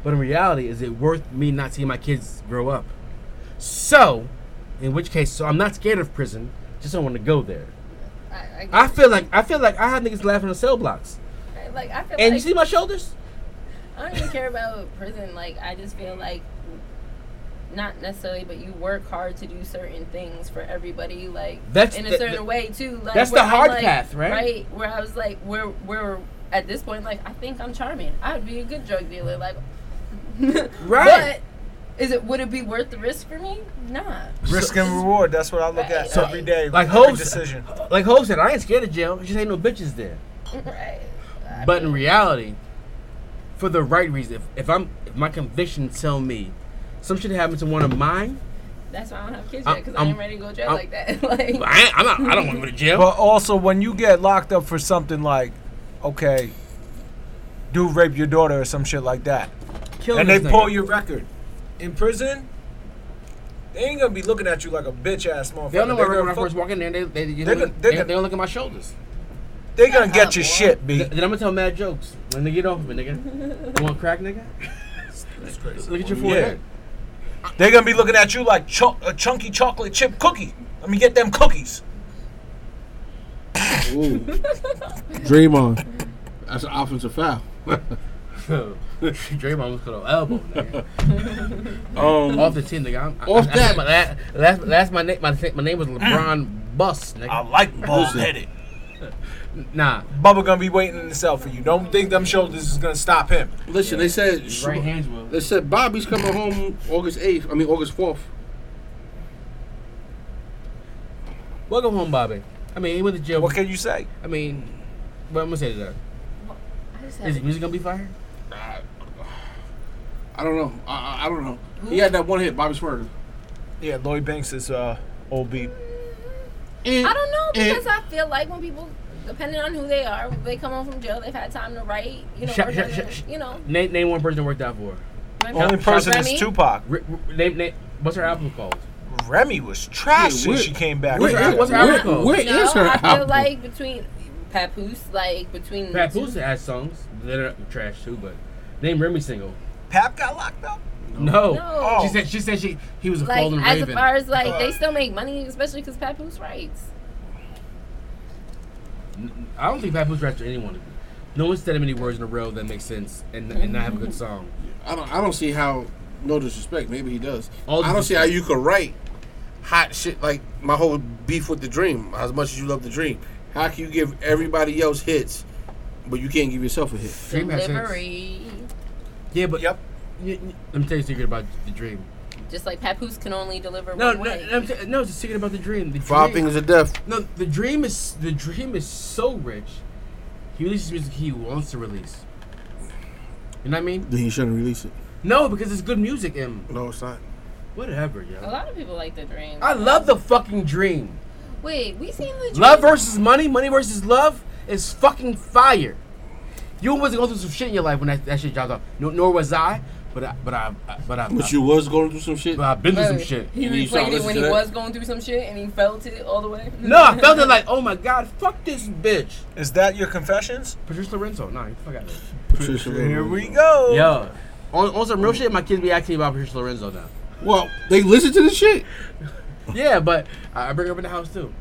[SPEAKER 1] But in reality, is it worth me not seeing my kids grow up? So, in which case, so I'm not scared of prison. Just don't want to go there.
[SPEAKER 6] I, I,
[SPEAKER 1] I feel like I feel like I had niggas laughing on cell blocks.
[SPEAKER 6] I- like I feel
[SPEAKER 1] And you
[SPEAKER 6] like
[SPEAKER 1] see my shoulders?
[SPEAKER 6] I don't even care about prison. Like I just feel like not necessarily, but you work hard to do certain things for everybody. Like
[SPEAKER 1] That's
[SPEAKER 6] in a
[SPEAKER 1] the-
[SPEAKER 6] certain
[SPEAKER 1] the-
[SPEAKER 6] way too. Like,
[SPEAKER 1] that's
[SPEAKER 6] where
[SPEAKER 1] the
[SPEAKER 6] I'm
[SPEAKER 1] hard
[SPEAKER 6] like-
[SPEAKER 1] path, right?
[SPEAKER 6] Right. Where I was like, where where at this point, like I think I'm charming. I would be a good drug dealer. Like [laughs]
[SPEAKER 1] Right.
[SPEAKER 6] But is it would it be worth the risk for me? Nah.
[SPEAKER 8] Risk and reward. That's what I look at
[SPEAKER 6] So-
[SPEAKER 8] every day.
[SPEAKER 1] like
[SPEAKER 8] every
[SPEAKER 1] Hov-
[SPEAKER 8] decision.
[SPEAKER 1] Like Hope said, I ain't scared of jail. Just ain't no bitches there.
[SPEAKER 6] Right.
[SPEAKER 1] But in reality, for the right reason, if, if I'm if my convictions tell me some shit happened to one of mine,
[SPEAKER 6] That's why I don't have kids
[SPEAKER 1] I'm-
[SPEAKER 6] yet because
[SPEAKER 1] I'm-
[SPEAKER 6] I ain't ready to go to jail
[SPEAKER 1] I'm-
[SPEAKER 6] like that. [laughs] like
[SPEAKER 1] I ain't, I'm not, I don't want to go to jail.
[SPEAKER 8] But also, when you get locked up for something like, okay, do rape your daughter or some shit like that,
[SPEAKER 1] Kill
[SPEAKER 8] and they
[SPEAKER 1] this nigga.
[SPEAKER 8] pull your record in prison, they ain't gonna be looking at you like a bitch ass motherfucker.
[SPEAKER 1] They don't know where
[SPEAKER 8] They're gonna
[SPEAKER 1] when I
[SPEAKER 8] fuck-
[SPEAKER 1] first walk in there. They they, they,
[SPEAKER 8] They're
[SPEAKER 1] don't- they,
[SPEAKER 8] gonna- they're
[SPEAKER 1] they
[SPEAKER 8] gonna-
[SPEAKER 1] don't look at my shoulders.
[SPEAKER 8] They gonna get your
[SPEAKER 6] boy.
[SPEAKER 8] shit, b.
[SPEAKER 1] Th- Then I'm gonna tell mad jokes when they get off me,
[SPEAKER 8] [laughs]
[SPEAKER 1] nigga. You want crack, nigga?
[SPEAKER 8] That's crazy.
[SPEAKER 1] Look at your forehead.
[SPEAKER 8] They're gonna be looking at you like cho- a chunky chocolate chip cookie. Let me get them cookies. [laughs]
[SPEAKER 5] Ooh. Dream on. That's an offensive foul.
[SPEAKER 1] [laughs] Draymond almost cut an elbow, nigga.
[SPEAKER 5] Um,
[SPEAKER 1] off the team, nigga. I'm, I-
[SPEAKER 5] Off
[SPEAKER 1] I- I said
[SPEAKER 5] that.
[SPEAKER 1] My last, last, last my name, my, th- my name was LeBron Bus,
[SPEAKER 8] I
[SPEAKER 1] nigga.
[SPEAKER 8] like bald headed.
[SPEAKER 1] Nah,
[SPEAKER 8] Bubba gonna be waiting in the cell for you. Don't think them shoulders is gonna stop him.
[SPEAKER 5] listen, they said
[SPEAKER 1] right hands will.
[SPEAKER 5] they said Bobby's coming home August eighth. I mean August fourth.
[SPEAKER 1] Welcome home, Bobby. I mean, he went to jail.
[SPEAKER 8] What can you say?
[SPEAKER 1] I mean, but I'm gonna say to that.
[SPEAKER 6] I just
[SPEAKER 1] Is
[SPEAKER 6] have
[SPEAKER 1] the music gonna be fire?
[SPEAKER 5] I don't know. I, I, I don't know. He had that one hit, Bobby Smurda.
[SPEAKER 8] Yeah, Lloyd Banks is uh old beat.
[SPEAKER 6] I don't know because I feel like when people, depending on who they are, when they come home from jail, they've had time to write. You know,
[SPEAKER 1] Shut-
[SPEAKER 6] work
[SPEAKER 1] shut-
[SPEAKER 6] on
[SPEAKER 1] shut-
[SPEAKER 6] their-
[SPEAKER 1] shut-
[SPEAKER 6] you know.
[SPEAKER 1] Name, name one person that worked out for. her.
[SPEAKER 8] Only person
[SPEAKER 6] Remy?
[SPEAKER 8] is Tupac.
[SPEAKER 1] Re- re- name, name, what's her album called?
[SPEAKER 8] Remy was trash
[SPEAKER 5] Yeah,
[SPEAKER 8] since
[SPEAKER 5] where-
[SPEAKER 8] she came back.
[SPEAKER 1] where-
[SPEAKER 8] Yeah.
[SPEAKER 1] what's her album called?
[SPEAKER 5] Where
[SPEAKER 6] No,
[SPEAKER 5] is her
[SPEAKER 6] I feel
[SPEAKER 5] album?
[SPEAKER 6] like between Papoose, like between the two-
[SPEAKER 1] Papoose has songs that are trash too, but name Remy single.
[SPEAKER 8] Pap got locked up.
[SPEAKER 1] No.
[SPEAKER 6] No.
[SPEAKER 1] She said she said she he was a
[SPEAKER 6] Like
[SPEAKER 1] fallen
[SPEAKER 6] as
[SPEAKER 1] raven.
[SPEAKER 6] far as like they still make money, especially because Papoose writes.
[SPEAKER 1] I don't think Papoose raps to anyone. No one said him any words in a row that make sense and, and not have a good
[SPEAKER 6] Mm-hmm.
[SPEAKER 1] song.
[SPEAKER 5] I don't. I don't see how. No disrespect. Maybe he does.
[SPEAKER 1] All
[SPEAKER 5] I don't see how
[SPEAKER 1] disrespect.
[SPEAKER 5] you could write hot shit like my whole beef with the dream. As much as you love the dream, how can you give everybody else hits, but you can't give yourself a hit?
[SPEAKER 1] Dream has sense.
[SPEAKER 6] Delivery,
[SPEAKER 1] Yeah, but
[SPEAKER 8] Yep.
[SPEAKER 1] y- y- let me tell you a secret about the dream.
[SPEAKER 6] just like Papoose can only deliver
[SPEAKER 1] No,
[SPEAKER 6] one
[SPEAKER 1] no,
[SPEAKER 6] way.
[SPEAKER 1] no, I'm t- no, it's a secret about the dream. The
[SPEAKER 5] Five
[SPEAKER 1] dream,
[SPEAKER 5] fingers of death.
[SPEAKER 1] No, the dream is the dream is so rich. He releases music he wants to release. You know what I mean?
[SPEAKER 5] Then he shouldn't release it.
[SPEAKER 1] No, because it's good music and
[SPEAKER 5] No, it's not.
[SPEAKER 1] whatever,
[SPEAKER 6] A
[SPEAKER 1] yo.
[SPEAKER 6] lot of people like the dream.
[SPEAKER 1] I love the fucking dream.
[SPEAKER 6] Wait, we seen the dream.
[SPEAKER 1] Love versus money, money versus love is fucking fire. You wasn't going through some shit in your life when that, that shit dropped off. No, nor was I, but I, but I, but I,
[SPEAKER 5] But you was going through some shit.
[SPEAKER 1] but I've been through some
[SPEAKER 6] Wait,
[SPEAKER 1] shit.
[SPEAKER 6] He
[SPEAKER 5] And you
[SPEAKER 6] replayed
[SPEAKER 5] saw-
[SPEAKER 6] it when
[SPEAKER 5] listen to
[SPEAKER 6] he
[SPEAKER 5] that?
[SPEAKER 6] was going through some shit and he felt it all the way.
[SPEAKER 1] No, I felt it like, oh my god, fuck this bitch.
[SPEAKER 8] Is that your confessions?
[SPEAKER 1] Patricia Lorenzo, nah, you fuck out of here.
[SPEAKER 5] Patricia
[SPEAKER 8] Here
[SPEAKER 5] Lorenzo.
[SPEAKER 8] we go.
[SPEAKER 1] Yo, on, on some real shit, my kids be acting about Patricia Lorenzo now.
[SPEAKER 5] Well, they listen to the shit.
[SPEAKER 1] Yeah, but I I bring her up in the house too.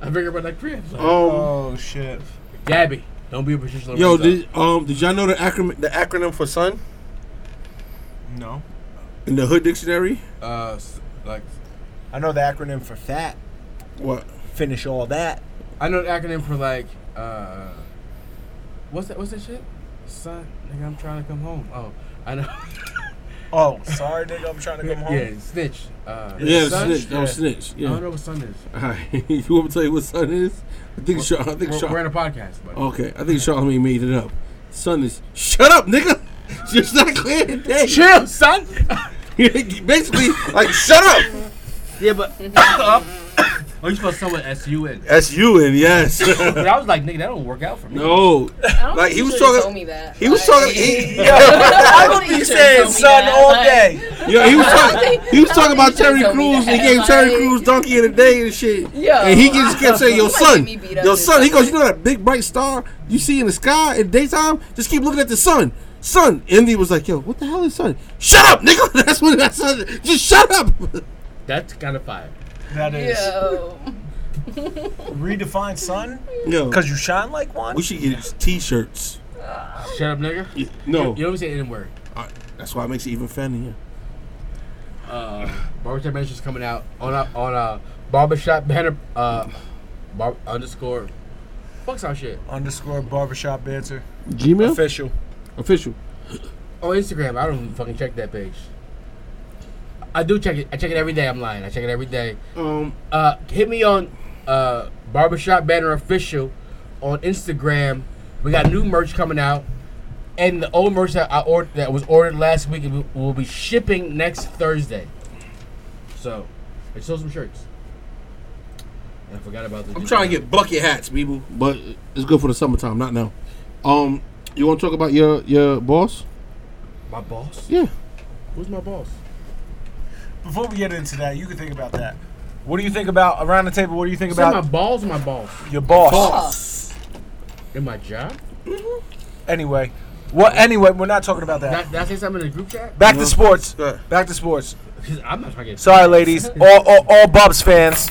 [SPEAKER 1] I bring her up like crib. Like,
[SPEAKER 5] Um,
[SPEAKER 8] Oh shit.
[SPEAKER 1] Gabby, don't be a Patricia Lorenzo.
[SPEAKER 5] yo, did um did y'all know the acronym the acronym for Sun?
[SPEAKER 8] No.
[SPEAKER 5] In the Hood Dictionary,
[SPEAKER 1] Uh, s- like
[SPEAKER 8] I know the acronym for fat.
[SPEAKER 5] what?
[SPEAKER 8] Finish all that.
[SPEAKER 1] I know the acronym for like uh, what's that? What's that shit? Son, nigga, I'm trying to come home. Oh, I know.
[SPEAKER 8] Oh, sorry, nigga. I'm trying to come
[SPEAKER 1] [laughs]
[SPEAKER 8] home.
[SPEAKER 1] yeah, snitch. Uh,
[SPEAKER 5] Yeah,
[SPEAKER 1] son?
[SPEAKER 5] snitch. That was snitch.
[SPEAKER 1] I don't
[SPEAKER 5] Yeah.
[SPEAKER 1] know what son is.
[SPEAKER 5] All right. [laughs] you want me to tell you what son is? I think. Char- I think.
[SPEAKER 1] We're,
[SPEAKER 5] Char-
[SPEAKER 1] we're in a podcast, but
[SPEAKER 5] Okay, I think Charlamagne made it up. Son is shut up, nigga. [laughs] It's just not clear today.
[SPEAKER 1] chill, son.
[SPEAKER 5] [laughs] Basically, like shut up.
[SPEAKER 10] Yeah, but
[SPEAKER 1] [coughs] Oh, you supposed to someone SU in?
[SPEAKER 5] That's you and yes.
[SPEAKER 1] But I was like, nigga, that don't work out for me.
[SPEAKER 5] [laughs] no,
[SPEAKER 6] I
[SPEAKER 5] Like,
[SPEAKER 6] don't think
[SPEAKER 5] he
[SPEAKER 6] you
[SPEAKER 5] was
[SPEAKER 6] should've
[SPEAKER 5] talking-
[SPEAKER 6] Told me that.
[SPEAKER 5] he was
[SPEAKER 6] Like,
[SPEAKER 5] talking. He,
[SPEAKER 6] [laughs]
[SPEAKER 8] I
[SPEAKER 6] don't
[SPEAKER 8] would
[SPEAKER 6] think
[SPEAKER 8] be
[SPEAKER 6] you should've
[SPEAKER 8] saying
[SPEAKER 6] told me
[SPEAKER 8] son
[SPEAKER 6] that,
[SPEAKER 8] all
[SPEAKER 6] like-
[SPEAKER 8] day.
[SPEAKER 5] yo, he was talking.
[SPEAKER 6] [laughs]
[SPEAKER 5] He was talking
[SPEAKER 6] I don't think
[SPEAKER 5] about
[SPEAKER 6] you should've
[SPEAKER 5] Terry
[SPEAKER 6] told me
[SPEAKER 5] Crews. He
[SPEAKER 6] that,
[SPEAKER 5] gave Terry
[SPEAKER 6] like-
[SPEAKER 5] Crews donkey of the day and shit.
[SPEAKER 6] Yo.
[SPEAKER 5] and he just kept saying, "Yo,
[SPEAKER 6] You might
[SPEAKER 5] son,
[SPEAKER 6] get me beat up
[SPEAKER 5] yo,
[SPEAKER 6] this
[SPEAKER 5] son." He goes, "You
[SPEAKER 6] summer.
[SPEAKER 5] know that big bright star you see in the sky in daytime? Just keep looking at the sun." Son, Indy was like, "Yo, what the hell is sun? Shut up, nigga. [laughs] That's what that's. Just shut up." [laughs]
[SPEAKER 1] That's kind of fire.
[SPEAKER 8] That is
[SPEAKER 6] [laughs] Yo.
[SPEAKER 8] redefine son
[SPEAKER 5] Yo,
[SPEAKER 8] because you shine like one.
[SPEAKER 5] we should get t-shirts.
[SPEAKER 1] Shut up, nigga.
[SPEAKER 5] Y- No,
[SPEAKER 1] You don't say any word.
[SPEAKER 5] Uh, that's why it makes it even funnier.
[SPEAKER 1] uh, Barbershop Mansions coming out on a on a barbershop banner uh, bar, underscore fucks our shit
[SPEAKER 8] Underscore barbershop banter.
[SPEAKER 5] Gmail
[SPEAKER 8] Official.
[SPEAKER 5] official.
[SPEAKER 1] on Instagram. I don't even fucking check that page. I do check it. I check it every day. I'm lying. I check it every day.
[SPEAKER 5] Um,
[SPEAKER 1] Uh, hit me on uh, barbershop banner official on Instagram. We got new merch coming out, and the old merch that I ordered that was ordered last week will- will be shipping next Thursday. So, I sold some shirts. And I forgot about the.
[SPEAKER 5] I'm trying to get bucket hats, people, but it's good for the summertime. Not now. Um, you want to talk about your your boss?
[SPEAKER 1] My boss?
[SPEAKER 5] Yeah.
[SPEAKER 1] Who's my boss?
[SPEAKER 8] Before we get into that, you can think about that. What do you think about around the table? What do you think
[SPEAKER 1] Is that my
[SPEAKER 8] about
[SPEAKER 1] balls or my boss?
[SPEAKER 8] your boss?
[SPEAKER 1] In my job?
[SPEAKER 8] Anyway, what? Anyway, we're not talking about that.
[SPEAKER 1] That, that say something in the group chat?
[SPEAKER 8] Back to sports.
[SPEAKER 5] Go ahead.
[SPEAKER 8] Back to sports.
[SPEAKER 1] 'Cause I'm not trying to get.
[SPEAKER 8] Sorry, ladies. All, all, all Bubs fans,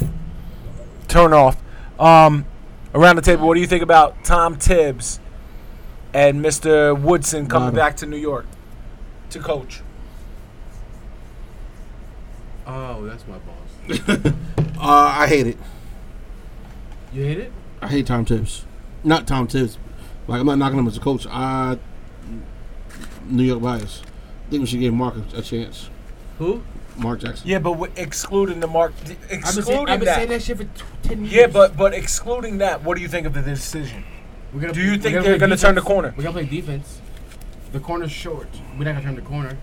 [SPEAKER 8] turn off. Um, around the table, what do you think about Tom Tibbs and Mr. Woodson coming
[SPEAKER 5] Bottom.
[SPEAKER 8] back to New York to coach?
[SPEAKER 1] oh, that's my boss.
[SPEAKER 5] Uh, I hate it.
[SPEAKER 1] You hate it?
[SPEAKER 5] I hate Tom Tibbs. Not Tom Tibbs. Like I'm not knocking him as a coach. I New York bias. I think we should give Mark a, a chance.
[SPEAKER 1] Who?
[SPEAKER 5] Mark Jackson.
[SPEAKER 8] Yeah, but with- excluding the mark,
[SPEAKER 1] I've been, saying, I've
[SPEAKER 8] excluding
[SPEAKER 1] been saying
[SPEAKER 8] that.
[SPEAKER 1] that shit for t- 10 years.
[SPEAKER 8] Yeah, but but excluding that, what do you think of the decision?
[SPEAKER 1] We're gonna,
[SPEAKER 8] Do
[SPEAKER 1] we're
[SPEAKER 8] you think
[SPEAKER 1] gonna
[SPEAKER 8] they're
[SPEAKER 1] play
[SPEAKER 8] gonna turn the
[SPEAKER 1] defense.
[SPEAKER 8] corner?
[SPEAKER 1] We're going to play defense. The corner's short. We're not going to turn the corner.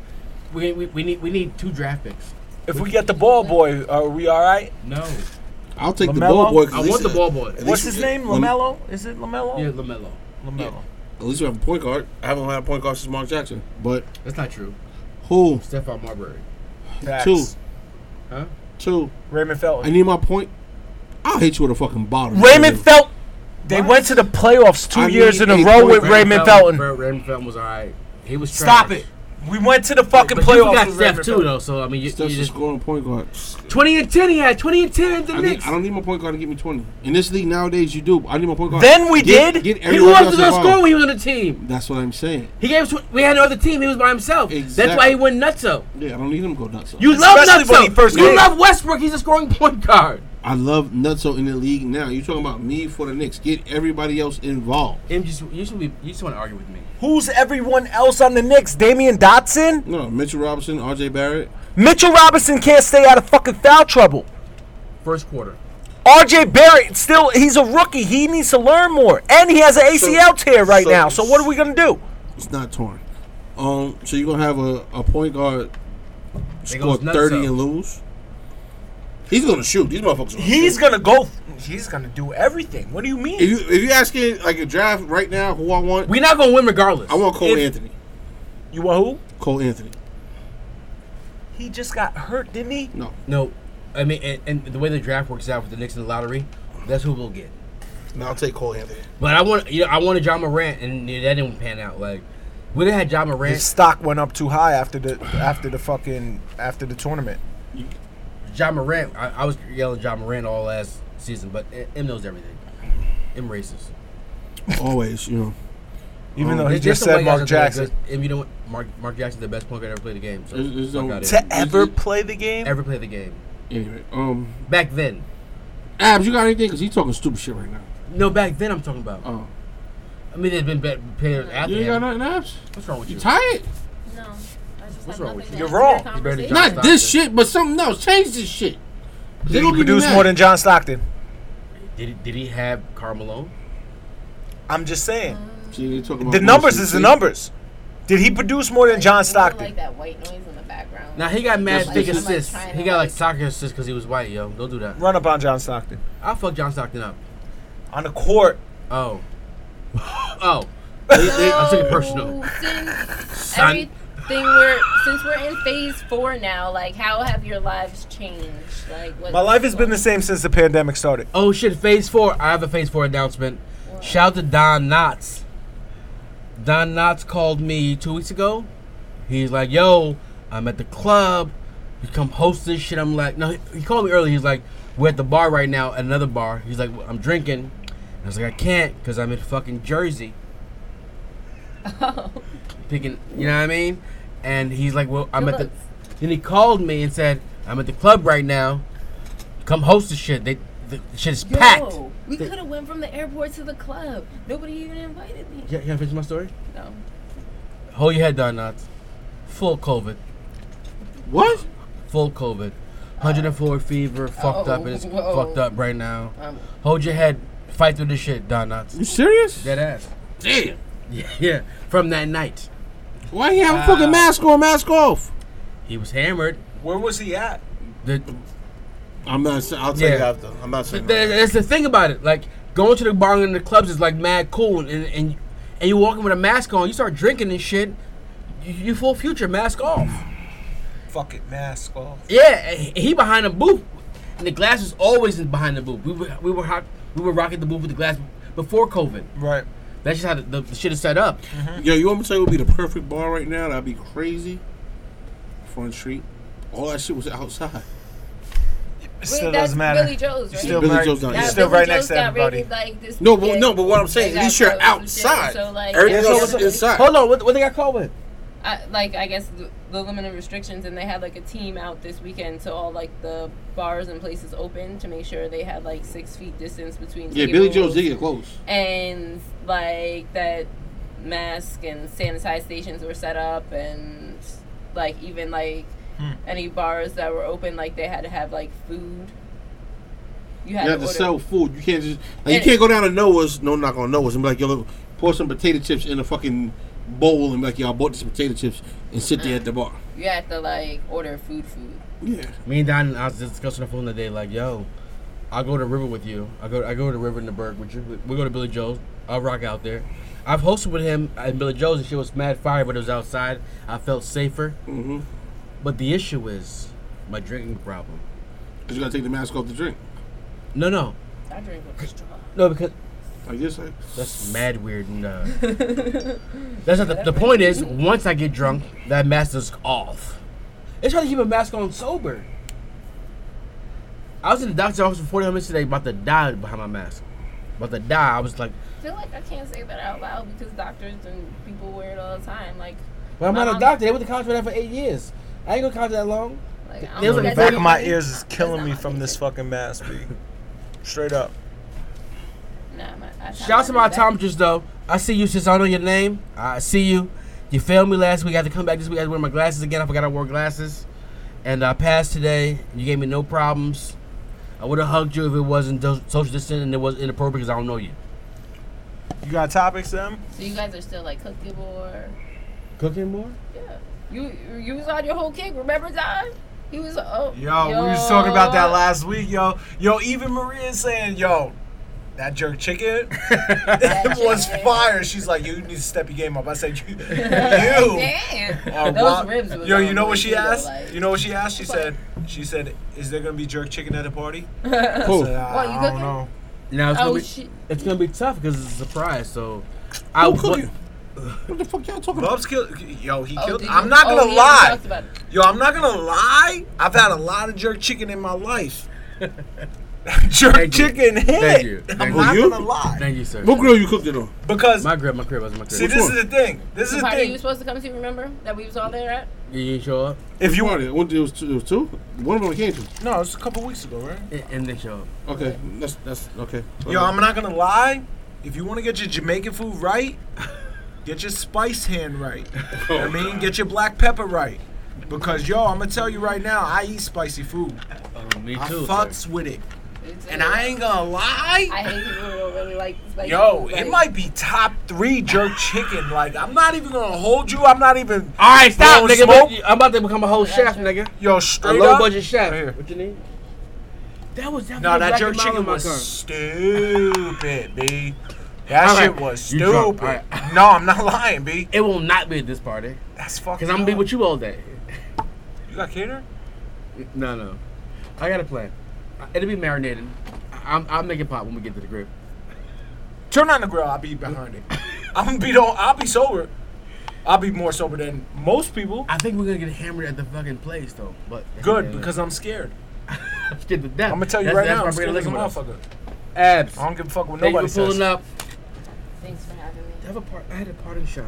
[SPEAKER 1] We, we, we, need, we need two draft picks.
[SPEAKER 8] If we get the ball boy, are we all right?
[SPEAKER 1] No.
[SPEAKER 5] I'll take the
[SPEAKER 8] LaMelo?
[SPEAKER 5] ball boy. 'cause
[SPEAKER 1] I
[SPEAKER 5] at least-
[SPEAKER 1] want the ball boy.
[SPEAKER 5] at least
[SPEAKER 8] What's
[SPEAKER 5] we-
[SPEAKER 8] his name?
[SPEAKER 5] Lem-
[SPEAKER 8] Lamelo? Is it Lamelo?
[SPEAKER 1] Yeah, LaMelo.
[SPEAKER 8] Lamelo.
[SPEAKER 5] At least we have a point guard. I haven't had a point guard since Mark Jackson. But
[SPEAKER 1] That's not true.
[SPEAKER 5] who?
[SPEAKER 1] Stephon Marbury.
[SPEAKER 8] Facts.
[SPEAKER 5] Two.
[SPEAKER 1] Huh?
[SPEAKER 5] Two.
[SPEAKER 8] Raymond
[SPEAKER 5] I
[SPEAKER 8] Felton.
[SPEAKER 5] need my point. I'll hit you with a fucking bottle.
[SPEAKER 8] Raymond Felton. They
[SPEAKER 1] What?
[SPEAKER 8] went to the playoffs two
[SPEAKER 5] I
[SPEAKER 8] years
[SPEAKER 5] need
[SPEAKER 8] in a
[SPEAKER 5] a
[SPEAKER 8] row
[SPEAKER 5] point
[SPEAKER 8] with
[SPEAKER 5] guard.
[SPEAKER 8] Raymond
[SPEAKER 1] Felton-
[SPEAKER 8] Felton.
[SPEAKER 1] Raymond Felton was all right. He was
[SPEAKER 8] Stop
[SPEAKER 1] trash.
[SPEAKER 8] it. We went to the fucking
[SPEAKER 1] But you
[SPEAKER 8] playoffs
[SPEAKER 1] got
[SPEAKER 8] with
[SPEAKER 1] Steph
[SPEAKER 8] Raymond
[SPEAKER 1] too,
[SPEAKER 8] Felton.
[SPEAKER 1] though. So I mean, you,
[SPEAKER 5] Steph's
[SPEAKER 1] you
[SPEAKER 5] a
[SPEAKER 1] just,
[SPEAKER 5] scoring point guard.
[SPEAKER 1] twenty and ten. He had twenty and ten. The
[SPEAKER 5] I need,
[SPEAKER 1] Knicks.
[SPEAKER 5] I don't need my point guard to get me 20. In this league nowadays, you do. I need my point guard.
[SPEAKER 8] Then we
[SPEAKER 5] Get-
[SPEAKER 8] did.
[SPEAKER 5] get
[SPEAKER 1] he
[SPEAKER 5] everyone
[SPEAKER 1] was
[SPEAKER 5] else
[SPEAKER 1] the
[SPEAKER 5] involved.
[SPEAKER 1] score when he was on the team.
[SPEAKER 5] That's what I'm saying.
[SPEAKER 1] He gave. us Tw- we had no other team. He was by himself.
[SPEAKER 5] Exactly.
[SPEAKER 1] That's why he went nutso.
[SPEAKER 5] Yeah, I don't need him to go nuts.
[SPEAKER 1] You
[SPEAKER 8] Especially
[SPEAKER 1] love
[SPEAKER 8] when
[SPEAKER 1] nutso.
[SPEAKER 8] he first
[SPEAKER 1] you
[SPEAKER 8] came.
[SPEAKER 1] love Westbrook. He's a scoring point guard.
[SPEAKER 5] I love Nutso in the league now. you talking about me for the Knicks. Get everybody else involved.
[SPEAKER 1] Em, just, you just, be, you just want to argue with me.
[SPEAKER 8] Who's everyone else on the Knicks? Damian Dotson?
[SPEAKER 5] No, Mitchell Robinson, RJ Barrett.
[SPEAKER 8] Mitchell Robinson can't stay out of fucking foul trouble.
[SPEAKER 1] First quarter.
[SPEAKER 8] RJ Barrett still he's a rookie. He needs to learn more. And he has an ACL tear right
[SPEAKER 5] so-
[SPEAKER 8] now. So what are we gonna do?
[SPEAKER 5] It's not torn. Um, so you're going to have a, a point guard score
[SPEAKER 1] goes Nutso.
[SPEAKER 5] 30 and lose? He's going to shoot. These motherfuckers are
[SPEAKER 8] He's gonna go he's gonna do everything. What do you mean?
[SPEAKER 5] If you if you asking like a draft right now who I want,
[SPEAKER 1] We're not gonna win regardless.
[SPEAKER 5] I want Cole
[SPEAKER 8] If-
[SPEAKER 5] Anthony.
[SPEAKER 8] you want who?
[SPEAKER 5] Cole Anthony.
[SPEAKER 8] He just got hurt, didn't he?
[SPEAKER 5] No. [laughs]
[SPEAKER 1] No, I mean, and, and the way the draft works out with the Knicks in the lottery, that's who we'll get.
[SPEAKER 5] No, I'll take Cole Anthony.
[SPEAKER 1] But I want, you know, I wanted John Morant, and that didn't pan out. Like, we didn't have John
[SPEAKER 8] His
[SPEAKER 1] Morant.
[SPEAKER 8] stock went up too high after the after the fucking after the tournament.
[SPEAKER 1] John Morant. I, I was yelling John Morant all last season, but Em knows everything. Em racist.
[SPEAKER 5] Always, you know.
[SPEAKER 8] Even
[SPEAKER 1] Um,
[SPEAKER 8] though he
[SPEAKER 1] there's
[SPEAKER 8] Oh, just
[SPEAKER 1] some
[SPEAKER 8] said
[SPEAKER 1] white
[SPEAKER 8] Mark
[SPEAKER 1] guys out there
[SPEAKER 8] Jackson.
[SPEAKER 1] that- And you know what? Mark Mark Jackson's the best point guard ever played the game. So
[SPEAKER 5] There's- there's
[SPEAKER 1] fuck
[SPEAKER 5] no-
[SPEAKER 1] outta here.
[SPEAKER 8] To ever play the game?
[SPEAKER 1] ever play the game
[SPEAKER 5] Anyway, um,
[SPEAKER 1] back then.
[SPEAKER 5] Abs, you got anything? Because he's talking stupid shit right now.
[SPEAKER 1] No, back then I'm talking about.
[SPEAKER 5] Oh.
[SPEAKER 1] I mean, there's been better players after
[SPEAKER 5] You ain't got
[SPEAKER 1] him.
[SPEAKER 5] nothing, Abs?
[SPEAKER 1] What's wrong with
[SPEAKER 5] You
[SPEAKER 1] you?
[SPEAKER 5] tired?
[SPEAKER 6] No. I
[SPEAKER 1] What's
[SPEAKER 6] just have
[SPEAKER 1] wrong
[SPEAKER 6] nothing
[SPEAKER 1] with
[SPEAKER 6] to
[SPEAKER 1] you?
[SPEAKER 6] add
[SPEAKER 8] You're wrong.
[SPEAKER 6] to that
[SPEAKER 1] You better
[SPEAKER 6] conversation.
[SPEAKER 1] John
[SPEAKER 5] Not this
[SPEAKER 1] Stockton.
[SPEAKER 5] shit, but something else. Change this shit.
[SPEAKER 8] Did
[SPEAKER 5] They
[SPEAKER 8] he
[SPEAKER 5] gonna be
[SPEAKER 8] produce
[SPEAKER 5] mad.
[SPEAKER 8] more than John Stockton?
[SPEAKER 1] Did he, did he have Carmelo?
[SPEAKER 8] I'm just saying.
[SPEAKER 5] See, you talking about
[SPEAKER 8] The numbers
[SPEAKER 5] bullshit,
[SPEAKER 8] is the
[SPEAKER 5] see?
[SPEAKER 8] numbers. Did he produce more than John
[SPEAKER 6] Like, more
[SPEAKER 8] Stockton?
[SPEAKER 6] Like that white noise in the background.
[SPEAKER 1] Now he got mad
[SPEAKER 6] Like,
[SPEAKER 1] big
[SPEAKER 6] I'm, like,
[SPEAKER 1] assists.
[SPEAKER 6] trying
[SPEAKER 1] he
[SPEAKER 6] to,
[SPEAKER 1] got like soccer assists because he was white, yo. Don't do that.
[SPEAKER 8] Run up on John Stockton.
[SPEAKER 1] I'll fuck John Stockton up.
[SPEAKER 8] On the court.
[SPEAKER 1] Oh. [laughs] oh. I took it personal.
[SPEAKER 6] So, Since
[SPEAKER 1] Son.
[SPEAKER 6] everything we're since we're in phase four now, like how have your lives changed? Like what
[SPEAKER 8] My life has been the same since the pandemic started.
[SPEAKER 1] Oh shit, phase four. I have a phase four announcement. Shout out to Don Knotts. Don Knotts called me two weeks ago. He's like, yo, I'm at the club. You come host this shit. I'm like, no, he called me early. He's like, we're at the bar right now at another bar. He's like, I'm drinking. I was like, I can't because I'm in fucking Jersey. Picking, you know what I mean? And he's like, well, I'm
[SPEAKER 6] Good
[SPEAKER 1] at the.
[SPEAKER 6] looks.
[SPEAKER 1] Then he called me and said, I'm at the club right now. Come host the shit. They, the, the shit is packed.
[SPEAKER 6] Yo, we could have went from the airport to the club. Nobody even invited me.
[SPEAKER 1] Yeah, can I finish my story?
[SPEAKER 6] No.
[SPEAKER 1] Hold your head down, Knots. Full COVID.
[SPEAKER 5] What?
[SPEAKER 1] Full COVID. 104 fever, fucked up. It's
[SPEAKER 6] whoa.
[SPEAKER 1] fucked up right now.
[SPEAKER 6] Um,
[SPEAKER 1] Hold your head. Fight through this shit, Don Knotts.
[SPEAKER 5] You serious?
[SPEAKER 1] Dead ass.
[SPEAKER 5] Damn.
[SPEAKER 1] [laughs] Yeah, yeah. From that night.
[SPEAKER 5] Why he have a fucking mask on, mask off?
[SPEAKER 1] He was hammered.
[SPEAKER 8] Where was he at?
[SPEAKER 1] The,
[SPEAKER 5] I'm not. sa- I'll tell
[SPEAKER 1] Yeah.
[SPEAKER 5] you after. I'm not saying.
[SPEAKER 1] But that- that's the thing about it. Like going to the bar and the clubs is like mad cool, and and and you walking with a mask on, you start drinking and shit. You, you full future mask off.
[SPEAKER 8] Fuck it, mask off.
[SPEAKER 1] Yeah, and he behind the booth, and the glass was always in behind the booth. We were we were hot, we were rocking the booth with the glass before COVID.
[SPEAKER 8] Right.
[SPEAKER 1] That's just how the, the, shit is set up.
[SPEAKER 5] Yo, you want me to tell you what would be the perfect bar right now? That'd be crazy. Front Street. All that shit was outside.
[SPEAKER 8] It
[SPEAKER 6] wait,
[SPEAKER 8] still
[SPEAKER 6] that's
[SPEAKER 8] doesn't matter.
[SPEAKER 6] Billy Joe's, right?
[SPEAKER 8] Still
[SPEAKER 5] Billy
[SPEAKER 8] right,
[SPEAKER 5] Joe's not
[SPEAKER 8] you're
[SPEAKER 5] here.
[SPEAKER 6] Nah,
[SPEAKER 8] still
[SPEAKER 6] Billy
[SPEAKER 8] right
[SPEAKER 6] Joe's
[SPEAKER 8] next to
[SPEAKER 6] got
[SPEAKER 8] everybody.
[SPEAKER 6] raided, like, this
[SPEAKER 5] No, but
[SPEAKER 6] weekend.
[SPEAKER 5] no, but what I'm saying,
[SPEAKER 6] They
[SPEAKER 5] at least
[SPEAKER 6] got
[SPEAKER 5] you're
[SPEAKER 6] closed and shit,
[SPEAKER 5] outside.
[SPEAKER 6] So like,
[SPEAKER 5] Everything
[SPEAKER 6] yeah,
[SPEAKER 5] else is
[SPEAKER 6] so-
[SPEAKER 5] inside.
[SPEAKER 1] Hold on, what, what they got called with?
[SPEAKER 6] I, like I guess the, the limited restrictions, and they had like a team out this weekend to all like the bars and places open to make sure they had like six feet distance between.
[SPEAKER 5] Yeah, Billy Joe's
[SPEAKER 6] tables
[SPEAKER 5] did get close.
[SPEAKER 6] and like that mask and sanitize stations were set up, and like even like
[SPEAKER 8] Hmm.
[SPEAKER 6] any bars that were open, like they had to have like food. You had
[SPEAKER 5] You have to
[SPEAKER 6] order-
[SPEAKER 5] sell food. You can't just like you
[SPEAKER 6] And-
[SPEAKER 5] can't go down to Noah's. No, knock on Noah's. And be like, yo, look, pour some potato chips in a fucking bowl and be like, yo, I bought these potato chips and sit there at the bar.
[SPEAKER 6] You had to like order food, food.
[SPEAKER 5] Yeah.
[SPEAKER 1] Me and Don, I was just discussing on the phone the day, like, yo, I'll go to the river with you. I go, I go to the river in the Berg with you. We- We go to Billy Joe's. I'll rock out there. I've hosted with him at Billy Joe's, and shit was mad fire, but it was outside. I felt safer.
[SPEAKER 5] Mm-hmm.
[SPEAKER 1] But the issue is my drinking problem.
[SPEAKER 5] Cause you gotta take the mask off to drink.
[SPEAKER 1] No, no,
[SPEAKER 6] I drink with straw.
[SPEAKER 1] no, because
[SPEAKER 5] Like this. Like,
[SPEAKER 1] that's mad weird. And, uh, that's not the, the point. Is once I get drunk, that mask is off. It's hard to keep a mask on sober. I was in the doctor's office for 40 minutes today, about to die behind my mask. About to die. I was like,
[SPEAKER 6] I feel like I can't say that out loud because doctors and people wear it all the time. Like,
[SPEAKER 1] Well, I'm
[SPEAKER 6] My
[SPEAKER 1] not a
[SPEAKER 6] mom-
[SPEAKER 1] doctor. They went to college for that for eight years. I ain't gonna college that long.
[SPEAKER 6] like I don't
[SPEAKER 1] There's a
[SPEAKER 6] know if
[SPEAKER 1] The
[SPEAKER 8] The
[SPEAKER 6] that's
[SPEAKER 8] back of my
[SPEAKER 6] anything.
[SPEAKER 8] ears is killing me
[SPEAKER 6] That's not
[SPEAKER 8] from
[SPEAKER 6] my
[SPEAKER 8] this
[SPEAKER 6] favorite.
[SPEAKER 8] fucking mask, B. Straight up.
[SPEAKER 6] Nah, my, I
[SPEAKER 1] Shout out to my
[SPEAKER 6] that.
[SPEAKER 1] optometrist though. I see you since I know your name. I see you. You failed me last week. I had to come back this week. I had to wear my glasses again. I forgot I wore glasses, and I passed today. You gave me no problems. I would have hugged you if it wasn't do- social distancing and it was inappropriate because I don't know you.
[SPEAKER 8] You got topics, them?
[SPEAKER 6] So you guys are still like cooking more.
[SPEAKER 1] Cooking more?
[SPEAKER 6] Yeah. You you was on your whole cake. Remember Don? He was oh.
[SPEAKER 8] Yo, we was talking about that last week, yo. Yo, even Maria's saying, yo, that jerk
[SPEAKER 6] [laughs]
[SPEAKER 8] chicken it [laughs] was
[SPEAKER 6] chicken.
[SPEAKER 8] fire. She's like, yo, you need to step your game up. I said,
[SPEAKER 6] [laughs]
[SPEAKER 8] you, you [laughs]
[SPEAKER 6] Damn.
[SPEAKER 8] are
[SPEAKER 6] Those
[SPEAKER 8] wild."
[SPEAKER 6] ribs was
[SPEAKER 8] Uh, Yo,
[SPEAKER 6] on
[SPEAKER 8] you know what
[SPEAKER 6] point,
[SPEAKER 8] she
[SPEAKER 6] too, though,
[SPEAKER 8] asked?
[SPEAKER 6] like-
[SPEAKER 8] you know what she asked? She said, she said, is there gonna be jerk chicken at the
[SPEAKER 6] [laughs]
[SPEAKER 8] party? I,
[SPEAKER 5] cool.
[SPEAKER 8] said, "I-
[SPEAKER 6] What, you
[SPEAKER 8] I
[SPEAKER 6] cooking?"
[SPEAKER 8] don't know.
[SPEAKER 1] Now it's,
[SPEAKER 6] Oh
[SPEAKER 1] gonna, be,
[SPEAKER 6] shit.
[SPEAKER 1] it's gonna be tough because it's a surprise. So I
[SPEAKER 5] Who
[SPEAKER 1] wa-
[SPEAKER 5] cooking? What the fuck y'all talking about?
[SPEAKER 8] Bubs killed. Yo, he
[SPEAKER 6] Oh,
[SPEAKER 8] killed.
[SPEAKER 6] did
[SPEAKER 8] I'm
[SPEAKER 6] you-
[SPEAKER 8] not gonna
[SPEAKER 6] oh, yeah, we
[SPEAKER 8] lie.
[SPEAKER 6] talked about it.
[SPEAKER 8] Yo, I'm not gonna lie. I've had a lot of jerk chicken in my life. [laughs] jerk
[SPEAKER 1] Thank you.
[SPEAKER 8] chicken head.
[SPEAKER 1] Thank you. Thank
[SPEAKER 8] I'm
[SPEAKER 1] you.
[SPEAKER 8] not
[SPEAKER 5] you?
[SPEAKER 8] gonna lie.
[SPEAKER 1] Thank you, sir.
[SPEAKER 5] What grill you cooked it on?
[SPEAKER 8] Because
[SPEAKER 1] My crib, my crib, that's my crib.
[SPEAKER 8] see, this is the thing. This
[SPEAKER 6] The
[SPEAKER 8] is the
[SPEAKER 6] party you were
[SPEAKER 8] thing.
[SPEAKER 6] supposed to come to, remember? That we was all there at?
[SPEAKER 1] you didn't show up,
[SPEAKER 8] If you
[SPEAKER 5] Party. One, it was two. It was two. One of them I came to.
[SPEAKER 8] no, it's a couple weeks ago, right?
[SPEAKER 1] and, and they show up.
[SPEAKER 5] Okay, that's that's okay.
[SPEAKER 8] Yo, I'm not gonna lie. If you want to get your Jamaican food right, get your spice hand right.
[SPEAKER 1] [laughs] Oh,
[SPEAKER 8] I mean, get your black pepper right. Because yo, I'm gonna tell you right now, I eat spicy food.
[SPEAKER 1] Oh, me
[SPEAKER 8] I
[SPEAKER 1] too.
[SPEAKER 8] fucks with it, and I ain't gonna lie.
[SPEAKER 6] I hate people who don't really like spicy.
[SPEAKER 8] Yo,
[SPEAKER 6] food,
[SPEAKER 8] it
[SPEAKER 6] like-
[SPEAKER 8] might be top three jerk chicken. Like, I'm not even gonna hold you. I'm not even.
[SPEAKER 1] All right, stop,
[SPEAKER 8] Blowing
[SPEAKER 1] nigga.
[SPEAKER 8] smoke.
[SPEAKER 1] I'm about to become a whole chef, nigga.
[SPEAKER 8] Yo,
[SPEAKER 1] A
[SPEAKER 8] straight
[SPEAKER 1] low
[SPEAKER 8] up.
[SPEAKER 1] budget chef.
[SPEAKER 8] Right here.
[SPEAKER 1] What you need? That was that.
[SPEAKER 8] No,
[SPEAKER 1] was
[SPEAKER 8] that
[SPEAKER 1] Black
[SPEAKER 8] jerk
[SPEAKER 1] and Mild in
[SPEAKER 8] chicken
[SPEAKER 1] my
[SPEAKER 8] was
[SPEAKER 1] car.
[SPEAKER 8] stupid, b. That
[SPEAKER 1] All right,
[SPEAKER 8] shit was
[SPEAKER 1] you drunk,
[SPEAKER 8] stupid.
[SPEAKER 1] all right.
[SPEAKER 8] No, I'm not lying, b.
[SPEAKER 1] It will not be at this party
[SPEAKER 8] That's fucking.
[SPEAKER 1] because I'm gonna be
[SPEAKER 8] up.
[SPEAKER 1] with you all day.
[SPEAKER 8] you. got caterer?
[SPEAKER 1] No, no. I got a plan. It'll be marinated. I- I'm, I'll make it pop when we get to the crib.
[SPEAKER 8] Turn on the grill. I'll be behind it. I'm gonna be. Don't. I'll be sober. I'll be more sober than most people.
[SPEAKER 1] I think we're gonna get hammered at the fucking place though. But
[SPEAKER 8] Good because I'm scared.
[SPEAKER 1] I'm scared to death.
[SPEAKER 8] I'm gonna tell you
[SPEAKER 1] That's-
[SPEAKER 8] right
[SPEAKER 1] that's
[SPEAKER 8] now.
[SPEAKER 1] why
[SPEAKER 8] I'm
[SPEAKER 1] we're
[SPEAKER 8] scared
[SPEAKER 1] gonna
[SPEAKER 8] as
[SPEAKER 1] lick
[SPEAKER 8] a
[SPEAKER 1] 'em with us.
[SPEAKER 8] motherfucker.
[SPEAKER 1] Abs.
[SPEAKER 8] I don't give a fuck what
[SPEAKER 1] Thank you
[SPEAKER 8] nobody
[SPEAKER 1] for pulling
[SPEAKER 8] says.
[SPEAKER 1] up.
[SPEAKER 6] Thanks for having me.
[SPEAKER 1] I have a part. I had a parting shot.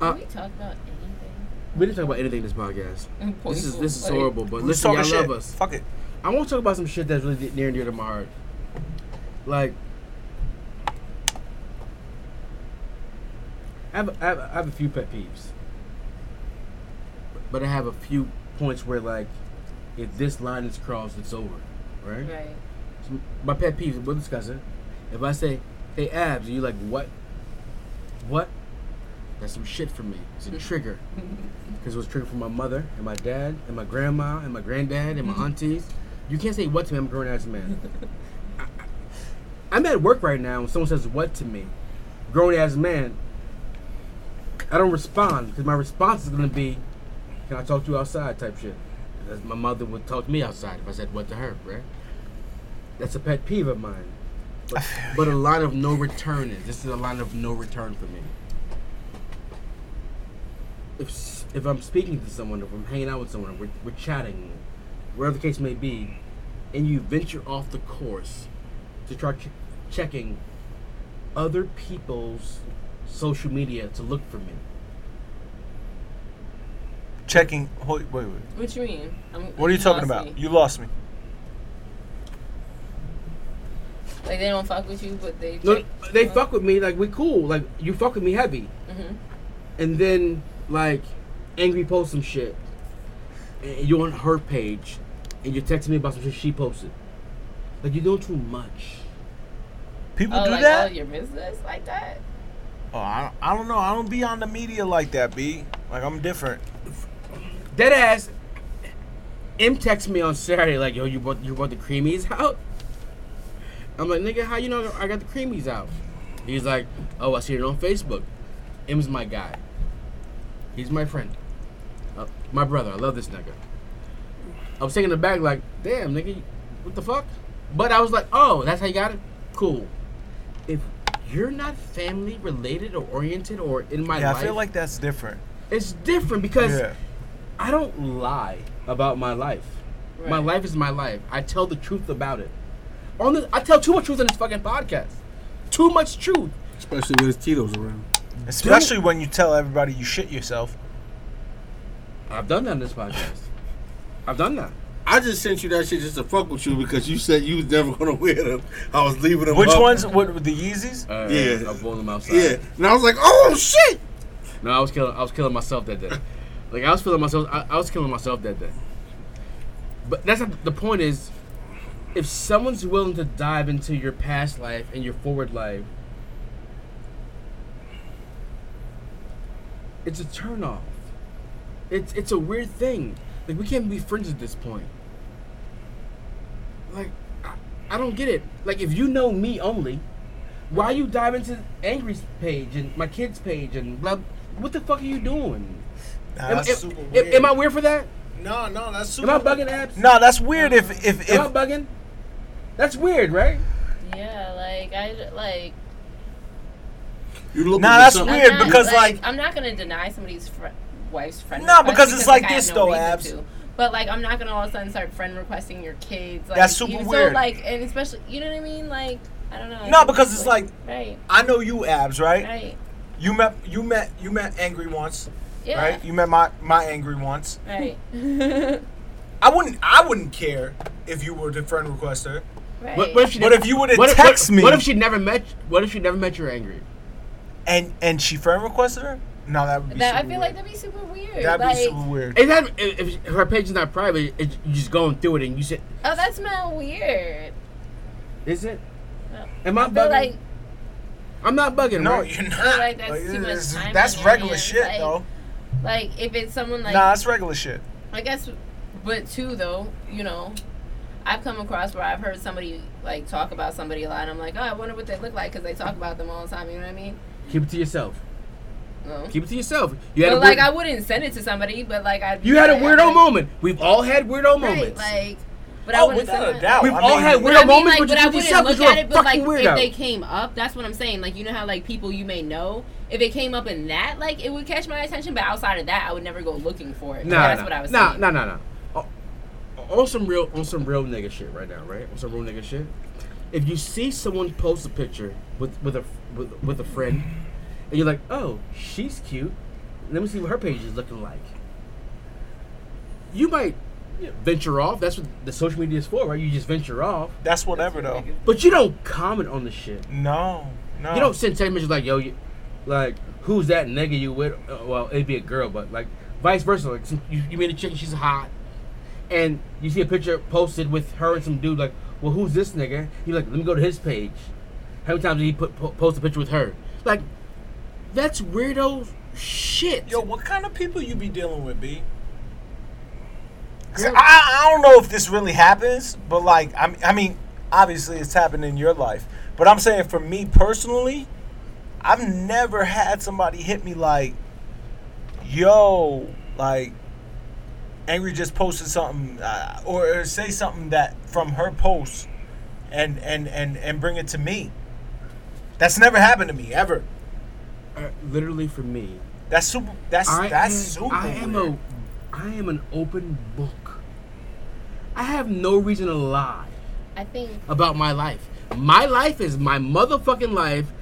[SPEAKER 1] Uh,
[SPEAKER 6] Can we talk about anything?
[SPEAKER 1] We didn't talk about anything in this podcast. This is this is
[SPEAKER 6] Like,
[SPEAKER 1] horrible. But
[SPEAKER 8] Who's
[SPEAKER 1] listen, y'all
[SPEAKER 8] talking
[SPEAKER 1] love
[SPEAKER 8] shit?
[SPEAKER 1] us.
[SPEAKER 8] Fuck it.
[SPEAKER 1] I want to talk about some shit that's really near and dear to my heart. Like, I have, I have, I have a few pet peeves. But I have a few points where, like, if this line is crossed, it's over. Right?
[SPEAKER 6] Right.
[SPEAKER 1] So my pet peeves, we'll discuss it. If I say, hey, abs, are you like, what? What? That's some shit for me. It's a trigger. Because it was a trigger for my mother and my dad and my grandma and my granddad and my aunties. You can't say what to me, I'm a grown ass man. I- I- I'm at work right now and someone says what to me. Grown ass man. I don't respond because my response is going to be, can I talk to you outside type shit. That's my mother would talk to me outside if I said what to her, right? That's a pet peeve of mine. But, but a line of no return is. This is a line of no return for me. If s- if I'm speaking to someone, if I'm hanging out with someone, we're, we're chatting, wherever the case may be, and you venture off the course to try ch- checking other people's social media to look for me.
[SPEAKER 8] Checking. Wait, wait, wait.
[SPEAKER 6] What you mean? I'm,
[SPEAKER 8] What are
[SPEAKER 1] Oh,
[SPEAKER 8] you talking
[SPEAKER 6] lost
[SPEAKER 8] about?
[SPEAKER 6] me.
[SPEAKER 8] You lost me.
[SPEAKER 6] Like they don't fuck with you, but they.
[SPEAKER 1] No,
[SPEAKER 6] check-
[SPEAKER 1] they fuck with me like we cool. Like you fuck with me heavy,
[SPEAKER 6] Mhm.
[SPEAKER 1] and then like angry post some shit, and you're on her page, and you're texting me about some shit she posted. Like you're doing too much.
[SPEAKER 8] People
[SPEAKER 6] Oh,
[SPEAKER 8] do
[SPEAKER 6] like
[SPEAKER 8] that.
[SPEAKER 6] all your business like that.
[SPEAKER 8] Oh, I, I don't know. I don't be on the media like that, B. Like I'm different.
[SPEAKER 1] Dead ass. M texts me on Saturday like, "Yo, you brought you brought the creamies out." I'm like, "Nigga, how you know I got the creamies out?" He's like, "Oh, I seen it on Facebook." M's my guy. He's my friend. Uh, my brother. I love this nigga. I was taking it back like, "Damn, nigga, what the fuck?" But I was like, "Oh, that's how you got it. Cool." If you're not family related or oriented or in my
[SPEAKER 8] Yeah,
[SPEAKER 1] life,
[SPEAKER 8] I feel like that's different.
[SPEAKER 1] it's different because.
[SPEAKER 8] Yeah.
[SPEAKER 1] I don't lie about my life. My
[SPEAKER 6] Right.
[SPEAKER 1] life is my life. I tell the truth about it. On this, I tell too much truth in this fucking podcast. Too much truth.
[SPEAKER 5] Especially when it's Tito's around.
[SPEAKER 8] Especially when you tell everybody you shit yourself.
[SPEAKER 1] I've done that in this podcast. I've done that.
[SPEAKER 5] I just sent you that shit just to fuck with you because you said you was never gonna [laughs] wear them. I was leaving them.
[SPEAKER 8] Which
[SPEAKER 5] up.
[SPEAKER 8] ones? What were the Yeezys?
[SPEAKER 1] Uh,
[SPEAKER 5] Yeah.
[SPEAKER 1] I've blown them outside.
[SPEAKER 5] Yeah, and I was like, oh shit.
[SPEAKER 1] No, I was killing. I was killing myself that day. like I was feeling myself. I, I was killing myself that day. But that's not the point. Is if someone's willing to dive into your past life and your forward life, it's a turnoff. It's it's a weird thing. Like we can't be friends at this point. Like I, I don't get it. Like if you know me only, why you dive into Angry's page and my kids page and blah? What the fuck are you doing?
[SPEAKER 8] Nah,
[SPEAKER 1] Am,
[SPEAKER 8] that's
[SPEAKER 1] am-
[SPEAKER 8] super
[SPEAKER 1] am-
[SPEAKER 8] weird.
[SPEAKER 1] am I weird for that?
[SPEAKER 8] No, no, that's super.
[SPEAKER 1] Am I bugging apps?
[SPEAKER 8] No, that's weird. If if
[SPEAKER 1] Am I
[SPEAKER 8] if
[SPEAKER 1] bugging? That's weird, right?
[SPEAKER 6] Yeah, like I like.
[SPEAKER 5] You looking
[SPEAKER 8] Nah,
[SPEAKER 5] for
[SPEAKER 8] that's
[SPEAKER 5] something-
[SPEAKER 6] I'm
[SPEAKER 8] Weird,
[SPEAKER 6] not,
[SPEAKER 8] because, like-
[SPEAKER 6] I'm not gonna deny somebody's fr- wife's friend.
[SPEAKER 8] No,
[SPEAKER 6] request
[SPEAKER 8] because it's like
[SPEAKER 6] I had
[SPEAKER 8] this, though,
[SPEAKER 6] reason
[SPEAKER 8] Abs.
[SPEAKER 6] to. But like, I'm not gonna all of a sudden start friend requesting your kids. Like,
[SPEAKER 8] That's super
[SPEAKER 6] even
[SPEAKER 8] weird.
[SPEAKER 6] So, like, and especially, you know what I mean? Like, I don't know.
[SPEAKER 8] No, because it's like
[SPEAKER 6] right,
[SPEAKER 8] I know you abs, right?
[SPEAKER 6] right,
[SPEAKER 8] You met you met you met angry once,
[SPEAKER 6] yeah,
[SPEAKER 8] right? You met my my angry once.
[SPEAKER 6] [laughs] right, [laughs]
[SPEAKER 8] I wouldn't I wouldn't care if you were the friend requester.
[SPEAKER 6] right.
[SPEAKER 1] What, what if she
[SPEAKER 8] But
[SPEAKER 1] never,
[SPEAKER 8] if you would have
[SPEAKER 1] what, if-
[SPEAKER 8] text
[SPEAKER 1] what,
[SPEAKER 8] me
[SPEAKER 1] What if she never met? What if she never met your angry?
[SPEAKER 8] and and she friend requested her, no, that would be.
[SPEAKER 6] that, I
[SPEAKER 8] super
[SPEAKER 6] feel like
[SPEAKER 8] weird.
[SPEAKER 6] that'd be super weird.
[SPEAKER 8] that'd
[SPEAKER 6] like,
[SPEAKER 8] be super weird.
[SPEAKER 1] Is that if, if her page is not private? It, you just going through it and you said,
[SPEAKER 6] oh, that's not weird.
[SPEAKER 1] "Is it?
[SPEAKER 6] No.
[SPEAKER 1] Am I,
[SPEAKER 6] I feel
[SPEAKER 1] bugging?
[SPEAKER 6] like
[SPEAKER 1] I'm not bugging.
[SPEAKER 8] No,
[SPEAKER 1] right?
[SPEAKER 8] you're
[SPEAKER 6] feel
[SPEAKER 8] not.
[SPEAKER 6] like that's too much
[SPEAKER 8] it's-
[SPEAKER 6] time
[SPEAKER 8] that's
[SPEAKER 6] on your
[SPEAKER 8] regular
[SPEAKER 6] hands,
[SPEAKER 8] shit,
[SPEAKER 6] like-
[SPEAKER 8] though.
[SPEAKER 6] like if it's someone like
[SPEAKER 8] nah, that's regular shit.
[SPEAKER 6] I guess, but too though, you know, I've come across where I've heard somebody like talk about somebody a lot, and I'm like, oh, I wonder what they look like because they talk about them all the time. You know what I mean?
[SPEAKER 1] Keep it to yourself.
[SPEAKER 6] No.
[SPEAKER 1] Keep it to yourself. You had
[SPEAKER 6] But
[SPEAKER 1] a
[SPEAKER 6] like,
[SPEAKER 1] weird,
[SPEAKER 6] I wouldn't send it to somebody, but like, I
[SPEAKER 1] you had a
[SPEAKER 6] like,
[SPEAKER 1] weirdo
[SPEAKER 6] like-
[SPEAKER 1] moment. We've all had weirdo
[SPEAKER 6] Right,
[SPEAKER 1] moments.
[SPEAKER 6] Like, but I
[SPEAKER 8] Oh,
[SPEAKER 6] wouldn't
[SPEAKER 8] without
[SPEAKER 6] send
[SPEAKER 8] a
[SPEAKER 6] it.
[SPEAKER 8] doubt.
[SPEAKER 1] We've
[SPEAKER 8] I
[SPEAKER 1] all
[SPEAKER 8] mean,
[SPEAKER 1] had
[SPEAKER 6] But
[SPEAKER 1] weirdo
[SPEAKER 6] I mean,
[SPEAKER 1] moments,
[SPEAKER 6] like, but
[SPEAKER 1] but you keep
[SPEAKER 6] I
[SPEAKER 1] to
[SPEAKER 6] wouldn't
[SPEAKER 1] yourself
[SPEAKER 6] look
[SPEAKER 1] because you're
[SPEAKER 6] at
[SPEAKER 1] a
[SPEAKER 6] it. But like,
[SPEAKER 1] fucking
[SPEAKER 6] if they
[SPEAKER 1] weirdo.
[SPEAKER 6] came up, that's what I'm saying. Like, you know how like people you may know, if it came up in that, like, it would catch my attention. But outside of that, I would never go looking for it.
[SPEAKER 1] Nah,
[SPEAKER 6] that's
[SPEAKER 1] nah,
[SPEAKER 6] what I was
[SPEAKER 1] nah,
[SPEAKER 6] saying.
[SPEAKER 1] nah, nah, nah. Oh, On some real, on some real nigga shit right now, right? On some real nigga shit. If you see someone post a picture with with a with, with a friend, and you're like, "Oh, she's cute," let me see what her page is looking like. You might venture off. That's what the social media is for, right? You just venture off,
[SPEAKER 8] That's whatever, though.
[SPEAKER 1] but you don't comment on the shit.
[SPEAKER 8] No, no.
[SPEAKER 1] You don't send text messages like, yo, you, like, who's that nigga you with? Uh, Well, it'd be a girl, but like, vice versa. Like, some- you, you meet a chick and she's hot, and you see a picture posted with her and some dude, like, well, who's this nigga? You're like, let me go to his page. How many times did he put, po- post a picture with her? Like, that's weirdo shit.
[SPEAKER 8] Yo, what kind of people you be dealing with, B? 'Cause I, I don't know if this really happens, but like, I, I mean, obviously it's happened in your life. But I'm saying for me personally, I've never had somebody hit me like, yo, like, Angry just posted something uh, or, or say something that from her post and, and, and, and bring it to me. That's never happened to me, ever.
[SPEAKER 1] Uh, literally for me,
[SPEAKER 8] That's super. That's
[SPEAKER 1] I
[SPEAKER 8] that's
[SPEAKER 1] am,
[SPEAKER 8] super.
[SPEAKER 1] I am
[SPEAKER 8] weird.
[SPEAKER 1] a, I am an open book. I have no reason to lie.
[SPEAKER 6] I think
[SPEAKER 1] about my life. My life is my motherfucking life.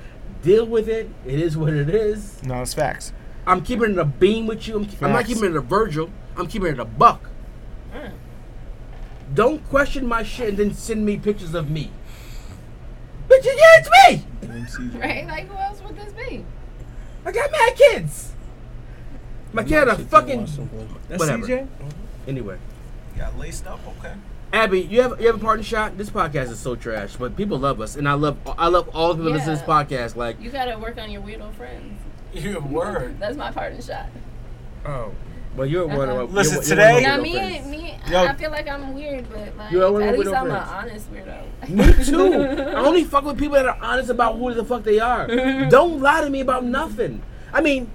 [SPEAKER 1] Deal with it. It is what it is.
[SPEAKER 8] No, it's facts.
[SPEAKER 1] I'm keeping it a beam with you. I'm, I'm not
[SPEAKER 8] Facts.
[SPEAKER 1] keeping it a Virgil. I'm keeping it a buck. Don't question my shit and then send me pictures of me. Bitch, yeah, it's me.
[SPEAKER 6] [laughs] right. Like, who else would this be?
[SPEAKER 1] I got mad kids. My kid had a fucking
[SPEAKER 4] That's
[SPEAKER 1] whatever.
[SPEAKER 4] CJ.
[SPEAKER 1] Anyway,
[SPEAKER 8] Got laced up, okay. [laughs]
[SPEAKER 1] Abby, you have you have a partner shot. This podcast is so trash, but people love us, and I love I love all the people that listen to this
[SPEAKER 6] Yeah.
[SPEAKER 1] podcast. Like,
[SPEAKER 6] You gotta work on your weirdo friends.
[SPEAKER 8] Your word.
[SPEAKER 6] That's my part in shot.
[SPEAKER 1] oh, well, you're one of
[SPEAKER 8] Uh-uh. Listen,
[SPEAKER 1] you're- you're one of my
[SPEAKER 8] today-
[SPEAKER 6] Now
[SPEAKER 1] weirdo
[SPEAKER 6] me,
[SPEAKER 1] friends.
[SPEAKER 6] me,
[SPEAKER 8] Yo.
[SPEAKER 6] I feel like I'm weird, but like
[SPEAKER 1] You are one of
[SPEAKER 6] at
[SPEAKER 1] the
[SPEAKER 6] least
[SPEAKER 1] weirdo
[SPEAKER 6] I'm an
[SPEAKER 1] friends.
[SPEAKER 6] honest weirdo.
[SPEAKER 1] Me too. I only fuck with people that are honest about who the fuck they
[SPEAKER 6] [laughs]
[SPEAKER 1] are. Don't lie to me about nothing. I mean,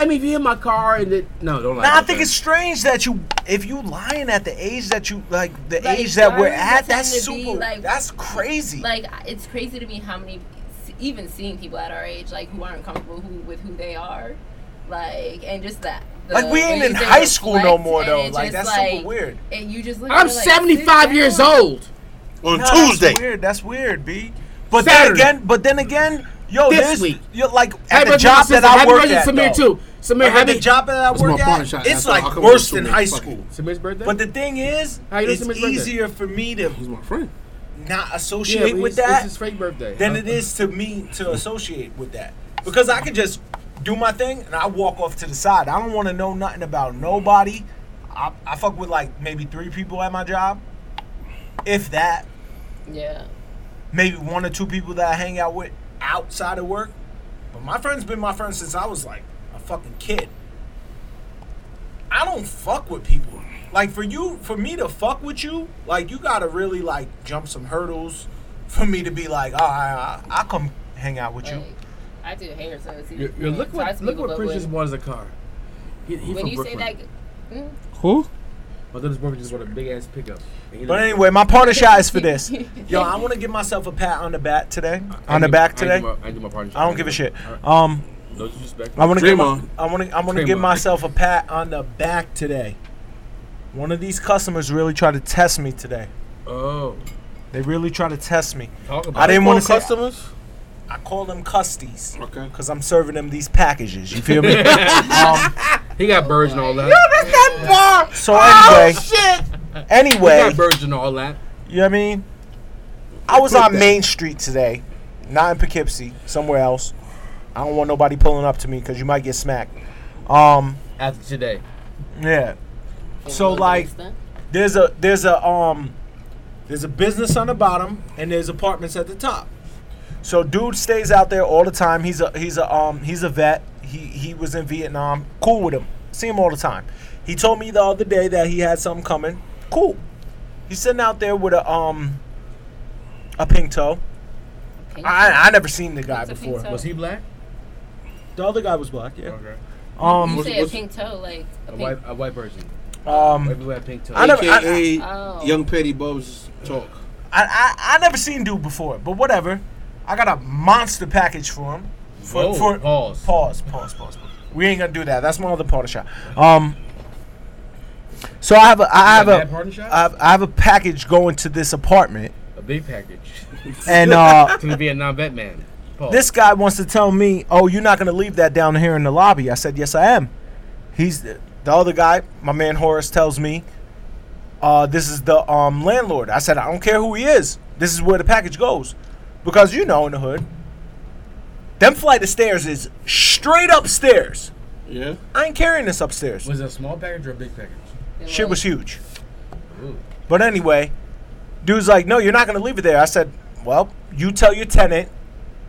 [SPEAKER 1] I mean, if you hit my car and it, no, don't lie.
[SPEAKER 8] Now I
[SPEAKER 1] about
[SPEAKER 8] think
[SPEAKER 1] that.
[SPEAKER 8] it's strange that you, if you lying at the age that you like, the
[SPEAKER 6] Like,
[SPEAKER 8] age that we're
[SPEAKER 6] why is
[SPEAKER 8] at,
[SPEAKER 6] it
[SPEAKER 8] that's
[SPEAKER 6] something to be,
[SPEAKER 8] super.
[SPEAKER 6] like-
[SPEAKER 8] that's crazy.
[SPEAKER 6] like it's crazy to me how many even seeing people at our age like who aren't comfortable who with who they are like and just that the
[SPEAKER 8] Like, we
[SPEAKER 6] way
[SPEAKER 8] ain't in
[SPEAKER 6] they
[SPEAKER 8] high school no
[SPEAKER 6] reflect,
[SPEAKER 8] more,
[SPEAKER 6] and
[SPEAKER 8] though.
[SPEAKER 6] it
[SPEAKER 8] Like,
[SPEAKER 6] just,
[SPEAKER 8] that's super weird.
[SPEAKER 6] and you just look at
[SPEAKER 1] I'm
[SPEAKER 6] it, like,
[SPEAKER 1] 75
[SPEAKER 6] sit
[SPEAKER 1] years
[SPEAKER 6] down.
[SPEAKER 1] old.
[SPEAKER 5] On
[SPEAKER 8] Nah,
[SPEAKER 5] Tuesday.
[SPEAKER 8] That's weird. That's weird, B. But
[SPEAKER 1] Saturday.
[SPEAKER 8] then again, but then again, yo,
[SPEAKER 1] This
[SPEAKER 8] there's
[SPEAKER 1] week.
[SPEAKER 8] You're like
[SPEAKER 1] Happy
[SPEAKER 8] at the
[SPEAKER 1] birthday,
[SPEAKER 8] job
[SPEAKER 1] sister.
[SPEAKER 8] that I
[SPEAKER 1] Happy
[SPEAKER 8] work
[SPEAKER 1] birthday
[SPEAKER 8] at.
[SPEAKER 1] to Samir
[SPEAKER 8] though.
[SPEAKER 1] too. Samir,
[SPEAKER 8] At the
[SPEAKER 1] happy.
[SPEAKER 8] job that I
[SPEAKER 5] my
[SPEAKER 8] work
[SPEAKER 5] partner
[SPEAKER 8] at,
[SPEAKER 5] shot.
[SPEAKER 8] it's
[SPEAKER 5] That's why I
[SPEAKER 8] like
[SPEAKER 5] come with
[SPEAKER 8] worse
[SPEAKER 5] so
[SPEAKER 8] than
[SPEAKER 5] many
[SPEAKER 8] high
[SPEAKER 5] fucking-
[SPEAKER 8] school.
[SPEAKER 1] Samir's birthday.
[SPEAKER 8] But the thing is,
[SPEAKER 1] How you doing
[SPEAKER 8] it's
[SPEAKER 1] Samir's birthday?
[SPEAKER 8] easier for me to
[SPEAKER 5] He's my friend.
[SPEAKER 8] not
[SPEAKER 1] yeah,
[SPEAKER 8] associate
[SPEAKER 1] but
[SPEAKER 8] with
[SPEAKER 1] it's-
[SPEAKER 8] that.
[SPEAKER 1] It's his fake birthday.
[SPEAKER 8] than it is to me to associate with that. Because I could just do my thing and I walk off to the side. I don't want to know nothing about nobody. I, I fuck with like maybe three people at my job, if that.
[SPEAKER 6] yeah
[SPEAKER 8] Maybe one or two people that I hang out with outside of work. But my friend's been my friend since I was like a fucking kid. I don't fuck with people. Like for you, for me to fuck with you, like you gotta really like jump some hurdles for me to be like, all right, I, I come hang out with
[SPEAKER 6] like,
[SPEAKER 8] you.
[SPEAKER 6] I do hair so it's
[SPEAKER 1] You're,
[SPEAKER 6] easy
[SPEAKER 1] you're, look
[SPEAKER 6] to
[SPEAKER 1] what
[SPEAKER 6] talk to
[SPEAKER 1] look
[SPEAKER 6] people,
[SPEAKER 1] what
[SPEAKER 6] but
[SPEAKER 1] Prince just
[SPEAKER 6] when,
[SPEAKER 1] bought as a car. He, he
[SPEAKER 6] when
[SPEAKER 1] from
[SPEAKER 6] you
[SPEAKER 1] Brooklyn.
[SPEAKER 6] say that mm,
[SPEAKER 4] Who?
[SPEAKER 1] my daughter's boyfriend just bought a big ass pickup. And he
[SPEAKER 8] But
[SPEAKER 1] like-
[SPEAKER 8] anyway, my partner shot is [laughs] for
[SPEAKER 6] [laughs]
[SPEAKER 8] this. Yo, I want to give myself a pat on the back today.
[SPEAKER 1] I
[SPEAKER 8] On the
[SPEAKER 1] give-
[SPEAKER 8] back
[SPEAKER 1] I
[SPEAKER 8] today.
[SPEAKER 1] give my- I give my partner shot.
[SPEAKER 8] I don't give a shit.
[SPEAKER 1] Alright,
[SPEAKER 8] Um,
[SPEAKER 1] No disrespect.
[SPEAKER 8] I want to give.
[SPEAKER 5] Dream
[SPEAKER 8] my-
[SPEAKER 5] on.
[SPEAKER 8] I want to. I want to
[SPEAKER 1] Dream
[SPEAKER 8] give
[SPEAKER 1] on.
[SPEAKER 8] myself a pat on the back today. One of these customers really tried to test me today.
[SPEAKER 1] Oh,
[SPEAKER 8] They really tried to test me.
[SPEAKER 1] talk about.
[SPEAKER 8] I didn't want to say.
[SPEAKER 5] customers.
[SPEAKER 8] I call them custies
[SPEAKER 5] Okay.
[SPEAKER 8] because I'm serving them these packages. You feel me? Um,
[SPEAKER 1] He got birds and all that.
[SPEAKER 8] so anyway,
[SPEAKER 1] shit! He
[SPEAKER 8] anyway,
[SPEAKER 1] got birds and all that.
[SPEAKER 8] you know what I mean? I was on Main Street today, not in Poughkeepsie, somewhere else. I don't want nobody pulling up to me because you might get smacked. Um,
[SPEAKER 1] After today,
[SPEAKER 8] yeah. So like, there's a there's a um there's a business on the bottom and there's apartments at the top. So dude stays out there all the time. He's a he's a um he's a vet. He he was in Vietnam. Cool with him. See him all the time. He told me the other day that he had something coming. Cool. He's sitting out there with a um a pink toe. I I never seen the guy
[SPEAKER 6] What's a pink
[SPEAKER 8] before.
[SPEAKER 6] toe?
[SPEAKER 1] was he black?
[SPEAKER 8] The other guy was black, yeah.
[SPEAKER 1] Okay.
[SPEAKER 8] Um
[SPEAKER 6] You
[SPEAKER 5] What's-
[SPEAKER 6] say a
[SPEAKER 5] what's-
[SPEAKER 6] pink toe, like a
[SPEAKER 1] A
[SPEAKER 6] pink.
[SPEAKER 1] white, a white person.
[SPEAKER 8] um
[SPEAKER 1] Maybe we have pink toe.
[SPEAKER 8] I never- I-
[SPEAKER 5] AKA
[SPEAKER 6] Oh.
[SPEAKER 5] Young Petty Bubs talk.
[SPEAKER 8] I, I I never seen dude before, but whatever. I got a monster package for him. For,
[SPEAKER 1] Whoa,
[SPEAKER 8] for
[SPEAKER 1] pause.
[SPEAKER 8] pause, pause, pause, pause. We ain't gonna do that. That's my other part of shot. Um. So I have a I have
[SPEAKER 1] that
[SPEAKER 8] a
[SPEAKER 1] party shot?
[SPEAKER 8] I have, I have a package going to this apartment,
[SPEAKER 1] a big package [laughs]
[SPEAKER 8] and uh,
[SPEAKER 1] to the Vietnam vet man. Paul.
[SPEAKER 8] this guy wants to tell me, "Oh, you're not gonna leave that down here in the lobby." I said, "Yes, I am." He's the, the other guy. My man Horace tells me, uh, "This is the um, landlord." I said, "I don't care who he is. This is where the package goes," because you know, in the hood, them flight of stairs is straight upstairs.
[SPEAKER 5] Yeah.
[SPEAKER 8] I ain't carrying this upstairs.
[SPEAKER 1] was it a small package or a big package.
[SPEAKER 6] it
[SPEAKER 8] Shit was huge.
[SPEAKER 1] Ooh.
[SPEAKER 8] But anyway, dude's like, no, you're not gonna leave it there. I said, well, you tell your tenant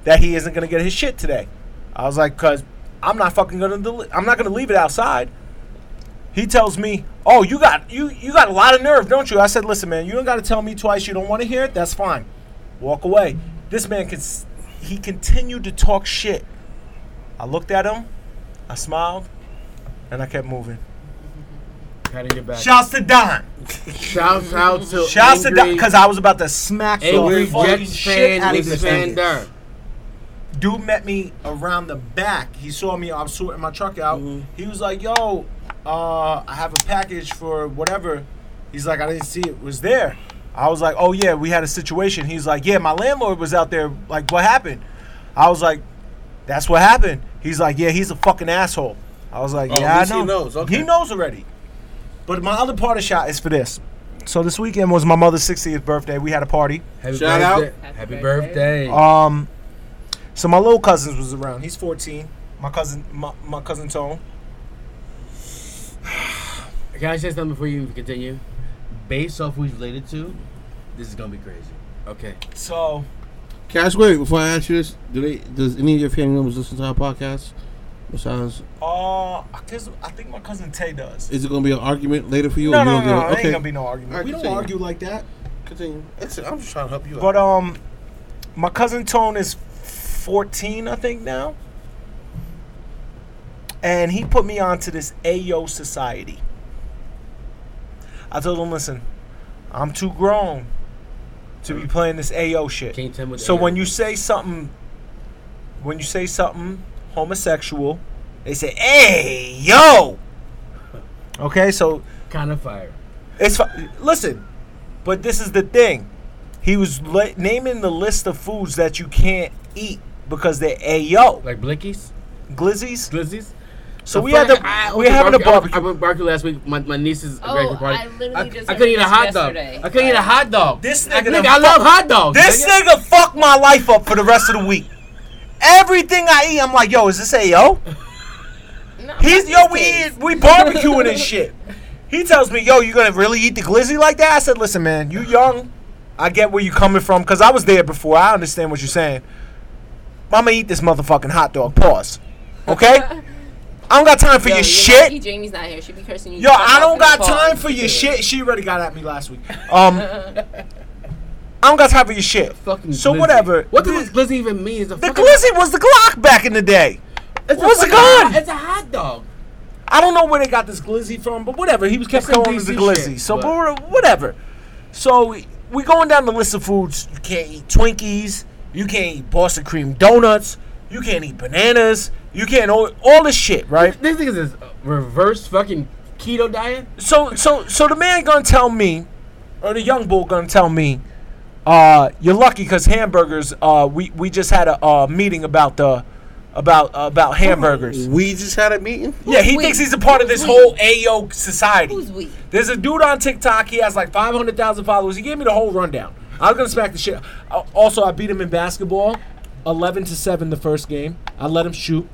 [SPEAKER 8] that he isn't gonna get his shit today. I was like, cause I'm not fucking gonna, del- I'm not gonna leave it outside. He tells me, oh, you got you you got a lot of nerve, don't you? I said, listen, man, you don't gotta tell me twice. You don't want to hear it. That's fine. Walk away. This man can, s- he continued to talk shit. I looked at him, I smiled, and I kept moving.
[SPEAKER 1] How to get back?
[SPEAKER 8] Shouts to Don.
[SPEAKER 1] Shouts out to
[SPEAKER 8] Shouts to Don
[SPEAKER 1] angry,
[SPEAKER 8] because I was about to smack
[SPEAKER 1] angry
[SPEAKER 8] the fucking
[SPEAKER 1] Jets fan
[SPEAKER 8] shit out of this man.
[SPEAKER 1] expander.
[SPEAKER 8] Dude met me around the back. He saw me. I was sorting my truck out.
[SPEAKER 5] Mm-hmm.
[SPEAKER 8] He was like, "Yo, uh, I have a package for whatever." He's like, "I didn't see it was there." I was like, "Oh yeah, we had a situation." He's like, "Yeah, my landlord was out there. Like, what happened?" I was like, "That's what happened." He's like, "Yeah, he's a fucking asshole." I was like,
[SPEAKER 5] Oh,
[SPEAKER 8] "Yeah,
[SPEAKER 5] at
[SPEAKER 8] I
[SPEAKER 5] least
[SPEAKER 8] know."
[SPEAKER 5] he knows. Okay.
[SPEAKER 8] He knows already. But my other part of shot is for this. So this weekend was my mother's 60th birthday. We had a party.
[SPEAKER 1] Happy
[SPEAKER 5] Shout out.
[SPEAKER 1] birthday. Happy birthday.
[SPEAKER 8] Um, so my little cousins was around. He's 14. My cousin, my, my cousin Tone.
[SPEAKER 1] Can I say something before you even continue? Based off who he's related to, this is gonna be crazy. Okay.
[SPEAKER 8] So
[SPEAKER 5] Cash wait, before I ask you this, do they does any of your family members listen to our podcast? Besides
[SPEAKER 8] uh, I guess I think my cousin Tay does.
[SPEAKER 5] is it gonna be an argument later for you
[SPEAKER 8] No,
[SPEAKER 5] or you
[SPEAKER 8] no, no,
[SPEAKER 5] don't
[SPEAKER 8] no.
[SPEAKER 5] get
[SPEAKER 8] It
[SPEAKER 5] it?
[SPEAKER 8] ain't gonna be no argument.
[SPEAKER 5] Alright,
[SPEAKER 8] we don't
[SPEAKER 5] continue.
[SPEAKER 8] argue like that.
[SPEAKER 5] Continue. That's it. I'm just trying to help you out.
[SPEAKER 8] But um, my cousin Tone is 14, I think now, and he put me onto this AO Society. I told him, listen, I'm too grown to be playing this AO shit.
[SPEAKER 1] Can you tell me what
[SPEAKER 8] So
[SPEAKER 1] the-
[SPEAKER 8] when you say something, when you say something homosexual, they say, "Hey, yo."
[SPEAKER 1] [laughs]
[SPEAKER 8] Okay, so
[SPEAKER 1] kind of fire.
[SPEAKER 8] it's fi- listen, but this is the thing. He was li- naming the list of foods that you can't eat because they're ayo
[SPEAKER 1] Like Blickies?
[SPEAKER 8] glizzies.
[SPEAKER 1] Glizzies?
[SPEAKER 8] So we had the
[SPEAKER 1] I- I
[SPEAKER 8] we
[SPEAKER 1] went to
[SPEAKER 8] having a
[SPEAKER 1] barbecue- I
[SPEAKER 8] barbecue.
[SPEAKER 1] went to barbecue last week. My, my niece's
[SPEAKER 6] Oh,
[SPEAKER 1] graduate party.
[SPEAKER 6] I literally
[SPEAKER 1] I,
[SPEAKER 6] just
[SPEAKER 1] I couldn't eat a
[SPEAKER 6] heard
[SPEAKER 1] hot
[SPEAKER 6] this
[SPEAKER 1] dog.
[SPEAKER 6] yesterday.
[SPEAKER 1] I couldn't eat a hot dog.
[SPEAKER 8] This
[SPEAKER 1] I,
[SPEAKER 8] nigga
[SPEAKER 1] nigga,
[SPEAKER 8] done
[SPEAKER 1] I love hot dogs.
[SPEAKER 8] This
[SPEAKER 1] nigga.
[SPEAKER 8] nigga fucked my life up for the rest of the week. Everything I eat, I'm like, yo, is this ayo?
[SPEAKER 6] No,
[SPEAKER 8] He's
[SPEAKER 6] fuck
[SPEAKER 8] yo,
[SPEAKER 6] these
[SPEAKER 8] we
[SPEAKER 6] kids.
[SPEAKER 8] eat, we barbecuing and shit. He tells me, yo, you gonna really eat the glizzy like that? I said, listen, man, you young. I get where you coming from, cause I was there before. I understand what you're saying. I'm gonna eat this motherfucking hot dog. Pause. Okay. I don't got time for
[SPEAKER 6] Yo,
[SPEAKER 8] your
[SPEAKER 6] you're
[SPEAKER 8] shit.
[SPEAKER 6] lucky Jamie's not here. She be cursing you.
[SPEAKER 8] Yo,
[SPEAKER 6] fuck
[SPEAKER 8] I
[SPEAKER 6] out
[SPEAKER 8] don't
[SPEAKER 6] in the
[SPEAKER 8] got
[SPEAKER 6] fall.
[SPEAKER 8] time for your shit. She already got at me last week. Um, I don't got time for your shit.
[SPEAKER 1] Fucking
[SPEAKER 8] so
[SPEAKER 1] glizzy.
[SPEAKER 8] whatever.
[SPEAKER 1] What the fuck glizzy even mean? It's a
[SPEAKER 8] The
[SPEAKER 1] fucking,
[SPEAKER 8] glizzy was the Glock back in the day.
[SPEAKER 1] it's a
[SPEAKER 8] what's
[SPEAKER 1] fucking
[SPEAKER 8] it called?
[SPEAKER 1] hot- It's a hot dog.
[SPEAKER 8] I don't know where they got this glizzy from, but whatever. He was kept
[SPEAKER 1] It's some
[SPEAKER 8] calling it the
[SPEAKER 1] DC
[SPEAKER 8] glizzy.
[SPEAKER 1] shit,
[SPEAKER 8] so
[SPEAKER 1] but-
[SPEAKER 8] but we're- whatever. So we, we going down the list of foods. You can't eat Twinkies. You can't eat Boston cream donuts. You can't eat bananas. You can't all, all this shit, right?
[SPEAKER 1] This nigga's is reverse fucking keto diet?
[SPEAKER 8] So so so the man gonna tell me, or the young bull gonna tell me, uh, you're lucky because hamburgers. Uh, we we just had a uh, meeting about the about about hamburgers.
[SPEAKER 5] We just had a meeting.
[SPEAKER 8] Yeah, he
[SPEAKER 6] we?
[SPEAKER 8] thinks he's a part of this whole AO society.
[SPEAKER 6] Who's we?
[SPEAKER 8] There's a dude on TikTok. He has like 500,000 followers. He gave me the whole rundown. I was gonna smack the shit. Uh, Also, I beat him in basketball, 11 to seven the first game. I let him shoot.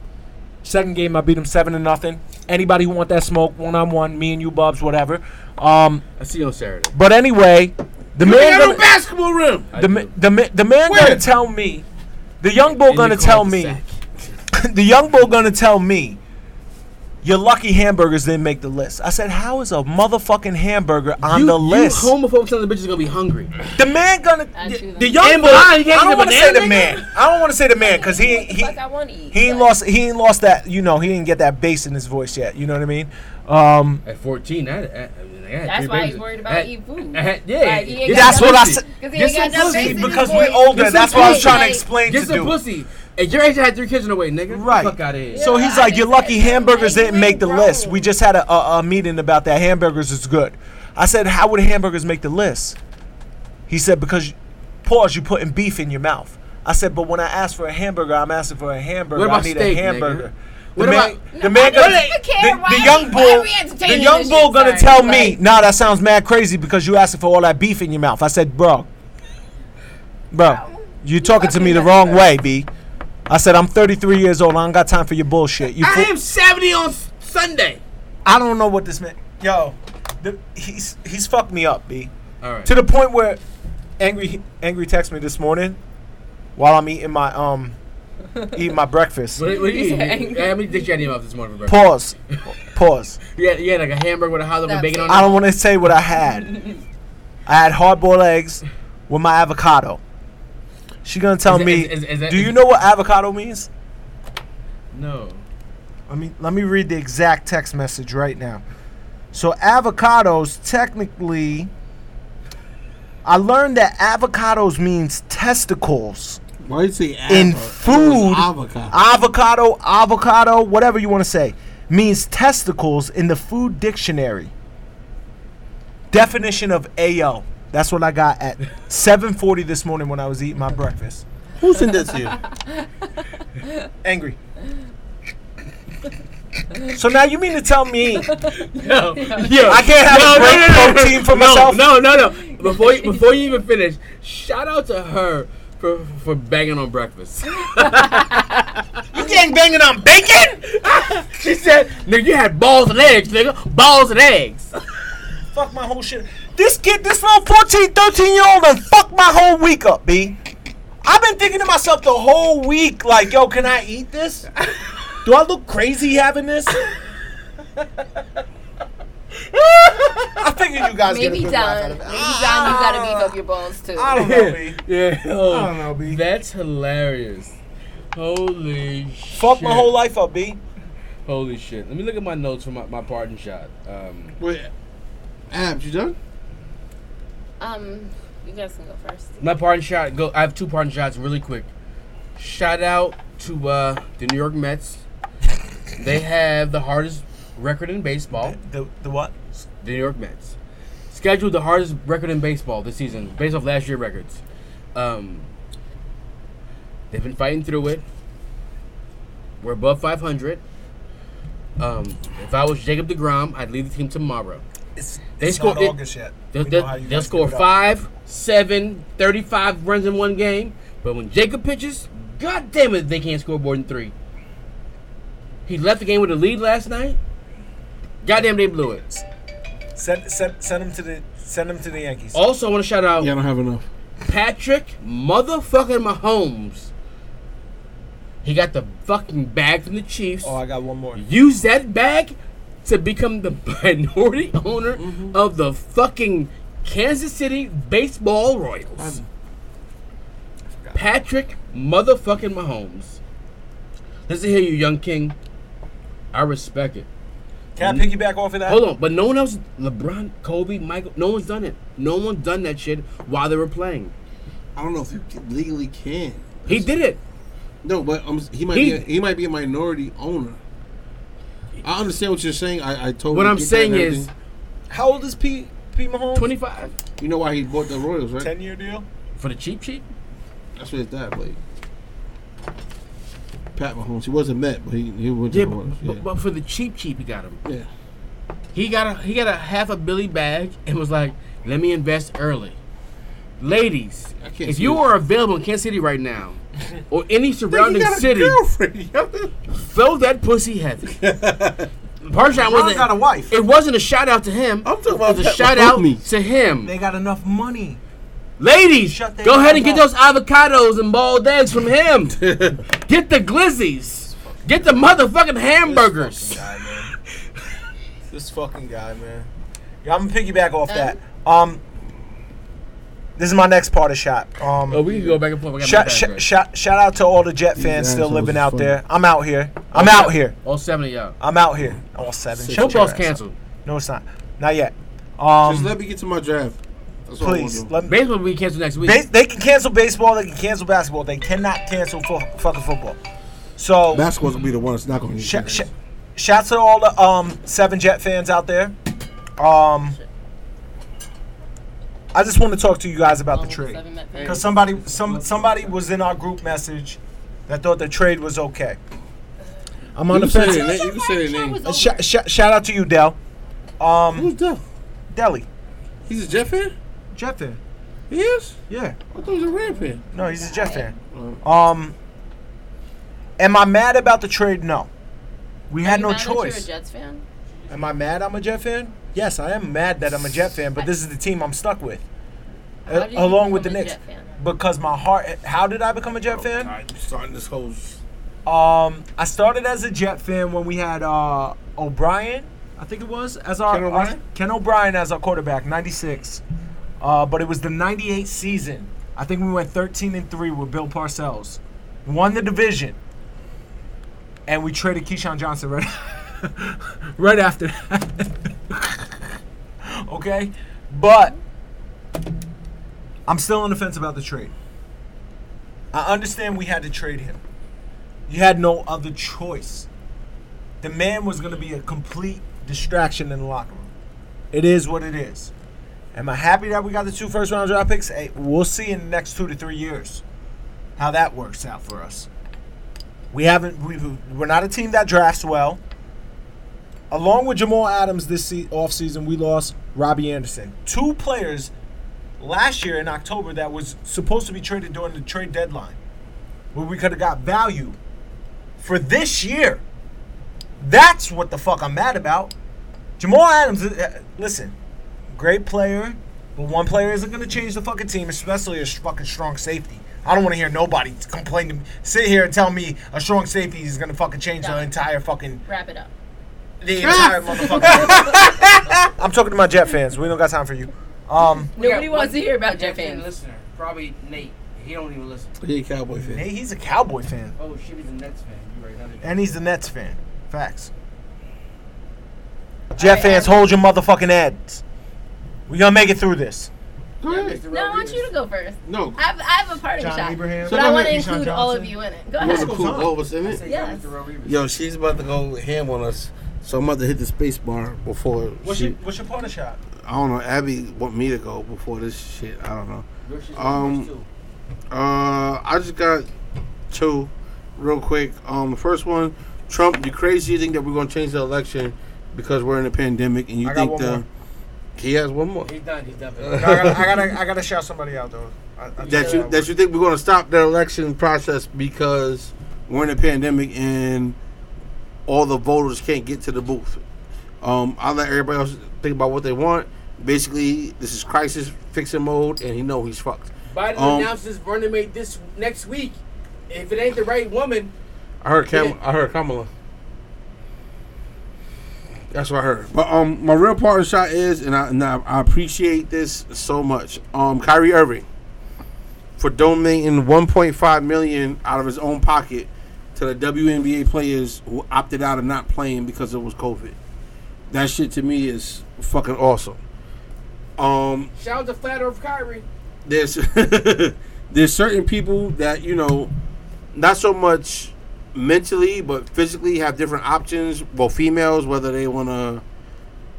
[SPEAKER 8] Second game, I beat him seven to nothing. Anybody who want that smoke, one on one, me and you, Bubs, whatever. Um,
[SPEAKER 1] I see you on Saturday.
[SPEAKER 8] but anyway, the man
[SPEAKER 5] Got
[SPEAKER 8] gonna,
[SPEAKER 5] a basketball room.
[SPEAKER 8] the, ma- the, ma- the man gonna tell me, the young bull
[SPEAKER 1] And you
[SPEAKER 8] gonna
[SPEAKER 1] call
[SPEAKER 8] tell
[SPEAKER 1] it the
[SPEAKER 8] me,
[SPEAKER 1] sack.
[SPEAKER 8] [laughs] the young bull gonna tell me your lucky hamburgers didn't make the list. I said, how is a motherfucking hamburger on
[SPEAKER 1] You-
[SPEAKER 8] the list?
[SPEAKER 1] You homophobic sons of bitches gonna be hungry.
[SPEAKER 8] the man gonna
[SPEAKER 6] I chew
[SPEAKER 8] the,
[SPEAKER 6] them.
[SPEAKER 8] the young
[SPEAKER 1] And
[SPEAKER 8] bull.
[SPEAKER 1] blind,
[SPEAKER 8] I
[SPEAKER 1] you can't eat
[SPEAKER 8] don't
[SPEAKER 1] a
[SPEAKER 8] want to say
[SPEAKER 1] banana,
[SPEAKER 8] the
[SPEAKER 1] nigga?
[SPEAKER 8] man. I don't want to say the man because he
[SPEAKER 6] What the
[SPEAKER 8] he
[SPEAKER 6] fuck I want to eat.
[SPEAKER 8] he ain't
[SPEAKER 6] Like,
[SPEAKER 8] lost he ain't lost that you know he didn't get that bass in his voice yet. You know what I mean? Um,
[SPEAKER 1] At 14, I, I, I mean, I had
[SPEAKER 6] That's
[SPEAKER 1] three
[SPEAKER 6] why
[SPEAKER 1] babies.
[SPEAKER 6] he's worried
[SPEAKER 1] I
[SPEAKER 6] about
[SPEAKER 1] had-
[SPEAKER 6] eating food.
[SPEAKER 1] I had- yeah,
[SPEAKER 6] Like, he ain't
[SPEAKER 1] get
[SPEAKER 6] got
[SPEAKER 8] that's
[SPEAKER 6] no
[SPEAKER 8] what I
[SPEAKER 6] pussy.
[SPEAKER 8] said.
[SPEAKER 6] 'Cause he
[SPEAKER 1] Get
[SPEAKER 6] ain't got
[SPEAKER 1] some
[SPEAKER 6] no
[SPEAKER 1] pussy,
[SPEAKER 6] face in his
[SPEAKER 8] Because we
[SPEAKER 6] voice.
[SPEAKER 8] older.
[SPEAKER 1] Get
[SPEAKER 8] That's
[SPEAKER 1] some
[SPEAKER 8] what I was
[SPEAKER 1] pussy.
[SPEAKER 8] trying to
[SPEAKER 6] Like,
[SPEAKER 8] explain to
[SPEAKER 1] Get some
[SPEAKER 8] do.
[SPEAKER 1] pussy. At your age, I had three kids on the way, nigga.
[SPEAKER 8] Right.
[SPEAKER 1] Fuck out of here.
[SPEAKER 8] So he's
[SPEAKER 6] I
[SPEAKER 8] like, your
[SPEAKER 6] understand.
[SPEAKER 8] lucky hamburgers
[SPEAKER 6] Like, you
[SPEAKER 8] didn't make the
[SPEAKER 6] ain't
[SPEAKER 8] list.
[SPEAKER 6] grown.
[SPEAKER 8] We just had a, a, a meeting about that. Hamburgers is good. I said, how would hamburgers make the list? He said, because, pause, you putting beef in your mouth. I said, but when I ask for a hamburger, I'm asking for a hamburger.
[SPEAKER 1] What about
[SPEAKER 8] I need
[SPEAKER 1] steak,
[SPEAKER 8] a
[SPEAKER 1] nigga?
[SPEAKER 8] hamburger.
[SPEAKER 1] What
[SPEAKER 8] the man,
[SPEAKER 1] about-
[SPEAKER 8] the man
[SPEAKER 6] No, I
[SPEAKER 8] gonna,
[SPEAKER 6] don't care
[SPEAKER 8] the,
[SPEAKER 6] why-
[SPEAKER 8] the young
[SPEAKER 6] why are
[SPEAKER 8] bull,
[SPEAKER 6] we
[SPEAKER 8] the
[SPEAKER 6] entertaining
[SPEAKER 8] young
[SPEAKER 6] this
[SPEAKER 8] bull
[SPEAKER 6] shit?
[SPEAKER 8] gonna
[SPEAKER 6] Sorry.
[SPEAKER 8] tell me,
[SPEAKER 6] Like-
[SPEAKER 8] nah, that sounds mad crazy because you asking for all that beef in your mouth. I said, bro, bro, you talking to me the wrong way, B. I said, I'm 33 years old. I don't got time for your bullshit. You
[SPEAKER 1] I
[SPEAKER 8] fool-
[SPEAKER 1] am 70 on S- Sunday.
[SPEAKER 8] I don't know what this man. Yo, the, he's he's fucked me up, B.
[SPEAKER 1] All right.
[SPEAKER 8] To the point where, angry angry texted me this morning, while I'm eating my um, eating my breakfast.
[SPEAKER 1] What,
[SPEAKER 6] [laughs]
[SPEAKER 1] what do you eat?
[SPEAKER 6] angry.
[SPEAKER 1] How many dicks you had in your mouth this morning for breakfast?
[SPEAKER 8] Pause, pause.
[SPEAKER 1] You had, you had like a hamburger with a hot dog and
[SPEAKER 6] Stop
[SPEAKER 1] bacon
[SPEAKER 6] saying-
[SPEAKER 1] on it?
[SPEAKER 8] I don't want to say what I had. I had hard boiled eggs with my avocado. She gonna tell
[SPEAKER 1] Is it-
[SPEAKER 8] me.
[SPEAKER 1] is- is- is that-
[SPEAKER 8] do you
[SPEAKER 1] is-
[SPEAKER 8] know what avocado means?
[SPEAKER 1] No.
[SPEAKER 8] Let me let me read the exact text message right now. So avocados technically I learned that avocados means testicles.
[SPEAKER 5] Why you say
[SPEAKER 8] In
[SPEAKER 5] avocado?
[SPEAKER 8] food-
[SPEAKER 5] Avocado.
[SPEAKER 8] Avocado, avocado, whatever you want to say, means testicles in the food dictionary. Definition of AO. That's what I got at 7:40 this morning when I was eating my breakfast.
[SPEAKER 5] Who sent that to you?
[SPEAKER 8] Angry. So now you mean to tell me
[SPEAKER 1] No.
[SPEAKER 8] [laughs]
[SPEAKER 1] Yo,
[SPEAKER 8] I can't have a break protein
[SPEAKER 1] no,
[SPEAKER 8] for myself?
[SPEAKER 1] No, no, no. Before you, before you even finish, shout out to her for for banging on breakfast. [laughs]
[SPEAKER 8] You gang banging on bacon?
[SPEAKER 1] she said, "Nigga, you had balls and eggs, nigga. Balls and eggs."
[SPEAKER 8] Fuck my whole shit. This kid, this little 14, 13 year old done fucked my whole week up, B. I've been thinking to myself the whole week, like, yo, can I eat this? Do I look crazy having this? I figured you guys
[SPEAKER 6] Maybe
[SPEAKER 8] get a good laugh out
[SPEAKER 6] Don.
[SPEAKER 8] of
[SPEAKER 6] Maybe Don,
[SPEAKER 8] it.
[SPEAKER 6] you gotta beef up your balls too.
[SPEAKER 8] I don't know, B.
[SPEAKER 1] [laughs] yeah. oh,
[SPEAKER 8] I don't know, B.
[SPEAKER 1] That's hilarious. Holy
[SPEAKER 8] Fuck
[SPEAKER 1] shit.
[SPEAKER 8] my whole life up, B.
[SPEAKER 1] Holy shit. Let me look at my notes for my, my pardon shot. Um,
[SPEAKER 5] Wait, abs. You done?
[SPEAKER 6] Um, you guys can go first.
[SPEAKER 1] my pardon shot. Go. I have two pardon shots really quick. Shout out to uh, the New York Mets. They have the hardest record in baseball.
[SPEAKER 8] The, the what?
[SPEAKER 1] The New York Mets scheduled the hardest record in baseball this season, based off last year records. Um, they've been fighting through it. We're above 500. Um, if I was Jacob Degrom, I'd leave the team tomorrow.
[SPEAKER 8] It's,
[SPEAKER 1] They
[SPEAKER 8] it's
[SPEAKER 1] scored-
[SPEAKER 8] not August yet.
[SPEAKER 1] They'll,
[SPEAKER 8] We know
[SPEAKER 1] they'll-
[SPEAKER 8] how you
[SPEAKER 1] they'll
[SPEAKER 8] guys
[SPEAKER 1] score
[SPEAKER 8] give it up.
[SPEAKER 1] five, seven, 35 runs in one game. But when Jacob pitches, god damn it, they can't score more than three. He left the game with a lead last night. Goddamn, they blew it.
[SPEAKER 8] Send, send, send them to the send them to the Yankees.
[SPEAKER 1] Also, I want to shout out
[SPEAKER 5] Yeah, I don't have enough.
[SPEAKER 1] Patrick motherfucking Mahomes. He got the fucking bag from the Chiefs.
[SPEAKER 8] Oh, I got one more.
[SPEAKER 1] Use that bag to become the [laughs] minority owner
[SPEAKER 8] Mm-hmm.
[SPEAKER 1] of the fucking Kansas City Baseball Royals. Patrick motherfucking Mahomes. Listen here, you young king. I respect it.
[SPEAKER 8] Can I piggyback off of that?
[SPEAKER 1] Hold on, but no one else, LeBron, Kobe, Michael, no one's done it. No one's done that shit while they were playing.
[SPEAKER 5] I don't know if you can- legally can.
[SPEAKER 1] He did it.
[SPEAKER 5] No, but um, he might
[SPEAKER 1] He-
[SPEAKER 5] be a, he might be a minority owner. I understand what you're saying. I, I totally.
[SPEAKER 1] What I'm
[SPEAKER 5] get that
[SPEAKER 1] saying
[SPEAKER 5] and
[SPEAKER 1] is,
[SPEAKER 5] everything.
[SPEAKER 8] How old is Pete Pete Mahomes?
[SPEAKER 1] 25
[SPEAKER 5] you know why he bought the Royals, right?
[SPEAKER 8] Ten year deal.
[SPEAKER 1] for the cheap cheap.
[SPEAKER 5] That's what his dad played. Pat Mahomes. He wasn't Met, but he he went to
[SPEAKER 1] Yeah,
[SPEAKER 5] the
[SPEAKER 1] but,
[SPEAKER 5] Royals.
[SPEAKER 1] but, but for the cheap cheap, he got him.
[SPEAKER 5] yeah. yeah.
[SPEAKER 1] He got a he got a half a Billy bag and was like, "Let me invest early." Ladies,
[SPEAKER 5] I can't
[SPEAKER 1] if
[SPEAKER 5] see
[SPEAKER 1] you
[SPEAKER 5] it.
[SPEAKER 1] are available in Kansas City right now,
[SPEAKER 5] [laughs]
[SPEAKER 1] or any surrounding
[SPEAKER 5] He got a
[SPEAKER 1] city,
[SPEAKER 5] girlfriend. [laughs]
[SPEAKER 1] throw that pussy heavy. Parshon
[SPEAKER 8] Ron
[SPEAKER 1] wasn't.
[SPEAKER 8] got a wife.
[SPEAKER 1] it wasn't a shout out to him.
[SPEAKER 5] I'm talking about
[SPEAKER 1] it was a
[SPEAKER 5] that
[SPEAKER 1] shout out
[SPEAKER 5] Mahoney.
[SPEAKER 1] to him.
[SPEAKER 8] They got enough money.
[SPEAKER 1] Ladies,
[SPEAKER 8] Shut their
[SPEAKER 1] go ahead and
[SPEAKER 8] mouth
[SPEAKER 1] get those avocados and bald eggs from
[SPEAKER 5] [laughs]
[SPEAKER 1] him. get the glizzies. Get the motherfucking hamburgers.
[SPEAKER 8] guy, man. this fucking guy, man. Yeah, I'm gonna piggyback off that. Um, this is my next part of shot. Um,
[SPEAKER 1] Oh, we can go back and forth. I got my
[SPEAKER 8] shout,
[SPEAKER 1] bag
[SPEAKER 8] sh-
[SPEAKER 1] ready.
[SPEAKER 8] shout, shout out to all the Jet fans still
[SPEAKER 5] assholes
[SPEAKER 8] living
[SPEAKER 5] are
[SPEAKER 8] out
[SPEAKER 5] funny.
[SPEAKER 8] there. I'm out here. I'm out here.
[SPEAKER 1] All seven of y'all.
[SPEAKER 8] I'm out here. All seven. Shut your
[SPEAKER 1] Football's
[SPEAKER 8] ass up.
[SPEAKER 1] canceled.
[SPEAKER 8] No, it's not. Not yet.
[SPEAKER 5] Just
[SPEAKER 8] Um,
[SPEAKER 5] let me get to my draft. That's all I
[SPEAKER 8] please
[SPEAKER 5] wanna do.
[SPEAKER 8] let me.
[SPEAKER 1] Baseball will be canceled next week.
[SPEAKER 8] They, they can cancel baseball. They can cancel basketball. They cannot cancel fo- fucking football. So
[SPEAKER 5] Basketball's gonna be the one that's not gonna get
[SPEAKER 8] Sh- sh- shouts to all the um seven jet fans out there. Um, I just want to talk to you guys about the trade
[SPEAKER 6] Um, Seven Met fans.
[SPEAKER 8] because somebody some somebody was in our group message that thought the trade was okay. I'm on
[SPEAKER 5] You
[SPEAKER 8] the
[SPEAKER 5] can say
[SPEAKER 8] fence.
[SPEAKER 5] their name. You can say their name.
[SPEAKER 8] Uh, sh- sh- shout out to you, Dell. Um,
[SPEAKER 5] Who's Duff?
[SPEAKER 8] Delhi
[SPEAKER 5] He's a Jet fan?
[SPEAKER 8] Jet fan.
[SPEAKER 5] He is?
[SPEAKER 8] Yeah.
[SPEAKER 5] I thought he was a Ram fan.
[SPEAKER 8] No, he's a Jet fan. Um, am I mad about the trade? No. We had
[SPEAKER 6] You
[SPEAKER 8] no
[SPEAKER 6] mad that You're a
[SPEAKER 8] choice.
[SPEAKER 6] Jets fan?
[SPEAKER 8] Am I mad I'm a Jet fan? Yes, I am mad that I'm a Jet fan, but this is the team I'm stuck with.
[SPEAKER 6] How
[SPEAKER 8] Uh,
[SPEAKER 6] did you
[SPEAKER 8] along with the
[SPEAKER 6] become a
[SPEAKER 8] Knicks.
[SPEAKER 6] Jet fan?
[SPEAKER 8] Because my heart how did I become a Jet fan?
[SPEAKER 5] I'm starting this whole. s-
[SPEAKER 8] Um I started as a Jet fan when we had uh O'Brien, I think it was, as our
[SPEAKER 5] Ken O'Brien?
[SPEAKER 8] Ken O'Brien as our quarterback, ninety six. Uh but it was the ninety eight season. I think we went thirteen and three with Bill Parcells. Won the division. And we traded Keyshawn Johnson right, [laughs] right after that. [laughs] okay? But I'm still on the fence about the trade. I understand we had to trade him. You had no other choice. The man was going to be a complete distraction in the locker room. It is what it is. Am I happy that we got the two first round draft picks? Hey, we'll see in the next two to three years how that works out for us. We haven't. We, we're not a team that drafts well. Along with Jamal Adams this se- offseason, we lost Robbie Anderson. Two players last year in October that was supposed to be traded during the trade deadline, where we could have got value for this year. That's what the fuck I'm mad about. Jamal Adams, uh, listen, great player, but one player isn't going to change the fucking team, especially a fucking strong safety. I don't want to hear nobody complain to me, sit here and tell me a strong safety is going to fucking change the
[SPEAKER 6] Yeah.
[SPEAKER 8] entire fucking
[SPEAKER 6] Wrap it up.
[SPEAKER 8] [laughs] the entire motherfucking. [laughs] I'm talking to my Jet fans. We don't got time for you. Um,
[SPEAKER 6] Nobody wants to hear about Jet fans.
[SPEAKER 11] listener, probably Nate. He don't even listen.
[SPEAKER 5] He a Cowboy fan.
[SPEAKER 8] hey, he's a Cowboy fan
[SPEAKER 11] Oh shit, he's a Nets fan. You right? Another
[SPEAKER 8] and he's a Nets fan. Facts. Jet fans, hold your motherfucking heads. We gonna make it through this.
[SPEAKER 5] Go ahead.
[SPEAKER 6] No, I want you to go first.
[SPEAKER 5] No.
[SPEAKER 6] I have, I have a parting
[SPEAKER 8] John
[SPEAKER 6] shot,
[SPEAKER 8] Abraham.
[SPEAKER 6] but
[SPEAKER 5] So
[SPEAKER 6] I
[SPEAKER 5] go
[SPEAKER 6] want to
[SPEAKER 8] ahead, Keyshawn
[SPEAKER 6] include all of
[SPEAKER 8] Johnson.
[SPEAKER 6] you in it. Go
[SPEAKER 5] You wanna
[SPEAKER 6] ahead.
[SPEAKER 5] cool Glovis in it?
[SPEAKER 6] Yes.
[SPEAKER 5] Yo, she's about to go ham on us, so I'm about to hit the space bar before she.
[SPEAKER 8] what's your partner shot?
[SPEAKER 5] I don't know. Abby want me to go before this shit. I don't know. Um, uh, I just got two, real quick. Um, the first one, Trump, you crazy? You think that we're gonna change the election because we're in a pandemic and you
[SPEAKER 8] I got
[SPEAKER 5] think
[SPEAKER 8] one
[SPEAKER 5] the
[SPEAKER 8] more.
[SPEAKER 5] he has one more
[SPEAKER 11] He's done. He's done.
[SPEAKER 8] I
[SPEAKER 5] [laughs]
[SPEAKER 8] gotta, I gotta, I gotta shout somebody out though. I, I
[SPEAKER 5] that you that you think we're gonna stop the election process because we're in a pandemic and all the voters can't get to the booth. Um, I let everybody else think about what they want. Basically, this is crisis fixing mode, and he know he's fucked.
[SPEAKER 11] Biden
[SPEAKER 5] Um,
[SPEAKER 11] announces running mate this next week. If it ain't the right woman,
[SPEAKER 5] I heard Kam- I heard Kamala. That's what I heard. But um, my real partner shot is, and I, and I I appreciate this so much. Um, Kyrie Irving for donating 1.5 million out of his own pocket to the WNBA players who opted out of not playing because it was COVID. That shit to me is fucking awesome. Um,
[SPEAKER 11] shout out to Flat Earth Kyrie.
[SPEAKER 5] [laughs] there's there's certain people that you know, not so much mentally but physically have different options. Well, females, whether they want to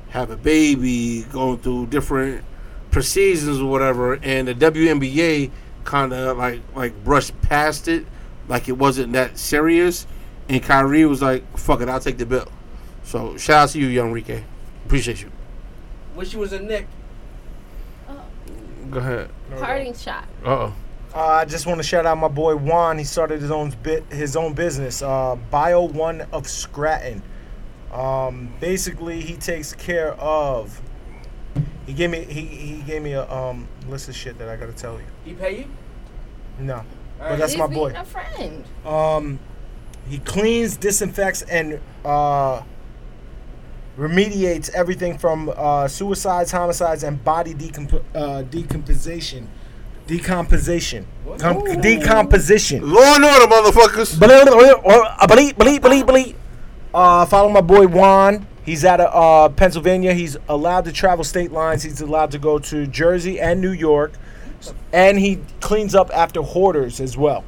[SPEAKER 5] have a baby, going through different procedures or whatever, and the WNBA kind of like like brushed past it, like it wasn't that serious. And Kyrie was like, "Fuck it, I'll take the bill." So shout out to you, young Rike. Appreciate you.
[SPEAKER 1] Wish she was a Nick.
[SPEAKER 5] Go ahead.
[SPEAKER 6] Parting shot.
[SPEAKER 5] Uh oh.
[SPEAKER 8] Uh, I just want to shout out my boy Juan. He started his own bit, his own business, uh, Bio One of Scranton. Um, basically, he takes care of. He gave me he, he gave me a um, list of shit that I gotta tell you.
[SPEAKER 1] He pay you?
[SPEAKER 8] No, but that's
[SPEAKER 6] He's
[SPEAKER 8] my
[SPEAKER 6] being
[SPEAKER 8] boy.
[SPEAKER 6] A friend.
[SPEAKER 8] Um, he cleans, disinfects, and uh, remediates everything from uh, suicides, homicides, and body decomp- uh, decomposition. Decomposition. Com- decomposition.
[SPEAKER 5] Law and order, motherfuckers.
[SPEAKER 8] Believe, uh, believe, believe, believe, believe. Uh, follow my boy Juan. He's out of uh, Pennsylvania. He's allowed to travel state lines. He's allowed to go to Jersey and New York. And he cleans up after hoarders as
[SPEAKER 5] [laughs]
[SPEAKER 8] well.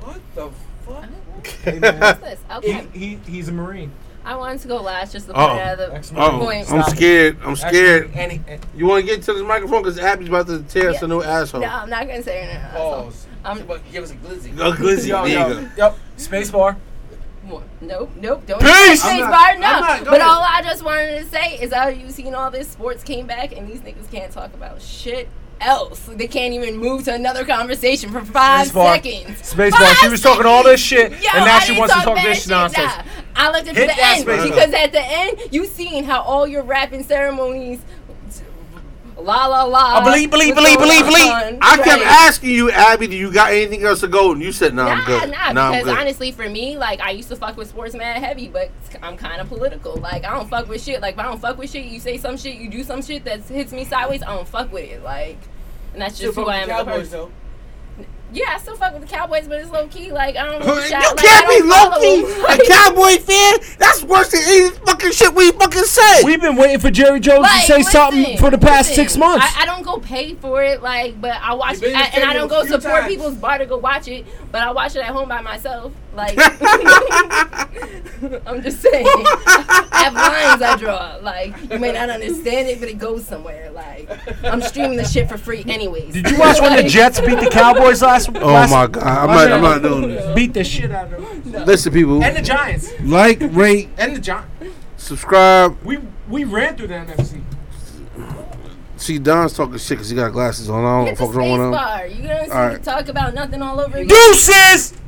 [SPEAKER 1] What the fuck?
[SPEAKER 6] What's this?
[SPEAKER 8] [laughs]
[SPEAKER 6] Okay.
[SPEAKER 8] He, he's a Marine.
[SPEAKER 6] I wanted to go last just to
[SPEAKER 5] Uh-oh.
[SPEAKER 6] point out the
[SPEAKER 8] Excellent.
[SPEAKER 5] Oh,
[SPEAKER 6] point.
[SPEAKER 5] I'm scared. I'm scared.
[SPEAKER 8] And he, and-
[SPEAKER 5] You want to get to this microphone because Abby's about to tear us a new asshole.
[SPEAKER 6] No, I'm not gonna say it. now.
[SPEAKER 8] Oh.
[SPEAKER 6] So,
[SPEAKER 1] Pause.
[SPEAKER 6] I'm-
[SPEAKER 1] She about to give us a glizzy.
[SPEAKER 5] Go glizzy,
[SPEAKER 8] yo, yo,
[SPEAKER 5] nigga.
[SPEAKER 8] yep. Space bar.
[SPEAKER 6] More. Nope, nope, don't
[SPEAKER 5] Peace!
[SPEAKER 6] Space
[SPEAKER 5] I'm
[SPEAKER 6] bar, no.
[SPEAKER 5] I'm not- go
[SPEAKER 6] but
[SPEAKER 5] ahead.
[SPEAKER 6] all I just wanted to say is how you seen all this sports came back and these niggas can't talk about shit else. They can't even move to another conversation for five
[SPEAKER 8] Space bar.
[SPEAKER 6] seconds.
[SPEAKER 8] Space
[SPEAKER 6] Five
[SPEAKER 8] bar. She was talking all this shit,
[SPEAKER 6] Yo,
[SPEAKER 8] and now
[SPEAKER 6] I
[SPEAKER 8] she
[SPEAKER 6] didn't
[SPEAKER 8] wants to talk
[SPEAKER 6] bad
[SPEAKER 8] this
[SPEAKER 6] shit.
[SPEAKER 8] nonsense.
[SPEAKER 6] Nah, I left it to
[SPEAKER 8] Hit
[SPEAKER 6] the
[SPEAKER 8] that
[SPEAKER 6] end
[SPEAKER 8] space
[SPEAKER 5] bar.
[SPEAKER 6] because at the end you seen how all your rapping ceremonies, la la la.
[SPEAKER 8] I Oh, believe, believe,
[SPEAKER 6] was
[SPEAKER 8] believe,
[SPEAKER 6] going
[SPEAKER 8] believe, believe.
[SPEAKER 6] on.
[SPEAKER 5] I kept
[SPEAKER 6] Right.
[SPEAKER 5] asking you, Abby, do you got anything else to go? And you said, nah,
[SPEAKER 6] Nah,
[SPEAKER 5] I'm good.
[SPEAKER 6] nah,
[SPEAKER 5] nah, I'm
[SPEAKER 6] because
[SPEAKER 5] good.
[SPEAKER 6] honestly, for me, like I used to fuck with sports mad heavy, but I'm kind of political. Like I don't fuck with shit. Like if I don't fuck with shit, you say some shit, you do some shit that hits me sideways. I don't fuck with it. Like, and that's just who I am. as a
[SPEAKER 1] Cowboys,
[SPEAKER 6] person.
[SPEAKER 1] though.
[SPEAKER 6] Yeah, I still fuck with the Cowboys, but it's low key. Like I
[SPEAKER 5] [laughs]
[SPEAKER 6] don't.
[SPEAKER 5] You
[SPEAKER 6] really shout- like,
[SPEAKER 5] can't
[SPEAKER 6] I
[SPEAKER 5] be
[SPEAKER 6] don't follow
[SPEAKER 5] low-key
[SPEAKER 6] them.
[SPEAKER 5] a
[SPEAKER 6] [laughs]
[SPEAKER 5] Cowboy fan. That's worse than any fucking shit we fucking said.
[SPEAKER 8] We've been waiting for Jerry Jones
[SPEAKER 6] Like,
[SPEAKER 8] to say
[SPEAKER 6] listen,
[SPEAKER 8] something for the past
[SPEAKER 6] listen.
[SPEAKER 8] six months.
[SPEAKER 6] I, I don't go pay for it, like, but I watch
[SPEAKER 1] You've been
[SPEAKER 6] it,
[SPEAKER 1] in the
[SPEAKER 6] and I
[SPEAKER 1] stadium
[SPEAKER 6] don't go
[SPEAKER 1] a few
[SPEAKER 6] support
[SPEAKER 1] times.
[SPEAKER 6] people's bar to go watch it, but I watch it at home by myself. Like, I'm just saying, I have lines I draw. Like, you may not understand it, but it goes somewhere. Like, I'm streaming the shit for free, anyways.
[SPEAKER 8] Did you watch when the Jets beat the Cowboys last?
[SPEAKER 5] Oh my god, I'm not, I'm not
[SPEAKER 6] [laughs]
[SPEAKER 5] doing this.
[SPEAKER 8] Beat the shit out of them.
[SPEAKER 5] Listen, people,
[SPEAKER 8] And the Giants.
[SPEAKER 5] like, rate,
[SPEAKER 8] And the Giants.
[SPEAKER 5] subscribe.
[SPEAKER 8] We we ran through the NFC.
[SPEAKER 5] See, Don's talking shit because he got glasses on. I
[SPEAKER 6] Get
[SPEAKER 5] don't
[SPEAKER 6] the
[SPEAKER 5] fuck
[SPEAKER 6] space
[SPEAKER 5] wrong with him.
[SPEAKER 6] bar. You don't
[SPEAKER 5] All right.
[SPEAKER 6] talk about nothing all over again.
[SPEAKER 8] Deuces.